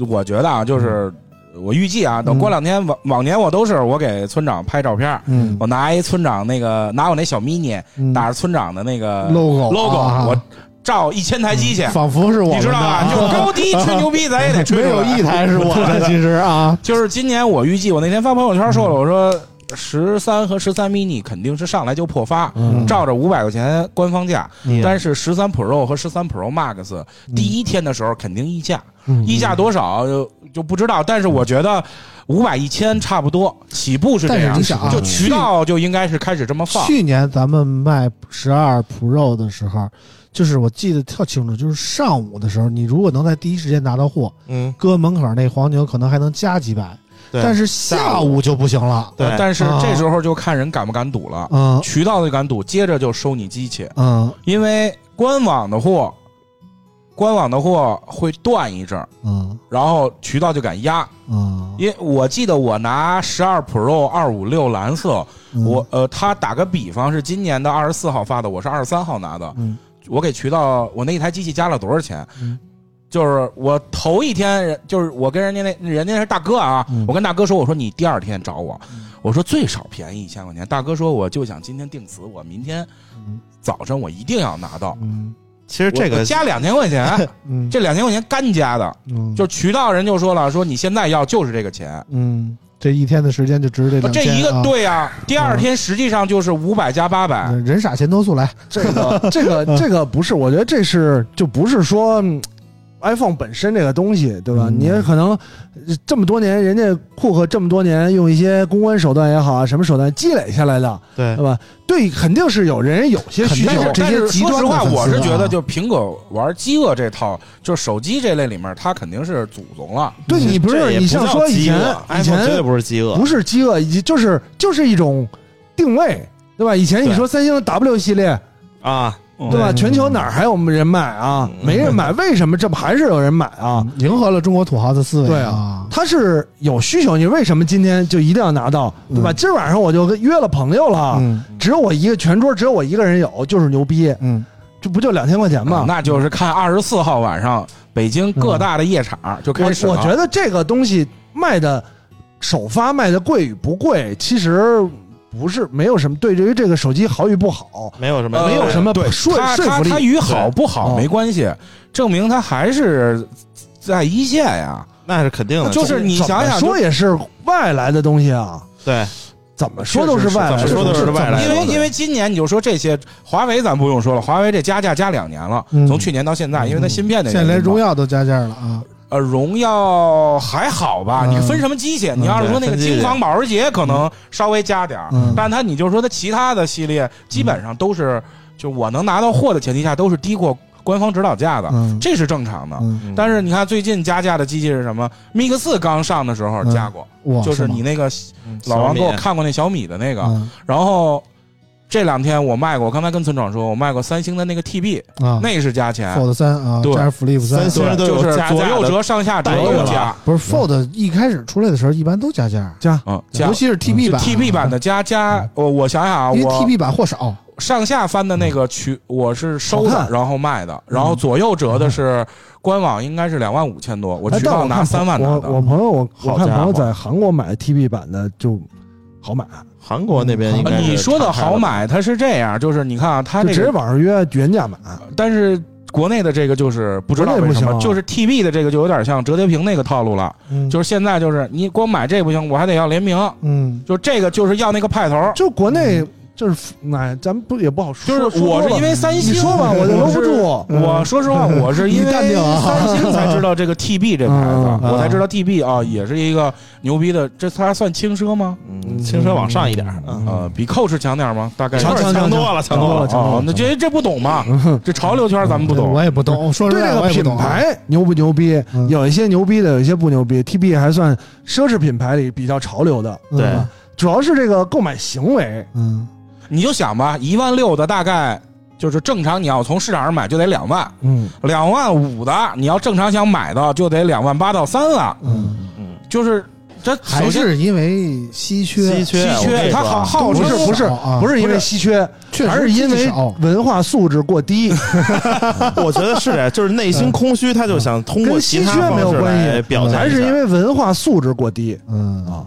Speaker 5: 我觉得啊，就是
Speaker 4: 嗯
Speaker 5: 我预计啊，等过两天往往年我都是我给村长拍照片儿，
Speaker 4: 嗯
Speaker 5: 我拿一村长那个拿我那小 mini
Speaker 4: 嗯
Speaker 5: 打着村长的那个
Speaker 2: logo
Speaker 5: 呃 logo，
Speaker 2: 啊
Speaker 5: 我照一千台机去，
Speaker 4: 嗯
Speaker 2: 仿佛是我们的
Speaker 5: 你知道吧？就是 高低吹牛逼，咱也 得吹
Speaker 2: 没
Speaker 5: 出
Speaker 2: 有
Speaker 5: 来。
Speaker 2: 一台是我的，其实啊，
Speaker 5: 就是今年我预计，我那天发朋友圈说
Speaker 4: 嗯
Speaker 5: 了，我说十三和十三 mini 肯定是上来就破发，
Speaker 4: 嗯
Speaker 5: 照着五百块钱官方价。
Speaker 2: 嗯
Speaker 5: 但是十三 Pro 和十三 Pro Max 第一天的时候肯定溢价，
Speaker 4: 嗯
Speaker 5: 溢价多少就就不知道。但是我觉得五百一千差不多，起步是这
Speaker 2: 但是
Speaker 5: 样
Speaker 2: 你。想啊，
Speaker 5: 就渠道就应该是开始这么放，
Speaker 2: 嗯去年咱们卖十二 Pro 的时候，就是我记得特清楚，就是上午的时候，你如果能在第一时间拿到货，
Speaker 3: 嗯，
Speaker 2: 搁门口那黄牛可能还能加几百，
Speaker 3: 对
Speaker 2: 但是下午就不行了。
Speaker 3: 对，
Speaker 5: 但是
Speaker 2: 啊
Speaker 5: 这时候就看人敢不敢赌了。
Speaker 2: 嗯
Speaker 5: 渠道的敢赌，接着就收你机器，
Speaker 2: 嗯
Speaker 5: 因为官网的货，官网的货会断一阵儿，
Speaker 2: 嗯
Speaker 5: 然后渠道就敢压。
Speaker 2: 嗯，
Speaker 5: 因为我记得我拿十二 Pro 二五六蓝色，
Speaker 2: 嗯
Speaker 5: 我呃，他打个比方是今年的二十四号发的，我是二十三号拿的，
Speaker 2: 嗯
Speaker 5: 我给渠道我那一台机器加了多少钱？
Speaker 2: 嗯
Speaker 5: 就是我头一天，就是我跟人家那人家是大哥啊，
Speaker 2: 嗯
Speaker 5: 我跟大哥说，我说你第二天找我，我说最少便宜一千块钱。大哥说我就想今天定死，我明天
Speaker 2: 嗯
Speaker 5: 早晨我一定要拿到。
Speaker 2: 嗯
Speaker 3: 其实这
Speaker 5: 我
Speaker 3: 个
Speaker 5: 我加两千块 钱，
Speaker 2: 嗯
Speaker 5: 这两千块钱干加的，
Speaker 2: 嗯
Speaker 5: 就渠道人就说了，说你现在要就是这个钱。
Speaker 2: 嗯，这一天的时间就值这两
Speaker 5: 这
Speaker 2: 千
Speaker 5: 一个
Speaker 2: 啊
Speaker 5: 对呀、第二天实际上就是五百加八百，
Speaker 2: 人傻钱多速来，
Speaker 4: 这 个这个这个不是，我觉得这是就不是说嗯 iPhone 本身这个东西，对吧？
Speaker 2: 嗯
Speaker 4: 你也可能呃这么多年，人家库克这么多年用一些公关手段也好啊，什么手段积累下来的，
Speaker 3: 对
Speaker 4: 对吧？对，肯定是有人有些需
Speaker 5: 但
Speaker 4: 求
Speaker 5: 是，
Speaker 2: 这
Speaker 5: 但
Speaker 2: 些
Speaker 5: 是
Speaker 2: 极
Speaker 5: 说
Speaker 2: 端的
Speaker 5: 实话，
Speaker 2: 粉丝
Speaker 5: 我是觉
Speaker 2: 啊
Speaker 5: 得就苹果玩饥饿这套，就是手机这类里面，它肯定是祖宗了。
Speaker 4: 对你不
Speaker 3: 这
Speaker 4: 是
Speaker 3: 也
Speaker 4: 你
Speaker 3: 不
Speaker 4: 像
Speaker 3: 叫
Speaker 4: 说以
Speaker 3: 饥
Speaker 4: 前
Speaker 3: 饿
Speaker 4: 以
Speaker 3: ，iPhone 绝对
Speaker 4: 前
Speaker 3: 不是饥饿，
Speaker 4: 不是饥饿，以及就是就是一种定位。对吧？以前你
Speaker 3: 对
Speaker 4: 说三星 W 系列，
Speaker 3: 啊，
Speaker 4: 对吧？
Speaker 2: 嗯
Speaker 4: 全球哪儿还有人买啊？
Speaker 3: 嗯
Speaker 4: 没人买，为什么这不还是有人买啊？
Speaker 2: 迎合了中国土豪的思维
Speaker 4: 对
Speaker 2: 啊。
Speaker 4: 他是有需求，你为什么今天就一定要拿到，对吧？
Speaker 2: 嗯
Speaker 4: 今儿晚上我就约了朋友
Speaker 5: 啊
Speaker 4: 了，
Speaker 2: 嗯
Speaker 4: 只有我一个全桌，只有我一个人有，就是牛逼，
Speaker 2: 嗯，
Speaker 4: 这不就两千块钱
Speaker 2: 啊
Speaker 3: 啊
Speaker 4: 吗？
Speaker 5: 啊那就是看二十四号晚上北京
Speaker 2: 嗯
Speaker 5: 各大的夜场就开始
Speaker 4: 我
Speaker 5: 了。
Speaker 4: 我觉得这个东西卖的首发卖的贵与不贵，其实不是没有什么对于这个手机好与不好，
Speaker 3: 没有什么
Speaker 5: 呃
Speaker 4: 没有什么说
Speaker 5: 它
Speaker 4: 说
Speaker 5: 它
Speaker 4: 服
Speaker 5: 它
Speaker 4: 力。
Speaker 5: 与好不好
Speaker 2: 哦
Speaker 4: 对
Speaker 5: 没关系，证明它还是在一线呀。
Speaker 3: 那是肯定的，
Speaker 5: 就是你
Speaker 4: 怎么
Speaker 5: 想想就，
Speaker 4: 说也是外来的东西啊，
Speaker 3: 对
Speaker 4: 怎么说都
Speaker 5: 确实是
Speaker 4: 外来的东西，
Speaker 3: 怎么说都是外来的
Speaker 2: 哎
Speaker 5: 因为因为今年你就说这些，华为咱不用说了，华为这加价加两年了，
Speaker 2: 嗯
Speaker 5: 从去年到现在，因为它芯片的
Speaker 2: 现在
Speaker 5: 原因嘛。
Speaker 2: 连荣耀都加价了啊。
Speaker 5: 呃，荣耀还好吧？
Speaker 2: 嗯
Speaker 5: 你分什么机器？你要是说那个
Speaker 3: 分机器
Speaker 5: 金刚保时捷，可能稍微加点儿，
Speaker 2: 嗯
Speaker 5: 但它你就说它其他的系列，基本上都是就我能拿到货的前提下，都是低过官方指导价的，
Speaker 2: 嗯
Speaker 5: 这是正常的。
Speaker 2: 嗯，
Speaker 5: 但是你看最近加价的机器是什么？Mix 4刚上的时候加过，
Speaker 2: 哇，
Speaker 5: 就是
Speaker 2: 吗
Speaker 5: 你那个
Speaker 3: 嗯
Speaker 5: 老王
Speaker 3: 小米
Speaker 5: 给我看过那小米的那个，
Speaker 2: 嗯
Speaker 5: 然后。这两天我卖过，我刚才跟村长说，我卖过三星的那个 TB，、
Speaker 2: 啊
Speaker 5: 那是加钱，
Speaker 2: Fold 三啊，
Speaker 5: 对
Speaker 2: 加上 Flip
Speaker 3: 三
Speaker 2: 三，
Speaker 3: 星人都有
Speaker 5: 就是
Speaker 3: 加
Speaker 5: 左
Speaker 3: 价
Speaker 5: 右
Speaker 3: 的
Speaker 5: 折、上下折
Speaker 3: 待遇
Speaker 5: 都
Speaker 3: 了
Speaker 5: 加，
Speaker 2: 不是 Fold 一开始出来的时候一般都加价，
Speaker 4: 加
Speaker 5: 嗯，加
Speaker 2: 尤其是 TB
Speaker 4: 啊
Speaker 2: 版啊
Speaker 5: TB 版的加加，我我想想啊，
Speaker 2: 因为
Speaker 5: 我
Speaker 2: TB 版货少，
Speaker 5: 上下翻的那个渠我是收
Speaker 4: 好
Speaker 5: 的，
Speaker 4: 看嗯
Speaker 5: 然后卖的，然后左右折的是官网应该是两万五千多，我
Speaker 4: 哎
Speaker 5: 渠
Speaker 4: 但
Speaker 5: 道
Speaker 4: 我
Speaker 5: 拿
Speaker 4: 看
Speaker 5: 三万拿
Speaker 4: 我我
Speaker 5: 的，
Speaker 4: 朋友我
Speaker 3: 好
Speaker 4: 我看
Speaker 3: 家
Speaker 4: 朋友
Speaker 3: 伙
Speaker 4: 在韩国买 TB 版的就好买，
Speaker 3: 韩国那边应
Speaker 5: 呃
Speaker 3: 该是
Speaker 5: 你说的
Speaker 3: 敞开了
Speaker 5: 好，买，它是这样，就是你看啊，它
Speaker 4: 就
Speaker 5: 这
Speaker 4: 直接
Speaker 5: 个，
Speaker 4: 网上约原价买。
Speaker 5: 但是国内的这个就是不知道
Speaker 4: 国内
Speaker 5: 为
Speaker 4: 不
Speaker 5: 什么，
Speaker 4: 行啊
Speaker 5: 就是 TB 的这个就有点像折叠屏那个套路了，
Speaker 4: 嗯，
Speaker 5: 就是现在就是你光买这不行，我还得要联名，
Speaker 4: 嗯，
Speaker 5: 就这个就是要那个派头，
Speaker 4: 就国内就是哎，咱们不也不好说。
Speaker 5: 嗯就是我是因
Speaker 4: 为
Speaker 5: 为三星，
Speaker 4: 你说吧，我就
Speaker 5: 就
Speaker 4: 搂不。住。
Speaker 5: 我说实话，我是因为
Speaker 2: 你淡定啊
Speaker 5: 三星才知道这个 TB 这牌
Speaker 4: 嗯
Speaker 5: 子，
Speaker 2: 嗯
Speaker 5: 我才知道 TB 啊，也是一个牛逼的，这它算轻奢吗？
Speaker 3: 嗯，轻奢往上一点，嗯，
Speaker 5: 呃，比 Coach 强点吗？大概
Speaker 3: 强
Speaker 2: 强
Speaker 3: 强
Speaker 2: 强
Speaker 3: 多了，强多了。
Speaker 5: 哦，那这这不懂嘛？这潮流圈咱们不懂
Speaker 2: 嗯我。也不懂，说实
Speaker 4: 对
Speaker 2: 在
Speaker 4: 这
Speaker 2: 我也
Speaker 4: 个
Speaker 2: 不
Speaker 4: 品
Speaker 2: 懂啊。
Speaker 4: 牌牛不牛逼？
Speaker 2: 嗯
Speaker 4: 有一些牛逼的，有一些不牛逼。TB 还算奢侈品牌里比较潮流的，
Speaker 2: 嗯
Speaker 3: 对
Speaker 4: 主要是这个购买行为。
Speaker 2: 嗯，
Speaker 5: 你就想吧，一万六的大概就是正常，你要从市场上买就得两万，
Speaker 4: 嗯，
Speaker 5: 两万五的你要正常想买的就得两万八到三万，
Speaker 2: 嗯，
Speaker 3: 嗯，
Speaker 5: 就是这
Speaker 2: 还
Speaker 5: 首先
Speaker 2: 是因为稀缺，
Speaker 5: 稀
Speaker 3: 稀缺，我跟
Speaker 5: 缺，
Speaker 3: 你
Speaker 5: 它
Speaker 3: 说
Speaker 5: 好
Speaker 3: 啊
Speaker 5: 好
Speaker 4: 不是
Speaker 5: 说
Speaker 4: 不是
Speaker 2: 少啊
Speaker 4: 不是因为
Speaker 2: 不
Speaker 4: 稀缺，
Speaker 2: 确实
Speaker 4: 而是因为
Speaker 2: 少
Speaker 4: 文化素质过低。
Speaker 3: 我觉得是，就是内心空虚，他就想通过
Speaker 4: 跟
Speaker 3: 其
Speaker 4: 稀
Speaker 3: 他
Speaker 4: 缺
Speaker 3: 方
Speaker 4: 没有
Speaker 3: 式
Speaker 4: 关系
Speaker 3: 来表现一下，
Speaker 4: 还是因为文化素质过低
Speaker 2: 嗯
Speaker 4: 啊，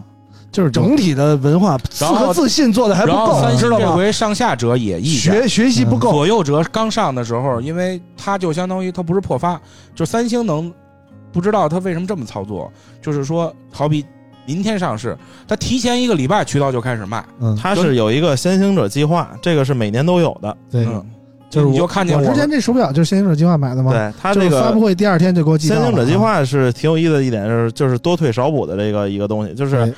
Speaker 2: 就是
Speaker 4: 整体的文化自
Speaker 5: 然后
Speaker 4: 和自信做哎的还不
Speaker 5: 然后
Speaker 4: 够，
Speaker 5: 三
Speaker 4: 知
Speaker 5: 星
Speaker 4: 道
Speaker 5: 这
Speaker 4: 吗？
Speaker 5: 回上下折也意见。
Speaker 4: 学学习不够，
Speaker 5: 左右折刚上的时候，因为它就相当于它不是破发，就三星能不知道它为什么这么操作，就是说，好比明天上市，它提前一个礼拜渠道就开始卖，
Speaker 2: 嗯，
Speaker 3: 他是有一个先行者计划，这个是每年都有的。
Speaker 2: 对，
Speaker 5: 嗯，
Speaker 2: 就是
Speaker 5: 你
Speaker 2: 我
Speaker 5: 就看见
Speaker 2: 我
Speaker 5: 我
Speaker 2: 之前这手表就是先行者计划买的嘛，
Speaker 3: 对
Speaker 2: 嗯
Speaker 3: 他
Speaker 2: 就
Speaker 3: 这
Speaker 2: 是发布
Speaker 3: 个
Speaker 2: 会第二天就给我寄到
Speaker 3: 先
Speaker 2: 了啊。
Speaker 3: 行者计划是挺有意思的一点，就是就是多退少补的这个一个东西，就是
Speaker 2: 对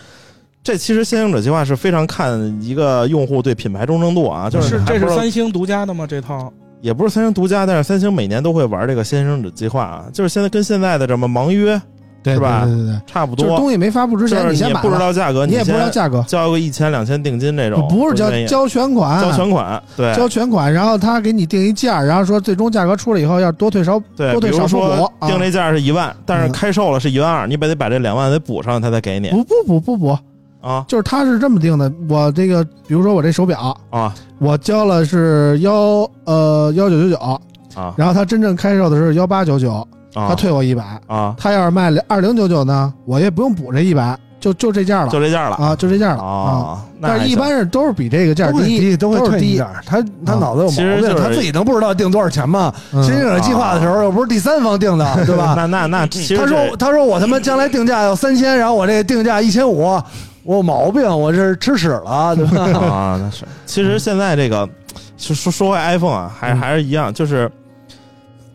Speaker 3: 这其实先行者计划是非常看一个用户对品牌忠诚度啊，就是是
Speaker 5: 这
Speaker 3: 还不
Speaker 5: 是
Speaker 3: 知道
Speaker 5: 三星独家的吗？这套，
Speaker 3: 也不是三星独家，但是三星每年都会玩这个先行者计划啊，就是现在跟现在的这么盲约
Speaker 2: 对
Speaker 3: 是吧
Speaker 2: 对对对对，
Speaker 3: 差不
Speaker 2: 就是
Speaker 3: 多，
Speaker 2: 东西没发布之
Speaker 3: 就
Speaker 2: 前
Speaker 3: 是
Speaker 2: 你
Speaker 3: 你
Speaker 2: 先
Speaker 3: 也
Speaker 2: 买
Speaker 3: 不知
Speaker 2: 了，
Speaker 3: 道价格，
Speaker 2: 你也不知道
Speaker 3: 先
Speaker 2: 价格，
Speaker 3: 交个一千两千定金这种，
Speaker 2: 不是交
Speaker 3: 愿意
Speaker 2: 交全款，
Speaker 3: 交全款，对
Speaker 2: 交全款，然后他给你定一价，然后说最终价格出来以后要多退少
Speaker 3: 对，
Speaker 2: 多
Speaker 3: 比
Speaker 2: 退
Speaker 3: 如
Speaker 2: 少付
Speaker 3: 说
Speaker 2: 补啊
Speaker 3: 定这价是一万，但是
Speaker 2: 嗯
Speaker 3: 开售了是一万二，你得得把这两万得补上，他才给你
Speaker 2: 不不不不不，
Speaker 3: 啊
Speaker 2: 就是他是这么定的。我这个比如说我这手表，
Speaker 3: 啊
Speaker 2: 我交了是幺呃幺九九九，
Speaker 3: 啊
Speaker 2: 然后他真正开售的是幺八九九，他
Speaker 3: 啊
Speaker 2: 退我一百。
Speaker 3: 啊，
Speaker 2: 他要是卖二零九九呢，我也不用补这一百，就就这价了
Speaker 3: 就这价了
Speaker 2: 啊，就这价了啊。
Speaker 3: 啊，那
Speaker 2: 但
Speaker 3: 还
Speaker 2: 是一
Speaker 3: 行
Speaker 2: 般是都是比这个价
Speaker 4: 都会
Speaker 2: 低，
Speaker 4: 低，都会
Speaker 2: 都是
Speaker 4: 退一
Speaker 2: 低
Speaker 4: 点。他他
Speaker 2: 啊
Speaker 4: 脑子有毛
Speaker 3: 其实
Speaker 4: 病，
Speaker 3: 就是
Speaker 4: 他自己都不知道定多少钱嘛。
Speaker 2: 嗯
Speaker 4: 新者计划的时候又不是第三方定的，对吧？
Speaker 3: 那那那其实
Speaker 4: 他说
Speaker 3: 这
Speaker 4: 他说我他妈将来定价要三千，然后我这定价一千五，我有毛病，我这是吃屎了，对吧？
Speaker 3: 啊，那是其实现在这个说说说回 iPhone 啊，还还是一样，就是。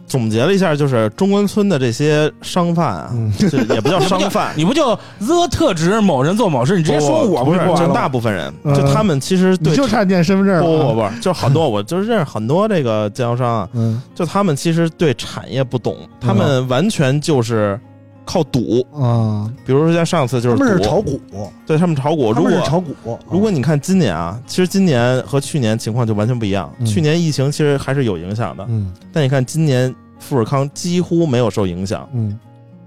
Speaker 3: 总结了一下，就是中关村的这些商贩啊，
Speaker 4: 嗯
Speaker 3: 这也不叫商 贩
Speaker 5: 你不就the 特指某人做某事，你直接说我
Speaker 3: 不
Speaker 5: 不是啊
Speaker 3: 就大
Speaker 5: 了
Speaker 3: 部分人，
Speaker 2: 嗯
Speaker 3: 就他们其实对
Speaker 2: 你就差念身份证
Speaker 3: 不不不
Speaker 2: 了啊。
Speaker 3: 不，就是很多，我就是认识很多这个经销商啊，
Speaker 2: 嗯
Speaker 3: 就他们其实对产业不懂，他们完全就是靠赌。
Speaker 2: 啊，
Speaker 3: 比如说像上次就
Speaker 4: 他
Speaker 3: 是
Speaker 4: 们是
Speaker 3: 赌，
Speaker 4: 炒股，
Speaker 3: 对他们炒股。
Speaker 4: 他
Speaker 3: 如
Speaker 4: 们
Speaker 3: 果
Speaker 4: 是炒股。
Speaker 3: 如果你看今年啊，其实今年和去年情况就完全不一样。
Speaker 2: 嗯
Speaker 3: 去年疫情其实还是有影响的，
Speaker 2: 嗯
Speaker 3: 但你看今年富士康几乎没有受影响，
Speaker 2: 嗯，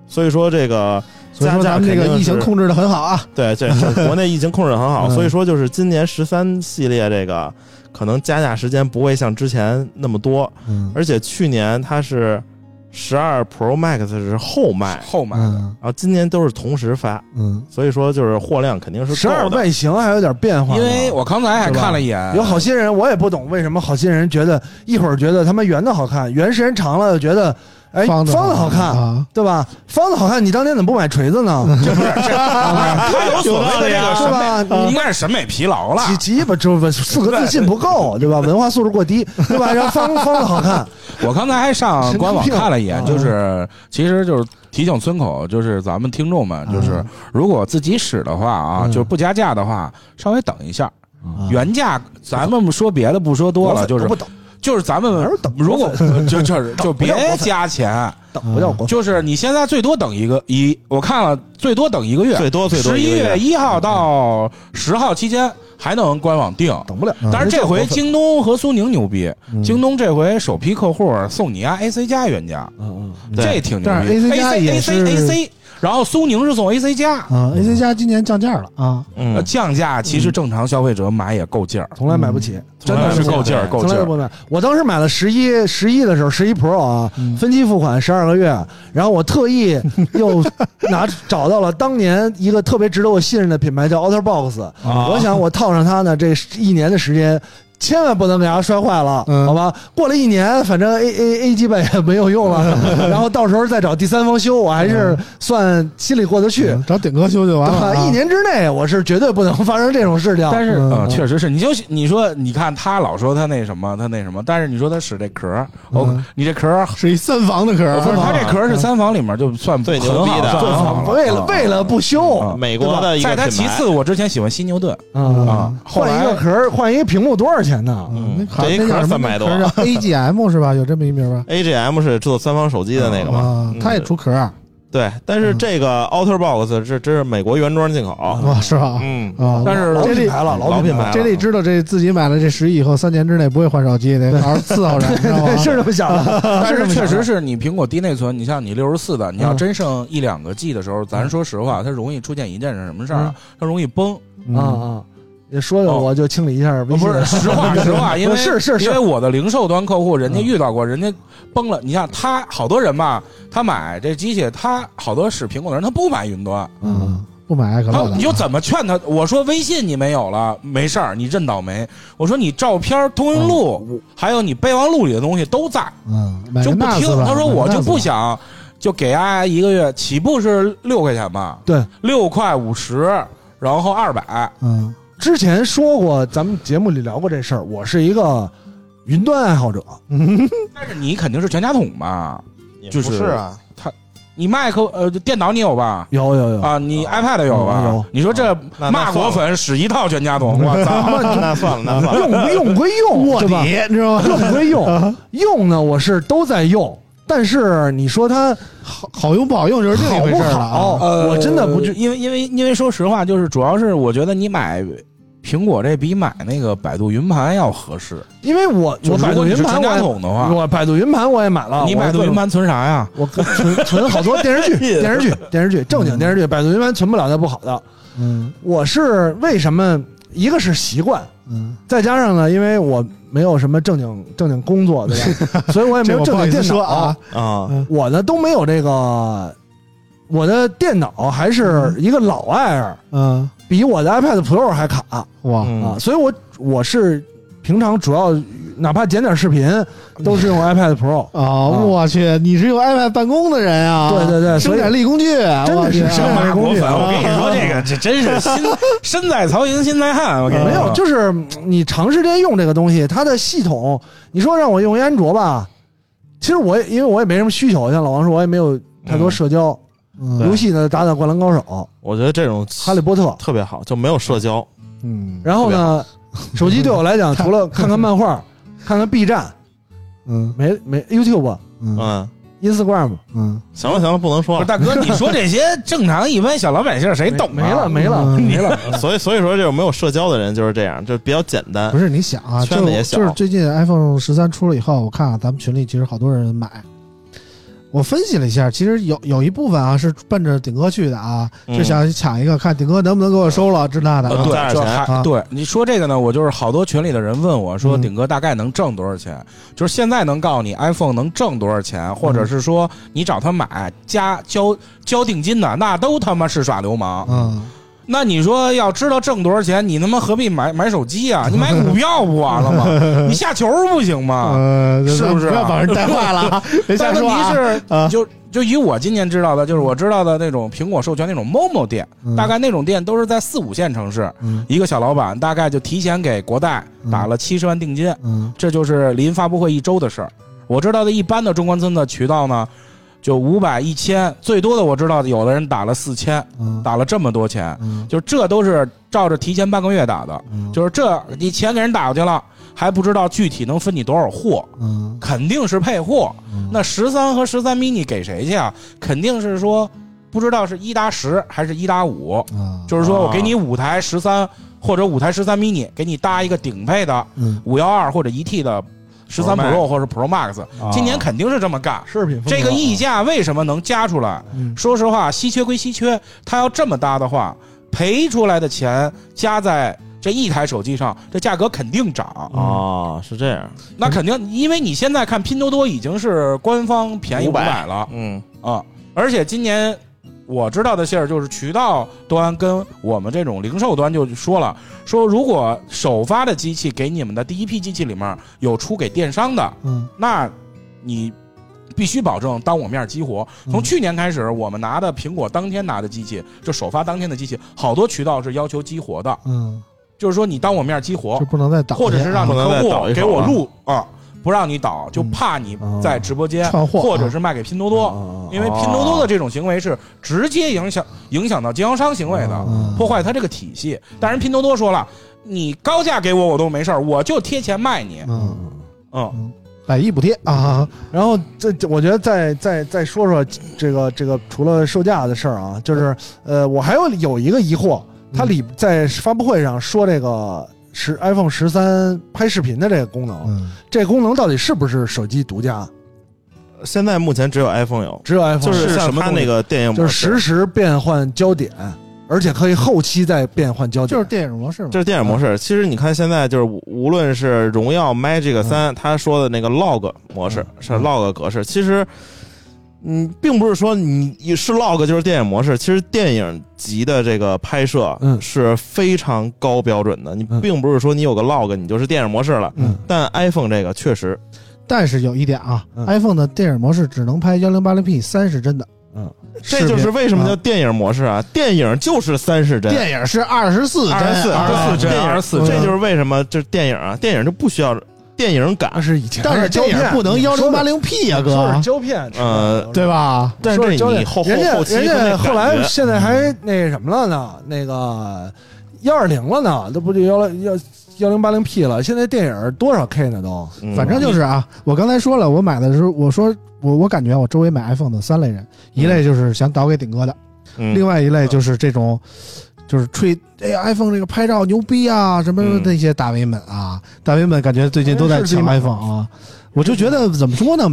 Speaker 3: 所以说这个
Speaker 2: 所以
Speaker 3: 加
Speaker 2: 说
Speaker 3: 价
Speaker 2: 咱们
Speaker 3: 肯
Speaker 2: 这
Speaker 3: 定
Speaker 2: 个疫情
Speaker 3: 是
Speaker 2: 控制的很好啊。
Speaker 3: 对 对，这国内疫情控制得很
Speaker 2: 嗯
Speaker 3: 好，所以说就是今年十三系列这个可能加价时间不会像之前那么多，
Speaker 2: 嗯
Speaker 3: 而且去年它是十二 Pro Max 是后卖，
Speaker 5: 后买的。
Speaker 2: 嗯
Speaker 3: 然后今年都是同时发，
Speaker 2: 嗯
Speaker 3: 所以说就是货量肯定是
Speaker 4: 嗯十二
Speaker 3: 够的。
Speaker 4: 外形还有点变化呢，
Speaker 5: 因为我刚才还看了一眼，
Speaker 4: 有好些人，我也不懂为什么好些人觉得一会儿觉得他妈圆的好看，圆时间长了又觉得哎
Speaker 2: 方
Speaker 4: 方
Speaker 2: 的
Speaker 4: 好看，
Speaker 2: 啊，
Speaker 4: 对吧？方的好看，你当年怎么不买锤子呢？
Speaker 3: 嗯
Speaker 5: 他有所谓的这个
Speaker 4: 啊 是
Speaker 5: 审美，
Speaker 4: 吧？
Speaker 5: 应该是审美疲劳了。
Speaker 4: 几鸡巴就是四个自信不够，对吧？文化素质过低，对吧？然后方方的好看，
Speaker 5: 我刚才还上官网看了一眼，
Speaker 4: 神经
Speaker 5: 就
Speaker 4: 病
Speaker 5: 是其实就是提醒村口，就是咱们听众们，就是如果自己使的话啊，
Speaker 4: 嗯
Speaker 5: 就是不加价的话，稍微等一下。
Speaker 2: 啊
Speaker 5: 原价，咱们说别的不说多了，就是
Speaker 4: 我不懂，
Speaker 5: 就是咱
Speaker 4: 哪
Speaker 5: 们
Speaker 4: 有等
Speaker 5: 如果就 就是就别加钱，
Speaker 4: 等嗯不叫
Speaker 3: 嗯
Speaker 4: 过分。
Speaker 5: 就是你现在最多等一个一，我看了最多等一个
Speaker 2: 啊
Speaker 5: 月，
Speaker 3: 最多最多
Speaker 5: 十
Speaker 3: 一
Speaker 5: 一
Speaker 3: 个
Speaker 5: 月一号到十号期间还能官网订。
Speaker 4: 等不了，嗯
Speaker 5: 但是这回
Speaker 4: 京
Speaker 5: 京东和苏宁牛逼，
Speaker 3: 嗯
Speaker 5: 京东这回首批客户送你家 AC 加原价，
Speaker 4: 嗯嗯，
Speaker 3: 对
Speaker 5: 这挺牛
Speaker 2: 但是
Speaker 5: 逼。
Speaker 2: AC 加
Speaker 5: AC
Speaker 2: 也
Speaker 5: AC
Speaker 2: 是
Speaker 5: AC，然后苏宁是送 AC 加，
Speaker 2: 啊，AC 加今年降价了啊，
Speaker 5: 呃
Speaker 3: 嗯，
Speaker 5: 降价其实正常消费者买也够劲儿，
Speaker 4: 从来买不起，
Speaker 5: 真的是够劲儿，
Speaker 3: 对
Speaker 5: 够
Speaker 4: 从
Speaker 5: 劲
Speaker 4: 来
Speaker 5: 儿
Speaker 4: 不。买。我当时买了十一十一的时候，十一 Pro 啊，
Speaker 2: 嗯
Speaker 4: 分期付款十二个月，然后我特意又拿找到了当年一个特别值得我信任的品牌叫 OtterBox，、
Speaker 2: 啊
Speaker 4: 我想我套上它呢，这一年的时间。千万不能给它摔坏了，
Speaker 2: 嗯
Speaker 4: 好吧？过了一年，反正 A A A 基本也没有用了，然后到时候再找第三方修，我还是算心里过得去。
Speaker 2: 嗯找顶哥修就完了
Speaker 4: 对吧
Speaker 2: 啊。
Speaker 4: 一年之内我是绝对不能发生这种事情。
Speaker 5: 但是，
Speaker 2: 嗯
Speaker 5: 嗯，
Speaker 2: 嗯
Speaker 5: 确实是，你就你说，你看他老说他那什么，他那什么，但是你说他使这壳儿，哦
Speaker 2: 嗯，
Speaker 5: 你这壳儿，
Speaker 2: 是一三防的壳儿，
Speaker 5: 不是他这壳儿是
Speaker 2: 嗯
Speaker 5: 三防里面就算
Speaker 3: 最
Speaker 5: 很
Speaker 3: 牛逼
Speaker 5: 好
Speaker 3: 的
Speaker 5: 算
Speaker 3: 最
Speaker 5: 很好了
Speaker 4: 啊为
Speaker 5: 嗯
Speaker 4: 了为了不修
Speaker 5: 嗯
Speaker 3: 美国的一个
Speaker 5: 在它
Speaker 3: 品
Speaker 5: 其
Speaker 3: 牌
Speaker 5: 次，我之前喜欢犀牛顿
Speaker 2: 嗯
Speaker 5: 啊，后
Speaker 4: 换一个
Speaker 5: 来
Speaker 4: 壳儿，换一个屏幕多少钱呢？
Speaker 2: 嗯
Speaker 3: 嗯
Speaker 2: 那好
Speaker 3: 这一
Speaker 2: 那
Speaker 3: 壳
Speaker 2: 叫
Speaker 3: 儿
Speaker 2: 什么
Speaker 3: 300多
Speaker 2: 壳儿 叫 AGM 是吧？有这么一名吧？
Speaker 3: AGM 是做三方手机的那个嘛
Speaker 2: 啊，，他也
Speaker 3: 嗯
Speaker 2: 出壳儿啊，
Speaker 3: 对，但是
Speaker 2: 嗯
Speaker 3: 这个 OtterBox 这这是美国原装进
Speaker 4: 啊
Speaker 3: 口，
Speaker 2: 哇，是吧？
Speaker 3: 嗯，
Speaker 2: 啊，
Speaker 5: 但是
Speaker 4: 老
Speaker 2: 这
Speaker 4: 品
Speaker 2: 里
Speaker 4: 牌了，老
Speaker 3: 老
Speaker 4: 品
Speaker 3: 品牌了
Speaker 2: 这里知道这自己买了这十亿以后，三年之内不会换手机，得 好好伺候着，你知道吗？
Speaker 4: 牌是这么想的。
Speaker 5: 但是
Speaker 4: 啊是这么想
Speaker 5: 确
Speaker 4: 的
Speaker 5: 实是你苹果低内存，你像你六十四的，你要
Speaker 2: 嗯
Speaker 5: 真剩一两个 G 的时候，
Speaker 4: 嗯
Speaker 5: 咱说实话，它容易出现一件什么事儿啊？它容易崩。
Speaker 2: 嗯
Speaker 4: 啊啊！也说的
Speaker 5: 哦
Speaker 4: 我就清理一下微
Speaker 5: 不
Speaker 4: 信，
Speaker 5: 是 实话实话，因为
Speaker 4: 是是嗯是
Speaker 5: 因为我的零售端客户，人家遇到过，人家崩了。你像他好多人吧，他买这机器，他好多使苹果的人，他不买云端，
Speaker 4: 啊
Speaker 2: 嗯，不买可
Speaker 5: 他
Speaker 2: 乐的，
Speaker 5: 你就怎么劝他？我说微信你没有了，没事儿，你认倒霉。我说你照片、通讯
Speaker 4: 嗯
Speaker 5: 录，还有你备忘录里的东西都在，
Speaker 2: 嗯，买
Speaker 5: 就
Speaker 2: 个
Speaker 5: 不
Speaker 2: NAS
Speaker 5: 听。
Speaker 2: 吧
Speaker 5: 他说
Speaker 2: 买个
Speaker 5: 我就
Speaker 2: NAS
Speaker 5: 不
Speaker 2: 吧
Speaker 5: 想，就给丫一个月起步是六块钱吧，
Speaker 4: 对，
Speaker 5: 六块五十，然后二百，
Speaker 2: 嗯
Speaker 4: 之前说过，咱们节目里聊过这事儿。我是一个云端爱好者，
Speaker 5: 但是你肯定是全家桶嘛。
Speaker 3: 也
Speaker 5: 就是
Speaker 3: 不是啊，
Speaker 5: 你 Mac 呃电脑你有吧？
Speaker 4: 有有有，
Speaker 5: 啊，你
Speaker 3: 有啊
Speaker 5: iPad 有吧？
Speaker 4: 有有
Speaker 5: 你说这
Speaker 3: 那
Speaker 5: 骂国粉使一套全家桶，我操！
Speaker 3: 那算了，那算了，
Speaker 4: 用不用归用，对吧？
Speaker 2: 底，你知道吗？
Speaker 4: 用归用，用呢我是都在用，但是你说它
Speaker 2: 好好用不好用就是另一回事儿了
Speaker 4: 好
Speaker 2: 啊
Speaker 4: 不好 我真的不
Speaker 5: 就
Speaker 4: 知
Speaker 5: 呃因为因为因为说实话，就是主要是我觉得你买苹果这比买那个百度云盘要合适。
Speaker 4: 因为我
Speaker 5: 就
Speaker 4: 我
Speaker 5: 如
Speaker 4: 百
Speaker 5: 果
Speaker 4: 度
Speaker 5: 你
Speaker 4: 云
Speaker 5: 是
Speaker 4: 盘
Speaker 5: 全
Speaker 4: 我
Speaker 5: 家
Speaker 4: 也
Speaker 5: 桶的话，
Speaker 4: 我百度云盘我也买了，
Speaker 5: 你
Speaker 4: 我
Speaker 5: 百度
Speaker 4: 各
Speaker 5: 云
Speaker 4: 种
Speaker 5: 盘存啥呀？
Speaker 4: 我存存好多电视剧、电视剧、电视剧，正经电视剧，百度云盘存不了那不好的。
Speaker 2: 嗯
Speaker 4: 我是为什么？一个是习惯，
Speaker 2: 嗯，
Speaker 4: 再加上呢，因为我没有什么正经正经工作，对吧？所以我也没
Speaker 2: 这
Speaker 4: 有
Speaker 2: 我不
Speaker 4: 正
Speaker 2: 好
Speaker 4: 经
Speaker 2: 意思
Speaker 4: 电
Speaker 2: 说
Speaker 4: 脑
Speaker 2: 啊，
Speaker 3: 啊，
Speaker 4: 我呢都没有这个，我的电脑还是一个老 Air，
Speaker 2: 嗯
Speaker 4: 比我的 iPad Pro 还卡啊，
Speaker 2: 哇，
Speaker 3: 嗯
Speaker 4: 所以我我是平常主要哪怕剪点视频，都是用 iPad Pro。
Speaker 2: 啊，我去，你是用 iPad 办公的人啊？
Speaker 4: 对对对所
Speaker 2: 生
Speaker 4: 以
Speaker 2: 产力工具，真
Speaker 4: 的是生产力
Speaker 5: 骂国
Speaker 4: 工具
Speaker 5: 粉，
Speaker 4: 啊
Speaker 5: 我跟你说，这个这真是 心身在曹营心在汉。我跟你说，
Speaker 4: 没有，就是嗯你长时间用这个东西，它的系统，你说让我用一安卓吧，其实我也因为我也没什么需求，像老王说，我也没有太多社交，
Speaker 2: 嗯
Speaker 4: 游戏呢打打灌篮高手、
Speaker 3: 我觉得这种
Speaker 4: 哈利波特，
Speaker 3: 特别好，就没有社交，
Speaker 2: 嗯
Speaker 4: 然后
Speaker 3: 特别
Speaker 4: 呢，手机对我来讲，除了看看漫画、看看 B 站，
Speaker 2: 嗯
Speaker 4: 没没 YouTube、
Speaker 2: 嗯
Speaker 3: 嗯，
Speaker 4: Instagram
Speaker 2: 嗯，
Speaker 3: 行了行了，不能
Speaker 5: 不
Speaker 3: 说
Speaker 5: 是
Speaker 3: 了，
Speaker 5: 大 哥，你说这些正常一般小老百姓谁懂啊？
Speaker 4: 没了没了
Speaker 2: 嗯
Speaker 4: 没了，
Speaker 3: 所以所以说这种没有社交的人就是这样，就比较简单
Speaker 2: 不，是你想 啊，
Speaker 3: 圈
Speaker 2: 就
Speaker 3: 子
Speaker 2: 是
Speaker 3: 也小
Speaker 2: 就是最近 iPhone 十三出了以后，我看啊，咱们群里其实好多人买。我分析了一下，其实有有一部分啊是奔着顶哥去的啊，
Speaker 3: 嗯
Speaker 2: 就想抢一个，看顶哥能不能给我收了，这那的
Speaker 3: 呃
Speaker 2: 啊。
Speaker 5: 对，
Speaker 3: 对 多
Speaker 5: 就
Speaker 3: 少钱
Speaker 5: 还
Speaker 2: 啊
Speaker 5: 对你说这个呢，我就是好多群里的人问我说，
Speaker 2: 嗯
Speaker 5: 顶哥大概能挣多少钱？就是现在能告诉你 iPhone 能挣多少钱，或
Speaker 4: 嗯
Speaker 5: 者是说你找他买加交交定金的，那都他妈是耍流氓。
Speaker 2: 嗯，
Speaker 5: 那你说要知道挣多少钱，你他妈何必买买手机啊？你买股票不完了 吗？你下球不行吗？
Speaker 2: 呃，
Speaker 5: 是不是啊
Speaker 2: 咱不要把人带坏了 啊，别瞎
Speaker 5: 但问
Speaker 2: 说啊。
Speaker 5: 题
Speaker 2: 啊
Speaker 5: 是，就就以我今年知道的，就是我知道的那种苹果授权那种 MOMO 店，
Speaker 2: 嗯
Speaker 5: 大概那种店都是在四五线城市，
Speaker 2: 嗯
Speaker 5: 一个小老板大概就提前给国代
Speaker 2: 嗯
Speaker 5: 打了七十万定金，
Speaker 2: 嗯
Speaker 5: 这就是临发布会一周的事儿。我知道的一般的中关村的渠道呢，就五百、一千，最多的我知道有的人打了四千，
Speaker 2: 嗯
Speaker 5: 打了这么多钱，
Speaker 2: 嗯
Speaker 5: 就这都是照着提前半个月打的，
Speaker 2: 嗯
Speaker 5: 就是这你钱给人打过去了，还不知道具体能分你多少货，
Speaker 2: 嗯
Speaker 5: 肯定是配货。
Speaker 2: 嗯
Speaker 5: 那十三和十三 mini 给谁去啊？肯定是说不知道是一打十还是一打五，
Speaker 2: 啊
Speaker 5: 就是说我给你五台十三或者五台十三 mini，给你搭一个顶配的
Speaker 2: 嗯
Speaker 5: 五幺二或者一 T 的十三 Pro 或者 Pro Max，今年肯定是这么干。
Speaker 4: 饰啊品风格
Speaker 5: 这个溢价为什么能加出来？
Speaker 4: 嗯
Speaker 5: 说实话，稀缺归稀缺，它要这么搭的话，赔出来的钱加在这一台手机上，这价格肯定涨。
Speaker 3: 啊，是这样，
Speaker 5: 那肯定，因为你现在看拼多多已经是官方便宜五百
Speaker 3: 500
Speaker 5: 了
Speaker 3: 嗯
Speaker 5: 啊，而且今年我知道的信儿就是渠道端跟我们这种零售端就说了，说如果首发的机器给你们的第一批机器里面有出给电商的，
Speaker 4: 嗯
Speaker 5: 那你必须保证当我面激活。从
Speaker 4: 嗯
Speaker 5: 去年开始，我们拿的苹果当天拿的机器，就首发当天的机器，好多渠道是要求激活的，
Speaker 4: 嗯
Speaker 5: 就是说你当我面激活
Speaker 2: 就，不能再啊打，
Speaker 5: 哦或者是让你
Speaker 3: 不能
Speaker 5: 客
Speaker 3: 再
Speaker 5: 户
Speaker 3: 倒一手
Speaker 5: 给我录啊，不让你导，就
Speaker 4: 啊嗯
Speaker 5: 怕你在直播间
Speaker 2: 串货啊
Speaker 5: 或者是卖给拼多多，
Speaker 4: 多
Speaker 5: 因为拼多多的这种行为是直接影响影响到经销商行为的，
Speaker 4: 啊
Speaker 2: 嗯
Speaker 5: 破坏它这个体系。但是拼多多说了，你高价给我我都没事儿，我就贴钱卖你。
Speaker 2: 嗯，
Speaker 4: 嗯。
Speaker 5: 嗯，
Speaker 2: 百亿补贴
Speaker 5: 哦
Speaker 2: 啊，
Speaker 4: 然后这这我觉得再再再说说这个这个除了售价的事儿啊，就是呃，我还有有一个疑惑，它里在发布会上说这个十 iPhone 十三拍视频的这个功能，
Speaker 2: 嗯，
Speaker 4: 这功能到底是不是手机独家？
Speaker 3: 现在目前只有 iPhone 有，
Speaker 4: 只有 iPhone
Speaker 3: 就是
Speaker 4: 有
Speaker 3: 像它那个电影
Speaker 4: 就
Speaker 3: 模式，
Speaker 4: 是实时变换焦点，而且可以后期再变换焦点，
Speaker 2: 就是电影模式嘛
Speaker 3: 这，是电影模式。其实你看现在就是无无论是荣耀 Magic 三，他说的那个 log 模式是 log 格式，其实。嗯，并不是说你你是 log 就是电影模式，其实电影级的这个拍摄
Speaker 4: 嗯
Speaker 3: 是非常高标准的。你
Speaker 4: 嗯
Speaker 3: 并不是说你有个 log 你就是电影模式了，
Speaker 4: 嗯
Speaker 3: 但 iPhone 这个确实
Speaker 2: 但是有一点啊
Speaker 4: 嗯
Speaker 2: ，iPhone 的电影模式只能拍幺零八零 P 三是真的，
Speaker 4: 嗯，
Speaker 3: 这就是为什么叫
Speaker 2: 啊
Speaker 3: 电影模式啊！电影就是三十帧，
Speaker 2: 电影是二十四帧，
Speaker 3: 24
Speaker 2: 啊
Speaker 3: 24
Speaker 5: 针，
Speaker 3: 对
Speaker 5: 二十四
Speaker 2: 嗯
Speaker 3: 这
Speaker 5: 针，
Speaker 3: 就是为什么就是电影啊，电影就不需要电影
Speaker 4: 那
Speaker 3: 感，
Speaker 4: 是以前的
Speaker 2: 但是
Speaker 4: 胶
Speaker 2: 电
Speaker 4: 片
Speaker 2: 影不能幺零八零 P 呀，
Speaker 4: 说
Speaker 2: 哥
Speaker 4: 是，胶片，
Speaker 3: 呃
Speaker 2: 对？吧？
Speaker 3: 但是
Speaker 4: 说
Speaker 3: 这
Speaker 4: 是胶
Speaker 3: 你
Speaker 4: 片
Speaker 3: 后后
Speaker 4: 人家
Speaker 3: 后期
Speaker 4: 人
Speaker 3: 和那感
Speaker 4: 家后来
Speaker 3: 觉嗯
Speaker 4: 现在还那什么了呢？那个幺二零了呢，这不就幺零幺幺零八零 P 了？现在电影多少 K 呢都？
Speaker 3: 嗯
Speaker 2: 反正就是啊，我刚才说了，我买的时候，我说我我感觉啊我周围买 iPhone 的三类人，一类就是想倒给顶哥的，
Speaker 3: 嗯
Speaker 2: 另外一类就是这种，
Speaker 4: 嗯
Speaker 2: 就是吹哎呀 iPhone 这个拍照牛逼啊，什么
Speaker 3: 嗯
Speaker 2: 那些大 V 们啊，大 V 们感觉最近都在
Speaker 4: 哎是自己
Speaker 2: 抢
Speaker 4: 买
Speaker 2: iPhone 啊，我就觉得怎么说呢，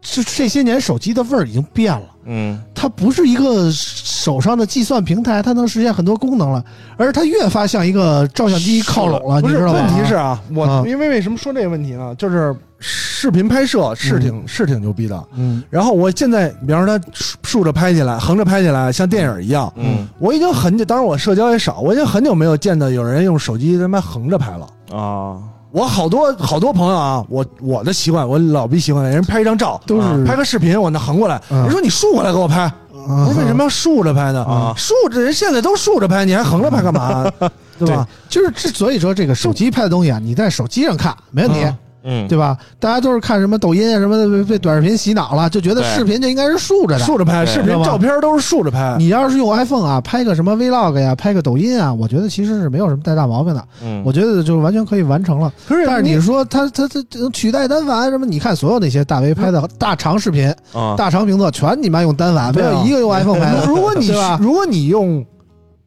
Speaker 2: 这这些年手机的味儿已经变了。
Speaker 3: 嗯
Speaker 2: 它不是一个手上的计算平台，它能实现很多功能了，而它越发向一个照相机靠拢了，
Speaker 4: 不
Speaker 2: 你
Speaker 4: 是，
Speaker 2: 知道吗？
Speaker 4: 问题是啊，我、
Speaker 2: 啊
Speaker 4: 因为为什么说这个问题呢？就是视频拍摄是挺、是挺牛逼的。
Speaker 2: 嗯，
Speaker 4: 然后我现在，比方说它竖竖着拍起来，横着拍起来，像电影一样。
Speaker 3: 嗯
Speaker 4: 我已经很久，当然我社交也少，我已经很久没有见到有人用手机他妈横着拍了。
Speaker 3: 啊，
Speaker 4: 我好多好多朋友啊，我我的习惯，我老逼习惯了，人拍一张照，啊
Speaker 2: 都是
Speaker 4: 拍个视频，我那横过来，
Speaker 2: 嗯
Speaker 4: 你说你竖过来给我拍，
Speaker 2: 嗯，
Speaker 4: 不是为什么要竖着拍呢？
Speaker 3: 啊
Speaker 4: 竖着人现在都竖着拍，你还横着拍干嘛？对吧？
Speaker 2: 就是这，所以说这个手机拍的东西啊，你在手机上看没问题，
Speaker 4: 嗯
Speaker 3: 嗯
Speaker 2: 对吧？大家都是看什么抖音啊什么的，被被短视频洗脑了，就觉得
Speaker 3: 对
Speaker 2: 视频就应该是竖着的。
Speaker 4: 竖着拍，
Speaker 3: 对
Speaker 4: 视
Speaker 2: 知道
Speaker 4: 频
Speaker 2: 吗
Speaker 4: 照片都是竖着拍。
Speaker 2: 你要是用 iPhone 啊，拍个什么 Vlog 呀、拍个抖音啊，我觉得其实是没有什么太大毛病的，
Speaker 3: 嗯，
Speaker 2: 我觉得就是完全可以完成了。
Speaker 4: 可是
Speaker 2: 但是你说它它它它取代单反啊什么？你看所有那些大 V 拍
Speaker 4: 嗯
Speaker 2: 的大长视频、
Speaker 3: 啊
Speaker 2: 大长评测，全你妈用单反，没
Speaker 4: 对啊
Speaker 2: 有一个 用 iPhone 拍的。
Speaker 4: 如果你
Speaker 2: 对吧
Speaker 4: 如果你用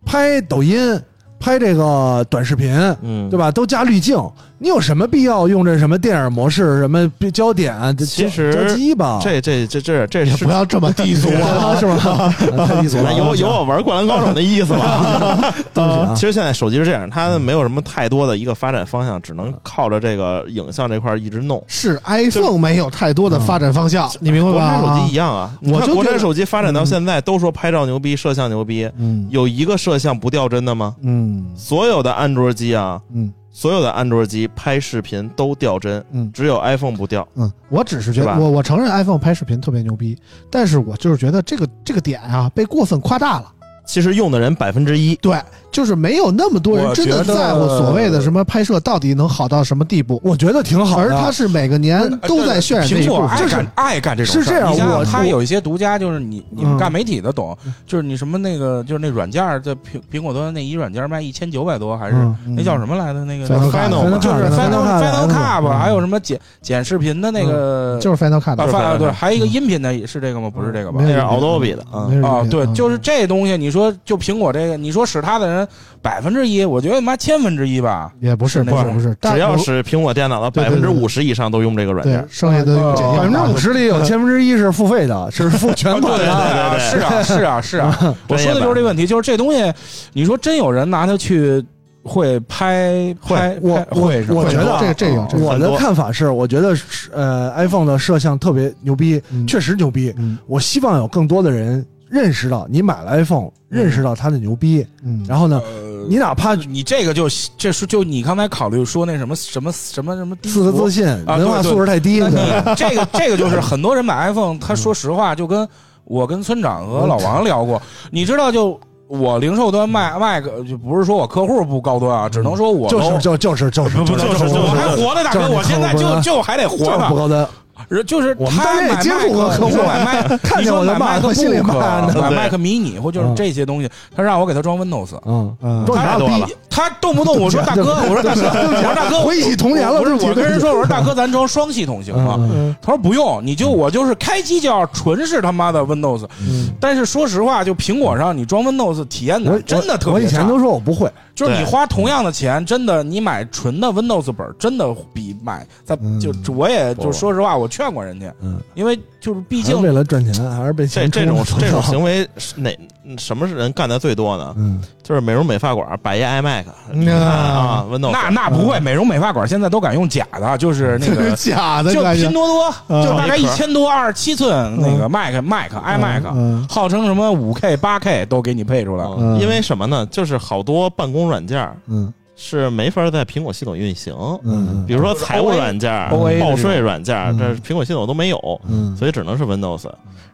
Speaker 4: 拍抖音、拍这个短视频，
Speaker 3: 嗯
Speaker 4: 对吧？都加滤镜，你有什么必要用这什么电影模式、什么焦点、这
Speaker 3: 其实
Speaker 4: 焦机吧？
Speaker 3: 这这这这这
Speaker 2: 也
Speaker 3: 是
Speaker 2: 不要这么低俗 啊，
Speaker 4: 是吧？ 太低俗了，
Speaker 3: 有有我玩灌篮高手的意思 吧？
Speaker 4: 对不起啊
Speaker 3: 其实现在手机是这样，它没有什么太多的一个发展方向，只能靠着这个影像这块儿一直弄。
Speaker 2: 是 iPhone 没有太多的发展方向，你明白
Speaker 3: 嗯国
Speaker 2: 吧？
Speaker 3: 产手机一样啊，你
Speaker 2: 我
Speaker 3: 看
Speaker 2: 就
Speaker 3: 国
Speaker 2: 觉
Speaker 3: 产
Speaker 2: 得
Speaker 3: 手机发展到现在，都说拍照牛逼，摄像牛逼，
Speaker 2: 嗯
Speaker 3: 有一个摄像不掉帧的吗？
Speaker 2: 嗯
Speaker 3: 所有的安卓机啊，
Speaker 2: 嗯
Speaker 3: 所有的安卓机拍视频都掉帧，
Speaker 2: 嗯
Speaker 3: 只有 iPhone 不掉。
Speaker 2: 嗯，我只是觉
Speaker 3: 是吧
Speaker 2: 得，我我承认 iPhone 拍视频特别牛逼，但是我就是觉得这个这个点啊被过分夸大了。
Speaker 3: 其实用的人百分之一，
Speaker 2: 对，就是没有那么多人
Speaker 5: 我
Speaker 2: 真的
Speaker 5: 觉得
Speaker 2: 在乎所谓的什么拍摄到底能好到什么地步，
Speaker 4: 我觉得挺好的。
Speaker 2: 而它是每个年都在渲染这
Speaker 5: 苹
Speaker 2: 一部
Speaker 5: 果
Speaker 2: 分。
Speaker 5: 爱
Speaker 2: 就是
Speaker 5: 干爱干这种事儿
Speaker 4: 是这样
Speaker 5: 你想想
Speaker 4: 我
Speaker 5: 它有一些独家，就是你你们
Speaker 4: 嗯
Speaker 5: 干媒体的懂，就是你什么那个就是那软件儿在苹苹果端那一软件儿卖一千九百多还是
Speaker 4: 嗯
Speaker 5: 哎那叫什么来着？那个
Speaker 2: 嗯 Final
Speaker 3: Cut
Speaker 5: 就是
Speaker 4: 啊
Speaker 5: Final Final Cut 吧，还有
Speaker 4: 么？
Speaker 5: 什么剪剪视频的那个，
Speaker 2: 嗯就是 Final Cut
Speaker 5: 啊
Speaker 2: 的
Speaker 3: 就是
Speaker 5: ，Final-
Speaker 3: Final
Speaker 5: 对，
Speaker 3: Cut
Speaker 5: 还有一个音频的也是这个吗？不是这个吧嗯
Speaker 2: 没
Speaker 3: 那
Speaker 2: 有？
Speaker 3: 是 Adobe 的啊
Speaker 2: 嗯没。有
Speaker 5: 啊，对，就是是这东西，你说就苹果这个，你说使它的人人百分之一，我觉得妈千分之一吧。
Speaker 2: 也不是，
Speaker 5: 是
Speaker 2: 不
Speaker 5: 那
Speaker 2: 是，
Speaker 5: 种
Speaker 2: 不是，大
Speaker 3: 只要
Speaker 2: 有
Speaker 3: 是苹果电脑的
Speaker 2: 对
Speaker 3: 百
Speaker 2: 对
Speaker 3: 分之
Speaker 2: 对
Speaker 3: 五十以上都用这个软
Speaker 2: 对
Speaker 3: 件，
Speaker 2: 剩下的
Speaker 5: 嗯
Speaker 2: 啊用简介
Speaker 4: 百分之五十里有千分之一是付费的，是付全款
Speaker 3: 对
Speaker 4: 的。
Speaker 5: 啊，是啊，是啊，是啊。我说的就是这问题，就是这东西，你说真有人拿它去会拍
Speaker 3: 会
Speaker 5: 拍
Speaker 4: 我
Speaker 5: 拍
Speaker 4: 我
Speaker 5: 会是吧
Speaker 4: 我觉得啊
Speaker 2: 这个这个有这
Speaker 3: 个
Speaker 4: 我
Speaker 3: 很
Speaker 4: 的
Speaker 3: 多
Speaker 4: 看法是，我觉得是呃，iPhone 的摄像特别牛逼，
Speaker 2: 嗯
Speaker 4: 确实牛逼。
Speaker 2: 嗯
Speaker 4: 我希望有更多的人认识到，你买了 iPhone，认识到它的牛逼。
Speaker 2: 嗯，
Speaker 4: 然后呢，
Speaker 5: 呃
Speaker 4: 你哪怕
Speaker 5: 你这个就这是就你刚才考虑说那什么什么什么什么低俗
Speaker 4: 自得自信，
Speaker 5: 啊
Speaker 4: 文
Speaker 5: 对
Speaker 4: 化
Speaker 5: 对
Speaker 4: 素质太低，
Speaker 5: 那
Speaker 4: 对
Speaker 5: 你 这个这个就是很多人买 iPhone，他说实话就跟我跟村长和老王聊过，你知道就我零售端卖卖个就不是说我客户不高端啊，只能说我
Speaker 4: 就是
Speaker 5: 都
Speaker 4: 就就是就是
Speaker 5: 不不
Speaker 4: 就是
Speaker 5: 就是我还活呢，大
Speaker 4: 就是
Speaker 5: 哥，
Speaker 4: 你
Speaker 5: 我现在
Speaker 4: 客户不
Speaker 5: 就
Speaker 4: 高
Speaker 5: 就还得活
Speaker 4: 就是不
Speaker 5: 呢，
Speaker 4: 高端。
Speaker 5: 人就是
Speaker 4: 我们
Speaker 5: 他
Speaker 4: 当然也
Speaker 5: 买
Speaker 4: 接触过
Speaker 5: 麦克
Speaker 4: 客户
Speaker 5: 你买麦，
Speaker 4: 看见我就
Speaker 5: 你说买
Speaker 4: 骂我心里骂呢
Speaker 5: 克，买
Speaker 3: 对
Speaker 5: 麦克迷你或就是这些东西，他让我给他装 Windows，
Speaker 4: 嗯，
Speaker 2: 嗯
Speaker 4: 多
Speaker 3: 太
Speaker 4: 傻
Speaker 3: 多
Speaker 4: 逼
Speaker 3: 了！
Speaker 5: 他动不动我说大哥，我说大哥，我说大哥，
Speaker 4: 回忆起童年了，
Speaker 5: 不是
Speaker 4: 对起
Speaker 5: 我跟人说，我说大，哥，咱装双系统
Speaker 4: 对
Speaker 5: 行
Speaker 4: 不起
Speaker 5: 吗？
Speaker 4: 嗯嗯
Speaker 2: 嗯
Speaker 5: 他说不用，你就我就是开机就要纯是他妈的 Windows。
Speaker 2: 嗯
Speaker 5: 但是说实话，就苹果上你装 Windows 体验
Speaker 4: 我
Speaker 5: 感真的特
Speaker 4: 我以
Speaker 5: 别
Speaker 4: 前
Speaker 5: 差
Speaker 4: 都，说我不会，
Speaker 5: 就是你
Speaker 3: 对
Speaker 5: 花同样的钱，真的你买纯的 Windows 本儿，真的比买在
Speaker 4: 嗯
Speaker 5: 就就我也
Speaker 3: 不
Speaker 5: 就说实话，我劝过人家
Speaker 4: 嗯，
Speaker 5: 因为就是毕
Speaker 4: 还是为
Speaker 5: 竟
Speaker 4: 了赚钱，还是被
Speaker 3: 这
Speaker 4: 钱
Speaker 3: 这种
Speaker 4: 冲
Speaker 3: 这种
Speaker 4: 到
Speaker 3: 行为是哪什么人干的最多呢？
Speaker 4: 嗯，
Speaker 3: 就是美容美发馆摆一 iMac
Speaker 2: 嗯
Speaker 3: 啊，Windows
Speaker 5: 那那不会，
Speaker 4: 嗯
Speaker 5: 美容美发馆现在都敢用假的，就是那
Speaker 2: 这
Speaker 5: 个
Speaker 2: 是。 假的
Speaker 5: 就
Speaker 2: 感觉
Speaker 5: 拼，多多，
Speaker 2: 嗯
Speaker 5: 就大概
Speaker 3: 一
Speaker 5: 一
Speaker 3: 壳
Speaker 5: 千多二十七寸那
Speaker 4: 嗯
Speaker 5: 个 Mac Mac iMac，
Speaker 2: 嗯
Speaker 5: 号称什么五 K 八 K 都给你配
Speaker 3: 哦
Speaker 5: 出来，
Speaker 2: 嗯
Speaker 3: 因为什么呢？就是好多办公软件儿
Speaker 4: 嗯
Speaker 3: 是没法在苹果系统运行，
Speaker 4: 嗯
Speaker 3: 比如说财务软件儿、
Speaker 5: OA
Speaker 3: 报税软件儿，
Speaker 4: 嗯
Speaker 3: 这苹果系统都没有，
Speaker 4: 嗯，
Speaker 3: 所以只能是 Windows。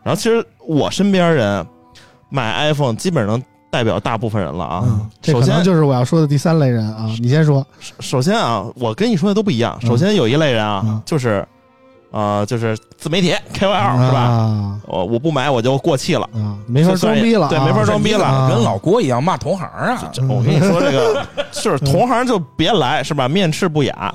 Speaker 3: 然后其实我身边人买 iPhone 基本上代表大部分人了啊
Speaker 4: 嗯。
Speaker 2: 这
Speaker 3: 首
Speaker 2: 可能
Speaker 3: 先，
Speaker 2: 就是我要说的第三类人啊，你先说，
Speaker 3: 首先啊，我跟你说的都不一样。
Speaker 4: 嗯
Speaker 3: 首先有一类人啊
Speaker 4: 嗯，
Speaker 3: 就是呃，就是自媒体 KOL 是吧？
Speaker 2: 啊
Speaker 3: 我我不买我就过气了。
Speaker 2: 啊，没法装逼了啊，
Speaker 3: 对没法装逼了
Speaker 2: 啊
Speaker 5: 跟老郭一样骂同行啊。
Speaker 3: 这我跟你说，这个就是同行就别来，是吧？面斥不雅。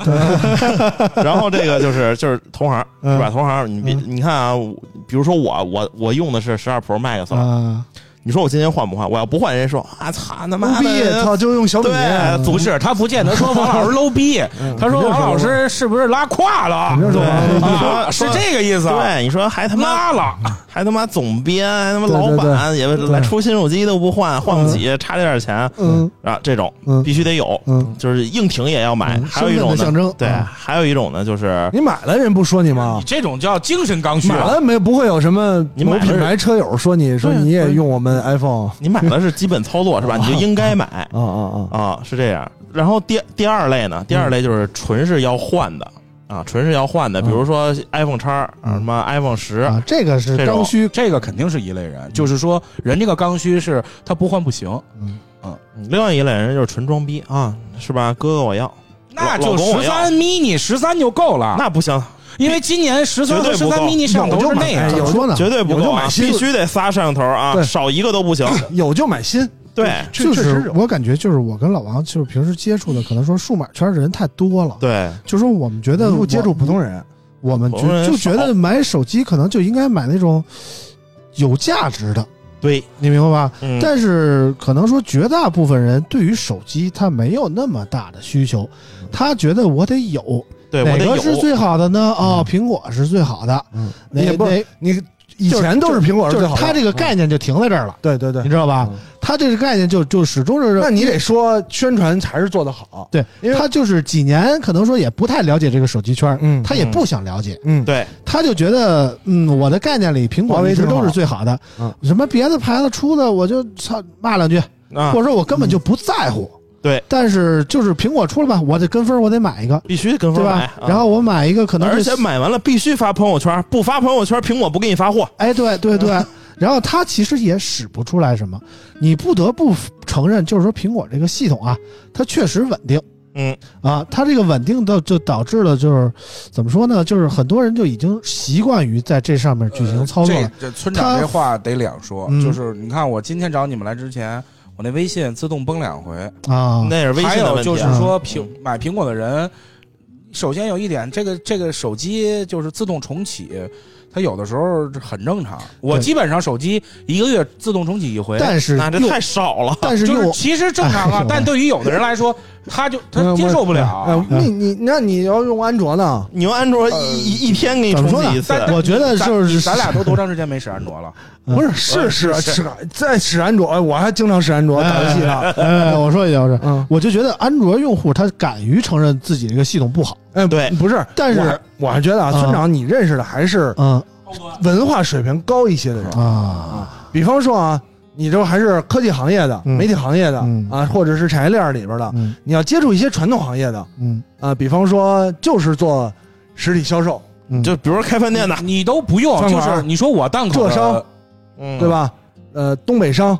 Speaker 3: 然后这个就是就是同行，是吧？
Speaker 2: 嗯
Speaker 3: 同行，你别
Speaker 2: 嗯
Speaker 3: 你看啊，我比如说我我我用的是十二 Pro Max 了，
Speaker 2: 啊，
Speaker 3: 你说我今天换不换？我要不换，人家说啊操，他
Speaker 4: 妈
Speaker 3: 妈
Speaker 4: 逼，
Speaker 3: 的，
Speaker 4: 操，啊就用小米，嗯
Speaker 3: 对，
Speaker 5: 不
Speaker 3: 组织
Speaker 5: 是，他不见得说王老师 low 逼，他嗯说王老师是不是拉胯了？
Speaker 4: 肯定是
Speaker 3: 对
Speaker 4: 吧？
Speaker 5: 啊，是
Speaker 3: 说
Speaker 5: 这个意思。，
Speaker 3: 对，你说还他妈
Speaker 5: 拉了，
Speaker 3: 还他妈总编，还他妈
Speaker 4: 对
Speaker 3: 老
Speaker 4: 对对
Speaker 3: 板也来出新手机都不换，换不起，差这点钱
Speaker 2: 嗯
Speaker 3: 啊，这种
Speaker 2: 嗯
Speaker 3: 必须得有，
Speaker 2: 嗯，
Speaker 3: 就是硬挺也要买。
Speaker 2: 嗯
Speaker 3: 还有一
Speaker 2: 身
Speaker 3: 种
Speaker 2: 份的象
Speaker 3: 呢
Speaker 2: 征，
Speaker 3: 对，
Speaker 2: 嗯
Speaker 3: 还有一种呢，就是
Speaker 4: 你买了人不说你吗
Speaker 5: 你？这种叫精神刚需
Speaker 4: 买
Speaker 5: 啊。
Speaker 4: 了没不会有什么
Speaker 3: 你买
Speaker 4: 某
Speaker 3: 了
Speaker 4: 品牌车友说你说
Speaker 3: 对
Speaker 4: 你也用我们 iPhone
Speaker 3: 你买的是基本操作 是吧？你就应该买
Speaker 4: 啊啊啊！
Speaker 3: 啊，是这样。然后第第二类
Speaker 2: 嗯
Speaker 3: 呢，第二类就是纯是要换的啊，纯是要换
Speaker 2: 嗯
Speaker 3: 的，比如说 iPhone 叉啊，什么 iPhone 十，
Speaker 2: 啊，这个是
Speaker 3: 这种
Speaker 2: 刚需，
Speaker 5: 这个肯定是一类人，就是说人这个刚需是他不换不行，
Speaker 2: 嗯
Speaker 3: 另外一类人就是纯装逼啊，是吧？哥哥我要，
Speaker 5: 那
Speaker 3: 老
Speaker 5: 就
Speaker 3: 公我
Speaker 5: 十
Speaker 3: 要
Speaker 5: 三 mini 十三就够
Speaker 2: 啊
Speaker 5: 了，
Speaker 3: 那不行，
Speaker 5: 因为今年十三
Speaker 3: 绝
Speaker 5: 和
Speaker 3: 对
Speaker 5: 十
Speaker 3: 不够
Speaker 5: 三 mini 摄像头是那
Speaker 4: 哎
Speaker 5: 样的，
Speaker 4: 有
Speaker 2: 怎么说呢？
Speaker 3: 绝对不
Speaker 4: 我
Speaker 3: 够
Speaker 4: 就
Speaker 3: 啊
Speaker 4: 买，新
Speaker 3: 必须得仨摄像头啊，
Speaker 4: 对
Speaker 3: 少一个都不 行。
Speaker 4: 有就买新，
Speaker 3: 对
Speaker 4: 确
Speaker 2: 就
Speaker 4: 确实
Speaker 2: 是
Speaker 4: 有。
Speaker 2: 我感觉就是我跟老王就是平时接触的，可能说数码圈的人太多了，，
Speaker 3: 对，
Speaker 2: 就说我们觉得
Speaker 4: 不接触
Speaker 2: 我
Speaker 4: 普通人，
Speaker 2: 我们
Speaker 3: 普通人
Speaker 2: 觉就觉
Speaker 3: 少
Speaker 2: 得买手机可能就应该买那种有价值的，
Speaker 3: 对，
Speaker 2: 你明白吧？
Speaker 3: 嗯
Speaker 2: 但是可能说绝大部分人对于手机他没有那么大的需求，
Speaker 3: 嗯
Speaker 2: 他觉得我得有，
Speaker 3: 对
Speaker 2: 哪
Speaker 3: 我得
Speaker 2: 个是
Speaker 3: 有。
Speaker 2: 最好的呢？哦，苹果是最好的，
Speaker 4: 嗯，
Speaker 2: 哪
Speaker 4: 也不
Speaker 2: 哪
Speaker 4: 你以前都是苹果是
Speaker 2: 就
Speaker 4: 最
Speaker 2: 是
Speaker 4: 好的，
Speaker 2: 他这个概念就停在这儿了，
Speaker 4: 对对对
Speaker 2: 你，知道吧
Speaker 4: 嗯？
Speaker 2: 他这个概念就就始终是，
Speaker 4: 那你得说宣传还是做得好，
Speaker 2: 对
Speaker 4: 因为
Speaker 2: 他就是几年可能说也不太了解这个手机圈儿，
Speaker 4: 嗯
Speaker 2: 他也不想了解，
Speaker 4: 嗯，
Speaker 3: 对，
Speaker 2: 他就觉得，嗯，我的概念里苹
Speaker 4: 华
Speaker 2: 果
Speaker 4: 为
Speaker 2: 一直
Speaker 4: 挺好
Speaker 2: 都是最好的，
Speaker 4: 嗯
Speaker 2: 什么别的牌子出的我就操骂两句，
Speaker 3: 啊
Speaker 2: 或，者说我根
Speaker 4: 嗯
Speaker 2: 本就不在乎。
Speaker 3: 对，
Speaker 2: 但是就是苹果出了吧，我得跟风，我得买一个，
Speaker 3: 必须
Speaker 2: 对
Speaker 3: 跟风
Speaker 2: 吧
Speaker 3: 买。？啊
Speaker 2: 然后我买一个可能
Speaker 3: 而
Speaker 2: 是
Speaker 3: 且买完了必须发朋友圈，不发朋友圈，苹果不给你发货。
Speaker 2: 哎，对对对。然后它其实也使不出来什么，你不得不承认，就是说苹果这个系统啊，它确实稳定
Speaker 3: 嗯，
Speaker 2: 啊，它这个稳定的就导致了就是怎么说呢，就是很多人就已经习惯于在这上面举行操作
Speaker 5: 呃
Speaker 2: 了。
Speaker 5: 这这村长
Speaker 2: 他
Speaker 5: 这话得两说，
Speaker 2: 嗯
Speaker 5: 就是你看我今天找你们来之前，我那微信自动崩两回。
Speaker 2: 啊，
Speaker 3: 那是微
Speaker 5: 还
Speaker 3: 信的
Speaker 5: 有
Speaker 3: 问
Speaker 5: 就是
Speaker 3: 题啊。
Speaker 5: 说苹买苹果的人，首先有一点，这个这个手机就是自动重启，它有的时候很正常。我
Speaker 2: 对
Speaker 5: 基本上手机一个月自动重启一回，
Speaker 2: 但是
Speaker 3: 那这
Speaker 2: 又
Speaker 3: 太少了。
Speaker 2: 但是
Speaker 5: 就是
Speaker 2: 又
Speaker 5: 其实正常
Speaker 2: 哎
Speaker 5: 啊
Speaker 2: 呦，
Speaker 5: 但对于有的人来说，他就
Speaker 4: 哎
Speaker 5: 他
Speaker 4: 我
Speaker 5: 接受不了
Speaker 4: 哎。，你你那你要用安卓呢？
Speaker 3: 你用安卓一一一天给你
Speaker 2: 呃怎
Speaker 3: 重
Speaker 2: 么说
Speaker 3: 启
Speaker 2: 呢
Speaker 3: 一次，
Speaker 2: 我觉得
Speaker 5: 咱
Speaker 2: 就是
Speaker 5: 咱俩都多长时间没使安卓 了？
Speaker 2: 嗯
Speaker 4: 不是，是使
Speaker 5: 是
Speaker 4: 使在使安卓，哎我还经常使安卓打游戏呢。
Speaker 2: 哎，我说一条是，
Speaker 4: 嗯，
Speaker 2: 我就觉得安卓用户他敢于承认自己这个系统不好，
Speaker 4: 哎，
Speaker 3: 对
Speaker 4: 不是，
Speaker 2: 但是
Speaker 4: 我还我还觉得啊，
Speaker 2: 嗯
Speaker 4: 村长你认识的还是
Speaker 2: 嗯
Speaker 4: 文化水平高一些的人，
Speaker 2: 啊，
Speaker 4: 比方说啊，你这还是科技行业的、
Speaker 2: 嗯
Speaker 4: 媒体行业的
Speaker 2: 嗯
Speaker 4: 啊，或者是产业链里边
Speaker 3: 啊
Speaker 4: 的，
Speaker 2: 嗯
Speaker 4: 你要接触一些传统行业的
Speaker 2: 嗯
Speaker 4: 啊，比方说就是做实体销售，
Speaker 2: 嗯，
Speaker 3: 就比如说开饭店的，
Speaker 5: 你都不用，
Speaker 4: 饭
Speaker 5: 就
Speaker 4: 馆
Speaker 5: 是你说我档口
Speaker 4: 浙商
Speaker 5: 的，
Speaker 3: 嗯
Speaker 4: 对？吧？呃，东北商，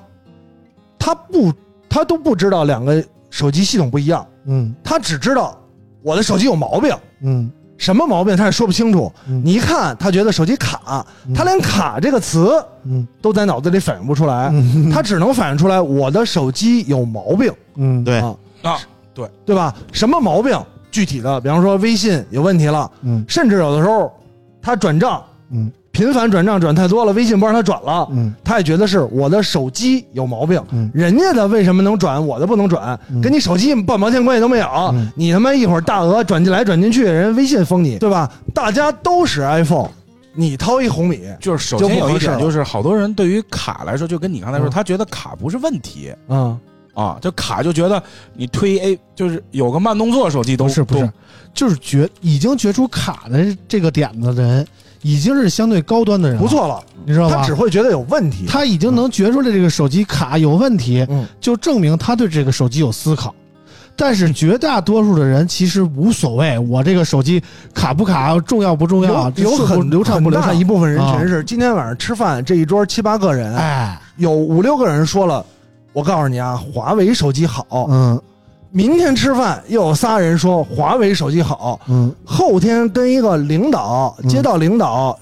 Speaker 4: 他不，他都不知道两个手机系统不一样，
Speaker 2: 嗯
Speaker 4: 他只知道我的手机有毛病，
Speaker 2: 嗯，
Speaker 4: 什么毛病他也说不清楚。
Speaker 2: 嗯
Speaker 4: 你一看，他觉得手机卡，
Speaker 2: 嗯
Speaker 4: 他连卡这个词
Speaker 2: 嗯
Speaker 4: 都在脑子里反应不出来，
Speaker 2: 嗯
Speaker 4: 他只能反映出来我的手机有毛病，
Speaker 2: 嗯
Speaker 3: 对，
Speaker 4: 啊
Speaker 5: 啊，
Speaker 4: 对对吧？什么毛病？具体的，比方说微信有问题了，
Speaker 2: 嗯
Speaker 4: 甚至有的时候他转账
Speaker 2: 嗯
Speaker 4: 频繁转账转太多了，微信不让他转了，
Speaker 2: 嗯
Speaker 4: 他也觉得是我的手机有毛病，
Speaker 2: 嗯
Speaker 4: 人家的为什么能转，我的不能转，
Speaker 2: 嗯
Speaker 4: 跟你手机半毛钱关系都没有，
Speaker 2: 嗯
Speaker 4: 你他妈一会儿大额转进来转进去，人微信封你，对吧？大家都使 iPhone，你掏一红米，
Speaker 5: 就是首
Speaker 4: 就
Speaker 5: 先
Speaker 4: 不
Speaker 5: 有
Speaker 4: 合
Speaker 5: 一
Speaker 4: 适
Speaker 5: 点
Speaker 4: 了
Speaker 5: 就是，好多人对于卡来说，就跟你刚才说，
Speaker 4: 嗯
Speaker 5: 他觉得卡不是问题
Speaker 4: 嗯，
Speaker 5: 啊，就卡就觉得你推 A 就是有个慢动作手机都
Speaker 2: 不是不
Speaker 5: 都
Speaker 2: 是，就是觉已经觉出卡的这个点子的人，已经是相对高端的人，
Speaker 4: 不，错了，
Speaker 2: 你知道
Speaker 4: 他
Speaker 2: 吧
Speaker 4: 只？会觉得有问题，
Speaker 2: 他已经能觉出来这个手机卡有问题，
Speaker 4: 嗯
Speaker 2: 就证明他对这个手机有思考。但是绝大多数的人其实无所谓，我这个手机卡不卡，重要不重要，
Speaker 4: 有有
Speaker 2: 顺不
Speaker 4: 很
Speaker 2: 啊流畅不
Speaker 4: 很
Speaker 2: 流
Speaker 4: 大
Speaker 2: 畅
Speaker 4: 一部分人群
Speaker 2: 啊
Speaker 4: 是今天晚上吃饭这一桌七八个人，
Speaker 2: 哎，
Speaker 4: 有五六个人说了，我告诉你啊，华为手机好。
Speaker 2: 嗯
Speaker 4: 明天吃饭又有仨人说华为手机好，
Speaker 2: 嗯
Speaker 4: 后天跟一个领导，
Speaker 2: 嗯
Speaker 4: 街道领导、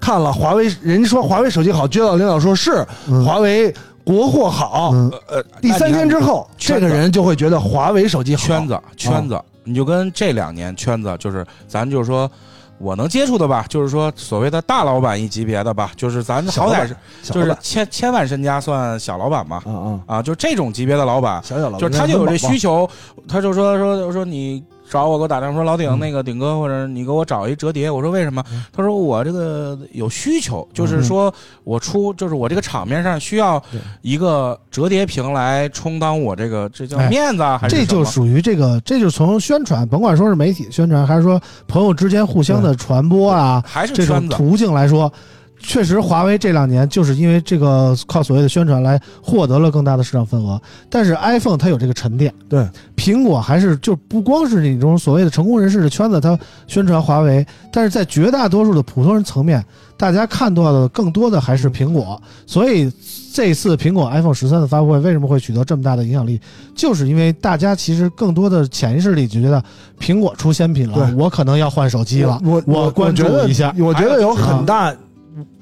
Speaker 4: 看了华为，人家说华为手机好，街道领导说是、
Speaker 2: 嗯，
Speaker 4: 华为国货好。
Speaker 2: 嗯
Speaker 5: 呃呃，
Speaker 4: 第三天之后，哦
Speaker 5: 圈
Speaker 4: 这
Speaker 5: 子
Speaker 4: 个人就会觉得华为手机好。
Speaker 5: 圈子圈子，你就跟这两年圈子，就是咱就是说。我能接触的吧，就是说所谓的大老板一级别的吧，就是咱
Speaker 4: 小老
Speaker 5: 好
Speaker 4: 板
Speaker 5: 歹是
Speaker 4: 小
Speaker 5: 就
Speaker 4: 老
Speaker 5: 是
Speaker 4: 板
Speaker 5: 千千万身家算小老板嘛，
Speaker 4: 啊啊，
Speaker 5: 啊，就这种级别的老板，
Speaker 4: 小小老板
Speaker 5: 就是他就有这需
Speaker 4: 求，
Speaker 5: 求，他就说说说你找我给我打电话说老
Speaker 2: 嗯
Speaker 5: 顶那个顶哥或者你给我找一折叠，我说为什么？
Speaker 4: 嗯
Speaker 5: 他说我这个有需求，就是说我出就是我这个场面上需要
Speaker 2: 对
Speaker 5: 一个折叠屏来充当我这个这叫
Speaker 2: 哎
Speaker 5: 面子啊，还是
Speaker 2: 这
Speaker 5: 什么
Speaker 2: 就属于这个，这就是从宣传，甭管说是媒体宣传，还是说朋友之间互相的传播啊，
Speaker 5: 还是
Speaker 2: 这种
Speaker 5: 圈子。
Speaker 2: 途径来说，确实华为这两年就是因为这个靠所谓的宣传来获得了更大的市场份额。但是 iPhone 它有这个沉淀，
Speaker 4: 对
Speaker 2: 苹果还是就不光是那种所谓的成功人士的圈子，它宣传华为，但是在绝大多数的普通人层面，大家看到的更多的还是苹果，所以。这次苹果 iPhone 十三的发布会为什么会取得这么大的影响力？就是因为大家其实更多的潜意识里就觉得苹果出先品了
Speaker 4: 对，
Speaker 2: 我可能要换手机了。
Speaker 4: 我
Speaker 2: 我关注
Speaker 4: 觉得
Speaker 2: 一下啊
Speaker 4: 我觉得有很大，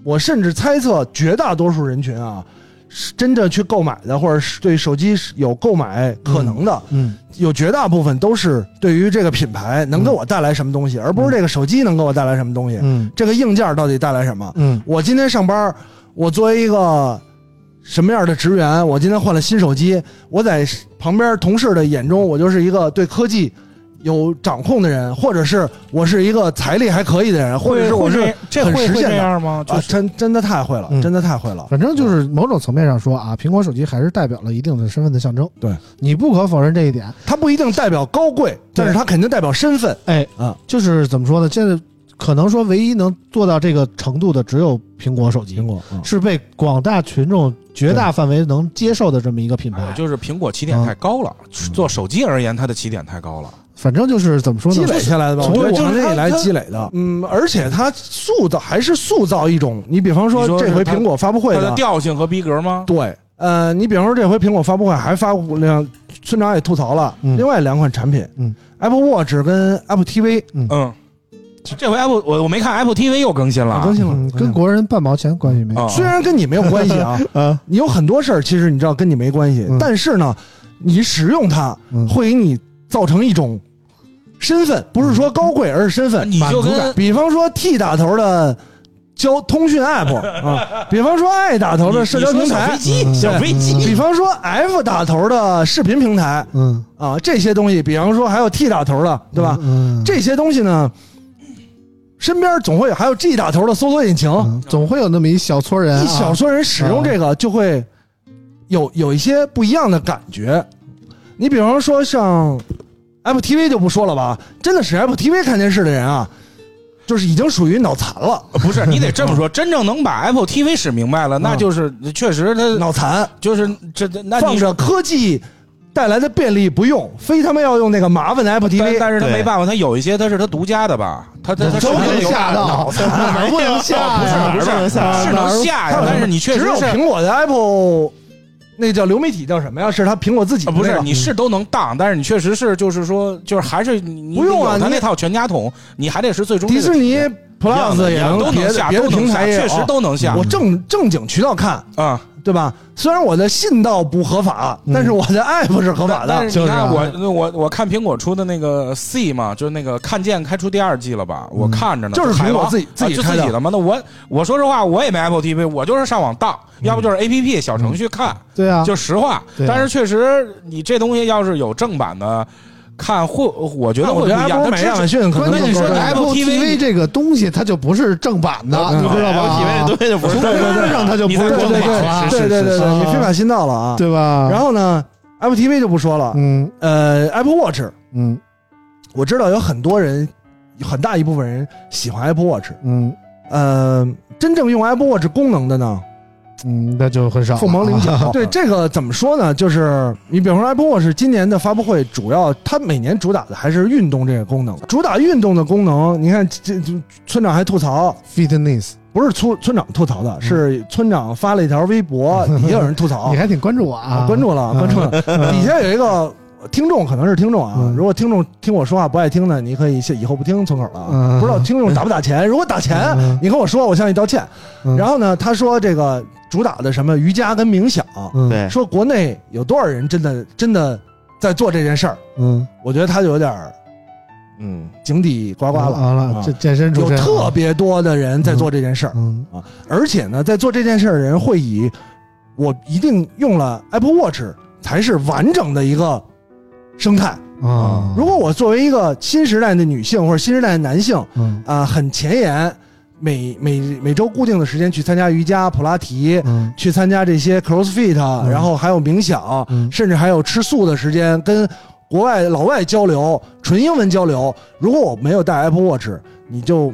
Speaker 4: 我甚至猜测绝大多数人群啊，是真正去购买的，或者是对手机是有购买可能的，
Speaker 2: 嗯
Speaker 4: 有绝大部分都是对于这个品牌能给
Speaker 2: 嗯
Speaker 4: 我带来什么东西，而不是这个手机能给我带来什么东西，
Speaker 2: 嗯
Speaker 4: 这个硬件到底带来什么。
Speaker 2: 嗯
Speaker 4: 我今天上班，我作为一个什么样的职员，我今天换了新手机，我在旁边同事的眼中，我就是一个对科技有掌控的人，或者是我是一个财力还可以的人，或者是我是
Speaker 5: 会这
Speaker 4: 很
Speaker 5: 会
Speaker 4: 实
Speaker 5: 会这
Speaker 4: 现的
Speaker 5: 样吗？就
Speaker 4: 啊，
Speaker 5: 是
Speaker 4: 真真的太会了，
Speaker 2: 嗯
Speaker 4: 真的太会了。
Speaker 2: 反正就是某种层面上说啊，苹果手机还是代表了一定的身份的象征。
Speaker 4: 对，
Speaker 2: 你不可否认这一点。
Speaker 4: 它不一定代表高贵，但是它肯定代表身份。
Speaker 2: 哎，
Speaker 4: 啊，
Speaker 2: 就是怎么说呢？现在可能说唯一能做到这个程度的只有苹果手机，
Speaker 4: 果，嗯
Speaker 2: 是被广大群众绝大范围能接受的这么一个品
Speaker 4: 哎
Speaker 2: 牌。
Speaker 5: 就是苹果起
Speaker 4: 啊
Speaker 5: 点
Speaker 2: 嗯
Speaker 5: 太高了，做手机而言，它的起点太高了。
Speaker 2: 反正就是怎么说呢
Speaker 4: 积？累下来的吧，
Speaker 2: 从
Speaker 4: 我觉得
Speaker 2: 我
Speaker 4: 长
Speaker 2: 看
Speaker 4: 年以
Speaker 2: 它
Speaker 4: 来
Speaker 2: 它
Speaker 4: 积累的。嗯，而且它塑造还是塑造一种，你比方说
Speaker 5: 你说
Speaker 4: 这
Speaker 5: 是
Speaker 4: 回
Speaker 5: 它
Speaker 4: 苹果发布会
Speaker 5: 它的调性和逼格吗？
Speaker 4: 啊对，呃，你比方说这回苹果发布会还发布两，村长也吐槽了，
Speaker 2: 嗯
Speaker 4: 另外两款产品，
Speaker 2: 嗯
Speaker 4: a p p l e Watch 跟 Apple TV
Speaker 5: 嗯，这回 Apple 我我没看 Apple TV 又更新了啊，
Speaker 4: 更新了，哦
Speaker 2: 嗯
Speaker 4: 更新
Speaker 2: 跟
Speaker 4: 了
Speaker 2: 国人半毛钱关系没有。
Speaker 5: 啊
Speaker 4: 虽然跟你没有关系 啊，
Speaker 2: 啊，
Speaker 4: 你有很多事儿其实你知道跟你没关系，
Speaker 2: 嗯
Speaker 4: 但是呢，你使用它
Speaker 2: 嗯
Speaker 4: 会给你造成一种
Speaker 5: 呃
Speaker 4: 身份，不是说高贵，而是身份
Speaker 5: 你就
Speaker 4: 满足
Speaker 5: 跟
Speaker 4: 感。比方说 T 打头的交通讯 app 啊，比方说 i 打头的社交平台
Speaker 5: 你，说小
Speaker 4: 嗯
Speaker 5: 飞机，小飞
Speaker 4: 比
Speaker 5: 机，
Speaker 4: 方说 F 打头的视频平台
Speaker 2: 嗯，
Speaker 4: 啊，这些东西，比方说还有 T 打头的，对吧？
Speaker 2: 嗯，
Speaker 4: 这些东西呢，身边总会有，还有 G 打头的搜索引擎，
Speaker 2: 嗯总会有那么一小撮人啊，
Speaker 4: 一小撮人使用这个就会有有一些不一样的感觉。你比方说像 Apple TV 就不说了吧，真的使 Apple TV 看电视的人啊，就是已经属于脑残了，
Speaker 5: 不是你得这么说，真正能把 Apple TV 使明白了，那就是确实他
Speaker 4: 嗯脑残
Speaker 5: 就是这这呃那
Speaker 4: 放
Speaker 5: 你
Speaker 4: 着科技带来的便利不用，非他妈要用那个麻烦的 Apple
Speaker 5: 但
Speaker 4: TV。
Speaker 5: 但是他
Speaker 3: 对
Speaker 5: 没办法，他有一些他是他独家的吧，他
Speaker 4: 嗯
Speaker 5: 他他
Speaker 2: 都能吓到，哪儿不能吓呀？
Speaker 3: 不是不是
Speaker 5: 是
Speaker 2: 哪儿
Speaker 5: 能下呀，但是你确实
Speaker 4: 只有
Speaker 5: 是
Speaker 4: 苹果的 Apple，那叫流媒体叫什么呀？是它苹果自己
Speaker 5: 啊，
Speaker 4: 的
Speaker 5: 不
Speaker 4: 那
Speaker 5: 是
Speaker 4: 个
Speaker 5: 你是都能当，但是你确实是就是说就是还是你你
Speaker 4: 不用啊
Speaker 5: 有他
Speaker 4: 你
Speaker 5: 那套全家桶，你还得是最终
Speaker 4: 迪
Speaker 5: 这个
Speaker 4: 士尼
Speaker 5: 样
Speaker 4: Plus
Speaker 5: 子一
Speaker 4: 也
Speaker 5: 样都
Speaker 4: 别
Speaker 5: 能
Speaker 4: 的
Speaker 5: 下，
Speaker 4: 别的
Speaker 5: 都能
Speaker 4: 平
Speaker 5: 下，
Speaker 4: 台也有
Speaker 5: 确实都能下嗯
Speaker 4: 我正正经渠道看，
Speaker 5: 啊。
Speaker 4: 对吧？虽然我的信道不合法，但是我的 App 是合法
Speaker 5: 但
Speaker 4: 的。
Speaker 5: 是你
Speaker 2: 就是啊
Speaker 5: 看我那我我看苹果出的那个 C 嘛，就是那个看见开出第二季了吧？我看着呢，
Speaker 4: 嗯就是
Speaker 5: 海
Speaker 4: 苹果
Speaker 5: 王
Speaker 4: 自己自己
Speaker 5: 啊就
Speaker 4: 开
Speaker 5: 自
Speaker 4: 的
Speaker 5: 己的嘛。那我我说实话，我也没 Apple TV，我就是上网当，
Speaker 4: 嗯
Speaker 5: 要不就是 APP 小程序看，
Speaker 2: 对啊，
Speaker 5: 就实话。
Speaker 2: 对啊
Speaker 5: 但是确实，你这东西要是有正版的，看会我觉得会
Speaker 4: 我
Speaker 5: 不一
Speaker 4: 觉得
Speaker 5: 样。
Speaker 4: Apple
Speaker 5: 它
Speaker 4: 买
Speaker 5: 支
Speaker 4: 亚马
Speaker 5: 持
Speaker 4: 逊可
Speaker 2: 关
Speaker 4: 能
Speaker 2: 键
Speaker 4: 更
Speaker 2: 你说
Speaker 4: 高端
Speaker 2: Apple
Speaker 5: Apple
Speaker 2: TV
Speaker 5: TV
Speaker 2: 这个东西，它就不是正版的，你嗯知道吧？
Speaker 3: ，TV 这东西就不是
Speaker 2: 从
Speaker 3: 正
Speaker 2: 根
Speaker 3: 版
Speaker 2: 儿上它就不是
Speaker 4: 对对
Speaker 2: 正
Speaker 4: 对
Speaker 2: 版了，
Speaker 4: 对对对对，
Speaker 2: 啊
Speaker 4: 你非法信道了啊。
Speaker 2: 对吧？
Speaker 4: 然后呢，Apple TV 就不说了，
Speaker 2: 嗯
Speaker 4: 呃，Apple Watch，
Speaker 2: 嗯
Speaker 4: 我知道有很多人，很大一部分人喜欢 Apple Watch，
Speaker 2: 嗯
Speaker 4: 呃，真正用 Apple Watch 功能的呢，
Speaker 2: 嗯，那就很少了，
Speaker 4: 凤毛麟 角。对
Speaker 2: 啊，
Speaker 4: 这个怎么说呢？就是你比方说 Apple Watch 今年的发布会，主要它每年主打的还是运动这个功能，主打运动的功能。你看，这这村长还吐槽，
Speaker 2: fitness，
Speaker 4: 不是村村长吐槽的，是村长发了一条微 博，底下有人吐槽
Speaker 2: 你，还挺关注我啊，
Speaker 4: 我关注了，关注了。 底下有一个听众，可能是听众啊
Speaker 2: 嗯。
Speaker 4: 如果听众听我说话不爱听呢，你可以以后不听村口了啊。
Speaker 2: 嗯
Speaker 4: 不知道听众打不打钱，如果打钱
Speaker 2: 嗯，
Speaker 4: 你跟我说，我向你道歉。
Speaker 2: 嗯
Speaker 4: 然后呢，他说这个主打的什么瑜伽跟冥想，
Speaker 2: 嗯
Speaker 3: 对
Speaker 4: 说国内有多少人真的真的在做这件事儿？
Speaker 2: 嗯，
Speaker 4: 我觉得他有点儿
Speaker 3: 嗯，
Speaker 4: 井底呱呱
Speaker 2: 完
Speaker 4: 了，
Speaker 2: 完
Speaker 4: 啊
Speaker 2: 了，这健身出
Speaker 4: 有
Speaker 2: 身
Speaker 4: 特，别多的人在做这件事儿，
Speaker 2: 嗯
Speaker 4: 而且呢，在做这件事儿的人会以我一定用了 Apple Watch 才是完整的一个生态。
Speaker 2: 啊，
Speaker 4: 如果我作为一个新时代的女性或者新时代的男性，
Speaker 2: 嗯
Speaker 4: 啊、很前沿，每每每周固定的时间去参加瑜伽、普拉提，
Speaker 2: 嗯
Speaker 4: 去参加这些 CrossFit，、然啊后还有冥想，
Speaker 2: 嗯
Speaker 4: 甚至还有吃素的时间，跟国外老外交流，纯英文交流。如果我没有带 Apple Watch，你就嘖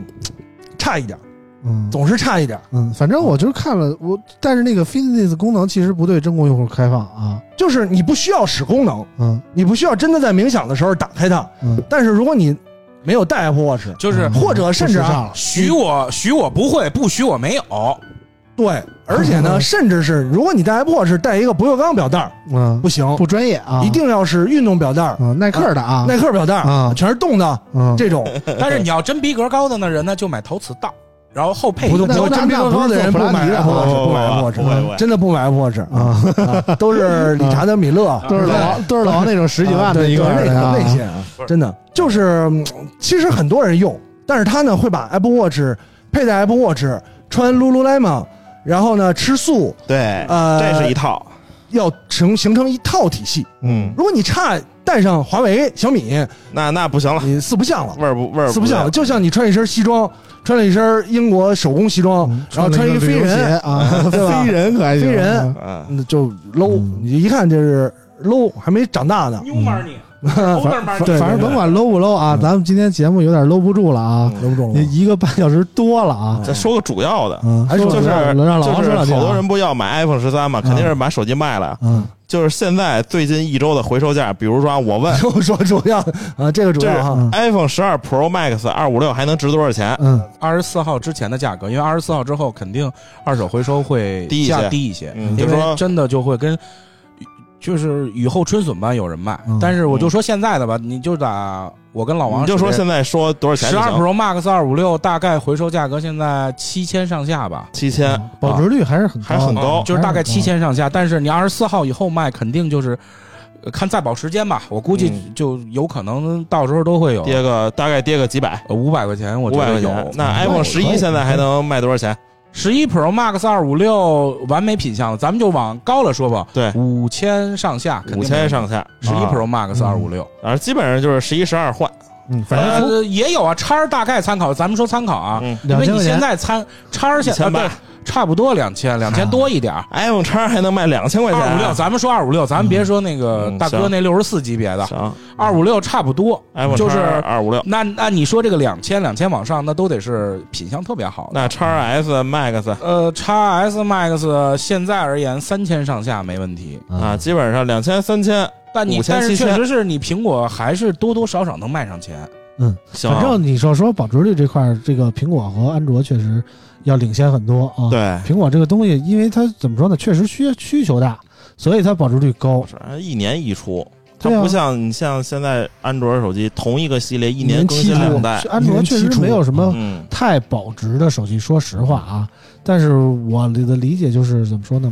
Speaker 4: 差一点，
Speaker 2: 嗯。
Speaker 4: 总是差一点。
Speaker 2: 嗯，反正我就是看了我，但是那个 fitness 功能其实不对中国用户开放啊。
Speaker 4: 就是你不需要使功能，
Speaker 2: 嗯
Speaker 4: 你不需要真的在冥想的时候打开它。
Speaker 2: 嗯，
Speaker 4: 但是如果你没有带 Apple Watch，
Speaker 5: 就是
Speaker 2: 嗯
Speaker 4: 或者甚至啊，
Speaker 2: 不
Speaker 5: 许我许我不会，不许我没 有。
Speaker 4: 对，而且 呢，甚至是如果你带 Apple Watch 带一个不锈钢表带儿
Speaker 2: 嗯，
Speaker 4: 不行，
Speaker 2: 不专业啊，
Speaker 4: 哦一定要是运动表带儿、
Speaker 2: 嗯，耐克的啊，
Speaker 4: 耐克表带
Speaker 2: 啊
Speaker 4: 儿，全是动的
Speaker 2: 嗯，
Speaker 4: 这种。
Speaker 5: 但是你要真逼格高的那人呢，就买陶瓷道，然后后配
Speaker 4: 不动
Speaker 2: 那
Speaker 4: 不动
Speaker 2: 那
Speaker 4: 真逼格高的人不
Speaker 2: 那不
Speaker 4: 买
Speaker 2: 是普
Speaker 4: Apple
Speaker 2: 拉
Speaker 3: 提的
Speaker 4: Watch，不买 Apple
Speaker 3: 不会不
Speaker 4: Watch，
Speaker 3: 会
Speaker 4: 真的不买 Apple Watch
Speaker 2: 啊，
Speaker 4: 啊， 都是理查德米勒，
Speaker 2: 都是
Speaker 4: 对
Speaker 2: 老都是老那种十几
Speaker 4: 啊
Speaker 2: 万的
Speaker 4: 对
Speaker 2: 一个
Speaker 4: 对
Speaker 2: 人啊
Speaker 4: 那那些啊，真的就是，嗯其实很多人用，但是他呢会把 Apple Watch 佩戴 Apple Watch，穿 Lululemon，然后呢吃素，
Speaker 3: 对，
Speaker 4: 呃，
Speaker 3: 这是一套，
Speaker 4: 要成形成一套体系。
Speaker 3: 嗯，
Speaker 4: 如果你差带上华为、小米，
Speaker 3: 那那不行了，
Speaker 4: 你四不 像了。
Speaker 3: 味儿不味儿
Speaker 4: 四不像，
Speaker 3: 对
Speaker 4: 就像你穿一身西装，穿了一身英国手工西装，
Speaker 2: 嗯
Speaker 4: 然后穿
Speaker 2: 了
Speaker 4: 一
Speaker 2: 个
Speaker 4: 飞
Speaker 2: 旅游鞋
Speaker 4: 人，
Speaker 2: 啊，
Speaker 4: 对吧
Speaker 2: 飞人可还行
Speaker 4: 飞人
Speaker 3: 嗯，
Speaker 4: 嗯就 low，你一看这是 low，还没长大呢。
Speaker 5: New Money，
Speaker 4: 反
Speaker 5: Money，
Speaker 4: 对嗯
Speaker 2: 反正甭管 low 不 low 啊，咱们今天节目有点搂不住了啊，
Speaker 4: 搂不住了，
Speaker 2: 一个半小时多了啊，
Speaker 3: 再说个主要的，
Speaker 2: 嗯，
Speaker 4: 嗯还是
Speaker 2: 说
Speaker 3: 就是
Speaker 2: 让让老王
Speaker 3: 就是
Speaker 2: 说两句啊
Speaker 3: 好多人不要买 iPhone 十
Speaker 5: 嗯
Speaker 3: 三嘛，肯定是把手机卖了。
Speaker 2: 嗯
Speaker 3: 就是现在最近一周的回收价，比如说啊 我问
Speaker 4: 又说主要啊，这个主要哈，
Speaker 3: iPhone 十二 Pro Max 二五六还能值多少钱？
Speaker 2: 嗯
Speaker 5: 二十四号之前的价格，因为二十四号之后肯定二手回收会
Speaker 3: 低一些
Speaker 5: 价低一些，
Speaker 3: 嗯
Speaker 5: 因
Speaker 3: 就说
Speaker 5: 为真的就会跟。就是雨后春笋般有人卖，
Speaker 2: 嗯
Speaker 5: 但是我就说现在的吧，你就打我跟老王
Speaker 3: 你就说现在说多少钱
Speaker 5: 十
Speaker 3: 就
Speaker 5: 二
Speaker 3: 行，
Speaker 5: Pro Max 二五六大概回收价格现在七千上下吧，
Speaker 3: 七千。
Speaker 2: 嗯，哦保值率还是很高的，嗯
Speaker 3: 还很高
Speaker 5: 就是大概七千上下。但是你二十四号以后卖，肯定就是呃看再保时间吧，我估计
Speaker 3: 嗯
Speaker 5: 就有可能到时候都会有呃
Speaker 3: 跌个大概跌个几百。
Speaker 5: 五百块钱，嗯我
Speaker 3: 五
Speaker 5: 觉
Speaker 3: 百
Speaker 5: 得
Speaker 3: 块
Speaker 5: 有嗯
Speaker 3: 钱，。那
Speaker 4: 可
Speaker 3: iPhone
Speaker 4: 以
Speaker 3: 十一现在还能卖多少钱？
Speaker 5: 十一 Pro Max 二五六完美品相，咱们就往高了说吧，
Speaker 3: 对
Speaker 5: 五千上下，
Speaker 3: 五千上下，
Speaker 5: 十一
Speaker 3: 啊
Speaker 5: Pro Max 二五六，
Speaker 3: 反正基本上就是十一、十二换。
Speaker 4: 嗯，反正从
Speaker 5: 呃，也有啊，叉儿大概参考，咱们说参考啊，
Speaker 3: 嗯
Speaker 5: 因
Speaker 4: 两
Speaker 5: 为
Speaker 4: 千
Speaker 5: 你
Speaker 4: 块
Speaker 5: 现
Speaker 4: 钱，
Speaker 5: 在参叉儿现
Speaker 3: 1800
Speaker 5: 啊对，差不多两千，两千多一点儿。
Speaker 3: ，iPhone 叉还能卖两千块钱。啊
Speaker 5: 二五六，咱们说二五六，咱们别说那个
Speaker 3: 嗯
Speaker 5: 大哥
Speaker 3: 行
Speaker 5: 那六十四级别的，
Speaker 3: 行哎
Speaker 5: 二五六差不多。
Speaker 3: ，iPhone
Speaker 5: 就是
Speaker 3: 二五六，
Speaker 5: 那那你说这个两千两千往上，那都得是品相特别好的。
Speaker 3: 那叉 S Max
Speaker 5: 呃，叉 S Max 现在而言三千上下没问题，
Speaker 3: 啊，基本上两千、三千，
Speaker 5: 但你
Speaker 3: 5000
Speaker 5: 但是
Speaker 3: 7000
Speaker 5: 确实是你苹果还是多多少少能卖上钱。啊
Speaker 3: 行，
Speaker 2: 反正你说说保值率这块儿，这个苹果和安卓确实要领先很多啊。，
Speaker 3: 对，
Speaker 2: 苹果这个东西，因为它怎么说呢，确实需需求大，所以它保值率高。
Speaker 3: 是一年一出，它
Speaker 2: 对啊
Speaker 3: 不像你像现在安卓手机同一个系列一年更新
Speaker 4: 一年七
Speaker 3: 两
Speaker 4: 出
Speaker 3: 代，
Speaker 2: 安卓确实没有什么
Speaker 3: 嗯，
Speaker 2: 太保值的手机，说实话啊，但是我的理解就是怎么说呢？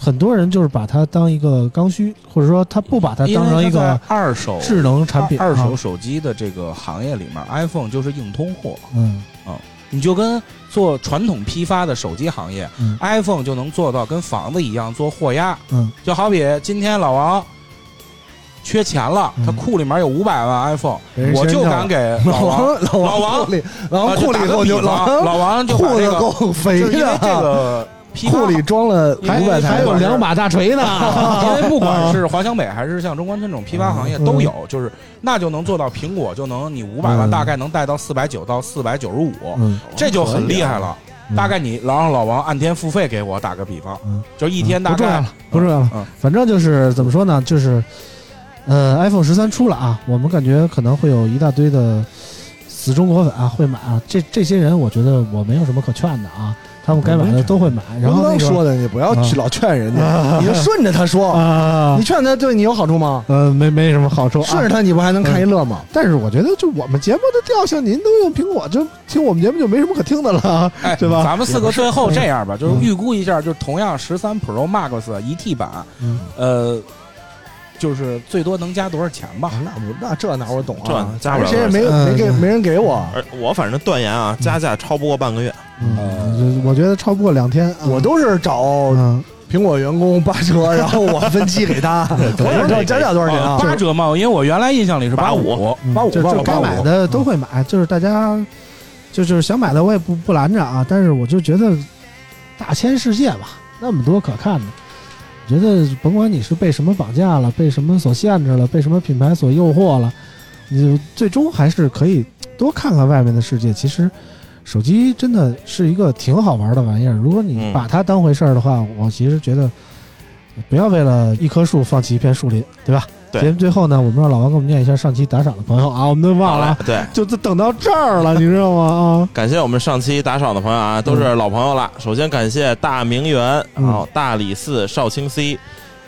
Speaker 2: 很多人就是把它当一个刚需，或者说他不把它
Speaker 5: 因为
Speaker 2: 当成一
Speaker 5: 它
Speaker 2: 个
Speaker 5: 在二手
Speaker 2: 智能产品啊。
Speaker 5: 二二手手机的这个行业里面，iPhone 就是硬通货。
Speaker 2: 嗯，
Speaker 5: 你就跟做传统批发的手机行业、
Speaker 2: 嗯
Speaker 5: i p h o n e 就能做到跟房子一样做货押。
Speaker 2: 嗯，
Speaker 5: 就好比今天老王缺钱了，
Speaker 2: 嗯
Speaker 5: 他库里面有五百万 iPhone，、
Speaker 4: 给人
Speaker 5: 我
Speaker 4: 身
Speaker 5: 就
Speaker 4: 上
Speaker 5: 敢给
Speaker 4: 老
Speaker 5: 王。
Speaker 4: 王老
Speaker 5: 老王
Speaker 4: 库里
Speaker 5: 啊
Speaker 4: 老王库
Speaker 5: 就打
Speaker 4: 里
Speaker 5: 个
Speaker 4: 头
Speaker 5: 比
Speaker 4: 就
Speaker 5: 方
Speaker 4: 老王
Speaker 5: 老王就把
Speaker 4: 裤
Speaker 5: 这
Speaker 4: 子
Speaker 5: 个，
Speaker 4: 够肥
Speaker 5: 就是因为这
Speaker 4: 的，
Speaker 5: 个批发
Speaker 4: 库里装了五
Speaker 5: 因为
Speaker 2: 还
Speaker 4: 百台
Speaker 2: 有
Speaker 4: 吧。
Speaker 2: 两把大锤呢。
Speaker 5: 啊 因为不
Speaker 2: 啊
Speaker 5: 管是华强北还是像中关村这种批发行业都有，就是那就能做到苹果就能你五百万
Speaker 2: 嗯
Speaker 5: 大概能带到四百九到四百九十五，
Speaker 2: 嗯，
Speaker 5: 这就很厉害了。
Speaker 2: 嗯
Speaker 5: 大概你老让老王按天付费给我打个比方，
Speaker 2: 嗯
Speaker 5: 就一天大
Speaker 2: 不重要
Speaker 5: 概
Speaker 2: 了，不重要了。
Speaker 5: 嗯
Speaker 2: 反正就是怎么说呢，就是呃，iPhone 十三出了啊，我们感觉可能会有一大堆的死中国粉啊会买啊。这这些人，我觉得我没有什么可劝的啊，他们该买的都会买。然后
Speaker 4: 刚
Speaker 2: 那个
Speaker 4: 说的，你不要去老劝人家，你就顺着他说，
Speaker 2: 啊
Speaker 4: 你，劝他对你有好处吗？
Speaker 2: 呃，没没什么好处啊。
Speaker 4: 顺着他，你不还能看一乐吗？
Speaker 2: 但是我觉得，就我们节目的调性，您都用苹果，就听我们节目就没什么可听的了啊，
Speaker 5: 哎，
Speaker 2: 对吧
Speaker 5: 咱们四个最后这样吧，就是
Speaker 2: 嗯
Speaker 5: 预估一下，就是同样十三 Pro Max 一 T 版，
Speaker 2: 嗯
Speaker 5: 呃，就是最多能加多少钱吧？
Speaker 4: 啊那不那这哪我懂啊
Speaker 3: 这？加不了
Speaker 4: 谁也
Speaker 3: 多少
Speaker 2: 钱
Speaker 4: 没没给
Speaker 2: 嗯
Speaker 4: 没人给我，
Speaker 3: 而我反正断言啊，加价超不过半个月，
Speaker 2: 嗯，我觉得超不过两天啊，
Speaker 4: 我都是找
Speaker 2: 嗯，
Speaker 4: 苹果员工扒车，然后我分期给他。我想知道加价多少钱啊？
Speaker 5: 八折嘛，因为我原来印象里是
Speaker 3: 八五
Speaker 5: 五，
Speaker 2: 嗯
Speaker 4: 八五
Speaker 2: 就
Speaker 4: 吧
Speaker 2: 就
Speaker 4: 我
Speaker 2: 该
Speaker 4: 八五嗯
Speaker 2: 买的都会买，就是大家就就是想买的我也不不拦着啊，但是我就觉得大千世界吧，那么多可看的，我觉得甭管你是被什么绑架了，被什么所限制了，被什么品牌所诱惑了，你就最终还是可以多看看外面的世界。其实手机真的是一个挺好玩的玩意儿，如果你
Speaker 3: 嗯
Speaker 2: 把它当回事儿的话，我其实觉得。不要为了一棵树放弃一片树林，对吧？
Speaker 3: 对
Speaker 2: 节目最后呢，我们让老王给我们念一下上期打赏的朋友啊，我们都忘了啊，
Speaker 3: 对，
Speaker 2: 就都等到这儿了，你知道 吗？啊
Speaker 3: 感谢我们上期打赏的朋友啊，都是老朋友了。首先感谢大名媛，
Speaker 2: 嗯
Speaker 3: 然后大理寺少卿 C，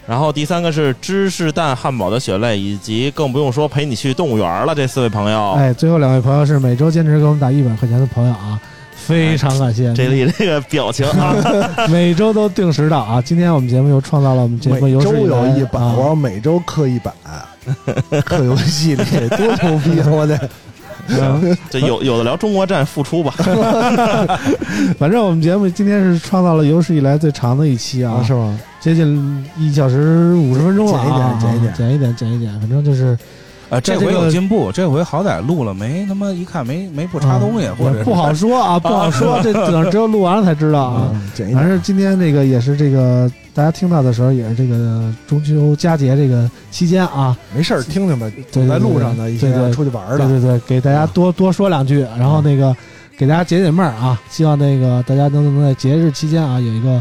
Speaker 3: 然后第三个是芝士蛋汉堡的血泪，以及更不用说陪你去动物园了这四位朋
Speaker 2: 啊，
Speaker 4: 哦
Speaker 3: 友。
Speaker 2: 哎，最后两位朋友是每周坚持给我们打一百块钱的朋友啊，非常感
Speaker 4: 哎
Speaker 2: 谢，
Speaker 3: 这里这个表情啊，
Speaker 2: 每周都定时到啊。今天我们节目又创造了我们节目
Speaker 4: 每
Speaker 2: 有
Speaker 4: 周
Speaker 2: 史以
Speaker 4: 有
Speaker 2: 来
Speaker 4: 一百，
Speaker 2: 啊
Speaker 4: 我要每周氪一 百，氪游戏里多牛逼啊！我得
Speaker 2: 嗯
Speaker 3: 这有有的聊中国站复出吧，
Speaker 2: 反正我们节目今天是创造了有史以来最长的一期啊，
Speaker 4: 是吗？
Speaker 2: 接近一小时五十分钟了啊，
Speaker 4: 减一点
Speaker 2: 减一点，减一点，反正就是
Speaker 5: 呃，这
Speaker 2: 在
Speaker 5: 回
Speaker 2: 这个
Speaker 5: 有进步，这回好歹录了没他妈一看没没不插东西，
Speaker 2: 嗯
Speaker 5: 或者
Speaker 2: 不好说啊，不好说，这等只有录完了才知道啊。
Speaker 4: 嗯，减一
Speaker 2: 反
Speaker 4: 点。
Speaker 2: 正今天这个也是这个大家听到的时候，也是这个中秋佳节这个期间啊，
Speaker 4: 没事儿，听听呗。
Speaker 2: 对对对
Speaker 4: 在路上的一些
Speaker 2: 对对
Speaker 4: 出去玩儿
Speaker 2: 对对
Speaker 4: 的，
Speaker 2: 对，给大家多多说两句，然后那个给大家解解闷儿啊，希望那个大家都能在节日期间啊有一个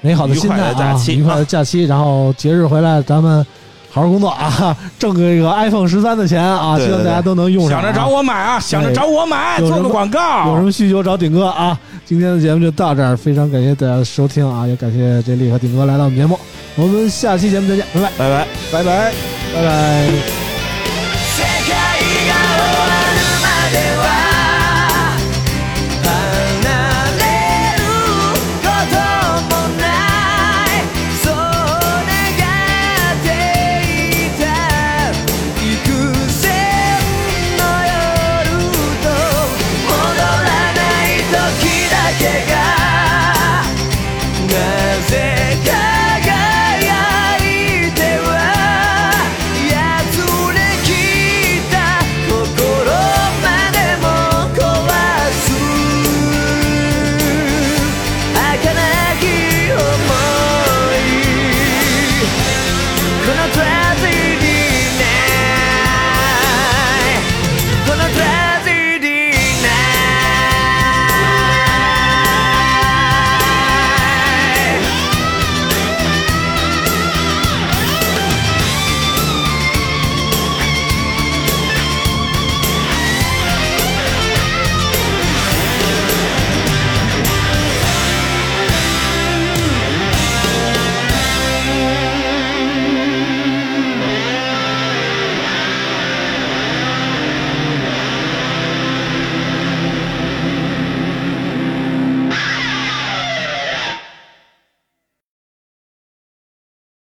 Speaker 2: 美好的心态
Speaker 3: 愉快的假
Speaker 2: 啊，
Speaker 3: 期
Speaker 2: 愉快的假期，然后节日回来咱们好好工作啊， 挣个这个 iPhone 十三的钱啊，
Speaker 3: 对
Speaker 2: 希
Speaker 3: 对
Speaker 2: 望大家都能用上
Speaker 5: 想
Speaker 2: 啊。
Speaker 5: 着找我买啊，想着找我买，
Speaker 2: 有什么
Speaker 5: 做个广
Speaker 2: 有什
Speaker 5: 告。
Speaker 2: 么需求找顶哥啊！今天的节目就到这儿，非常感谢大家的收听啊，也感谢这丽和顶哥来到我们节目，我们下期节目再见，拜拜。
Speaker 3: 拜拜。
Speaker 4: 拜拜。
Speaker 2: 拜拜。
Speaker 6: 世界が終わるまでは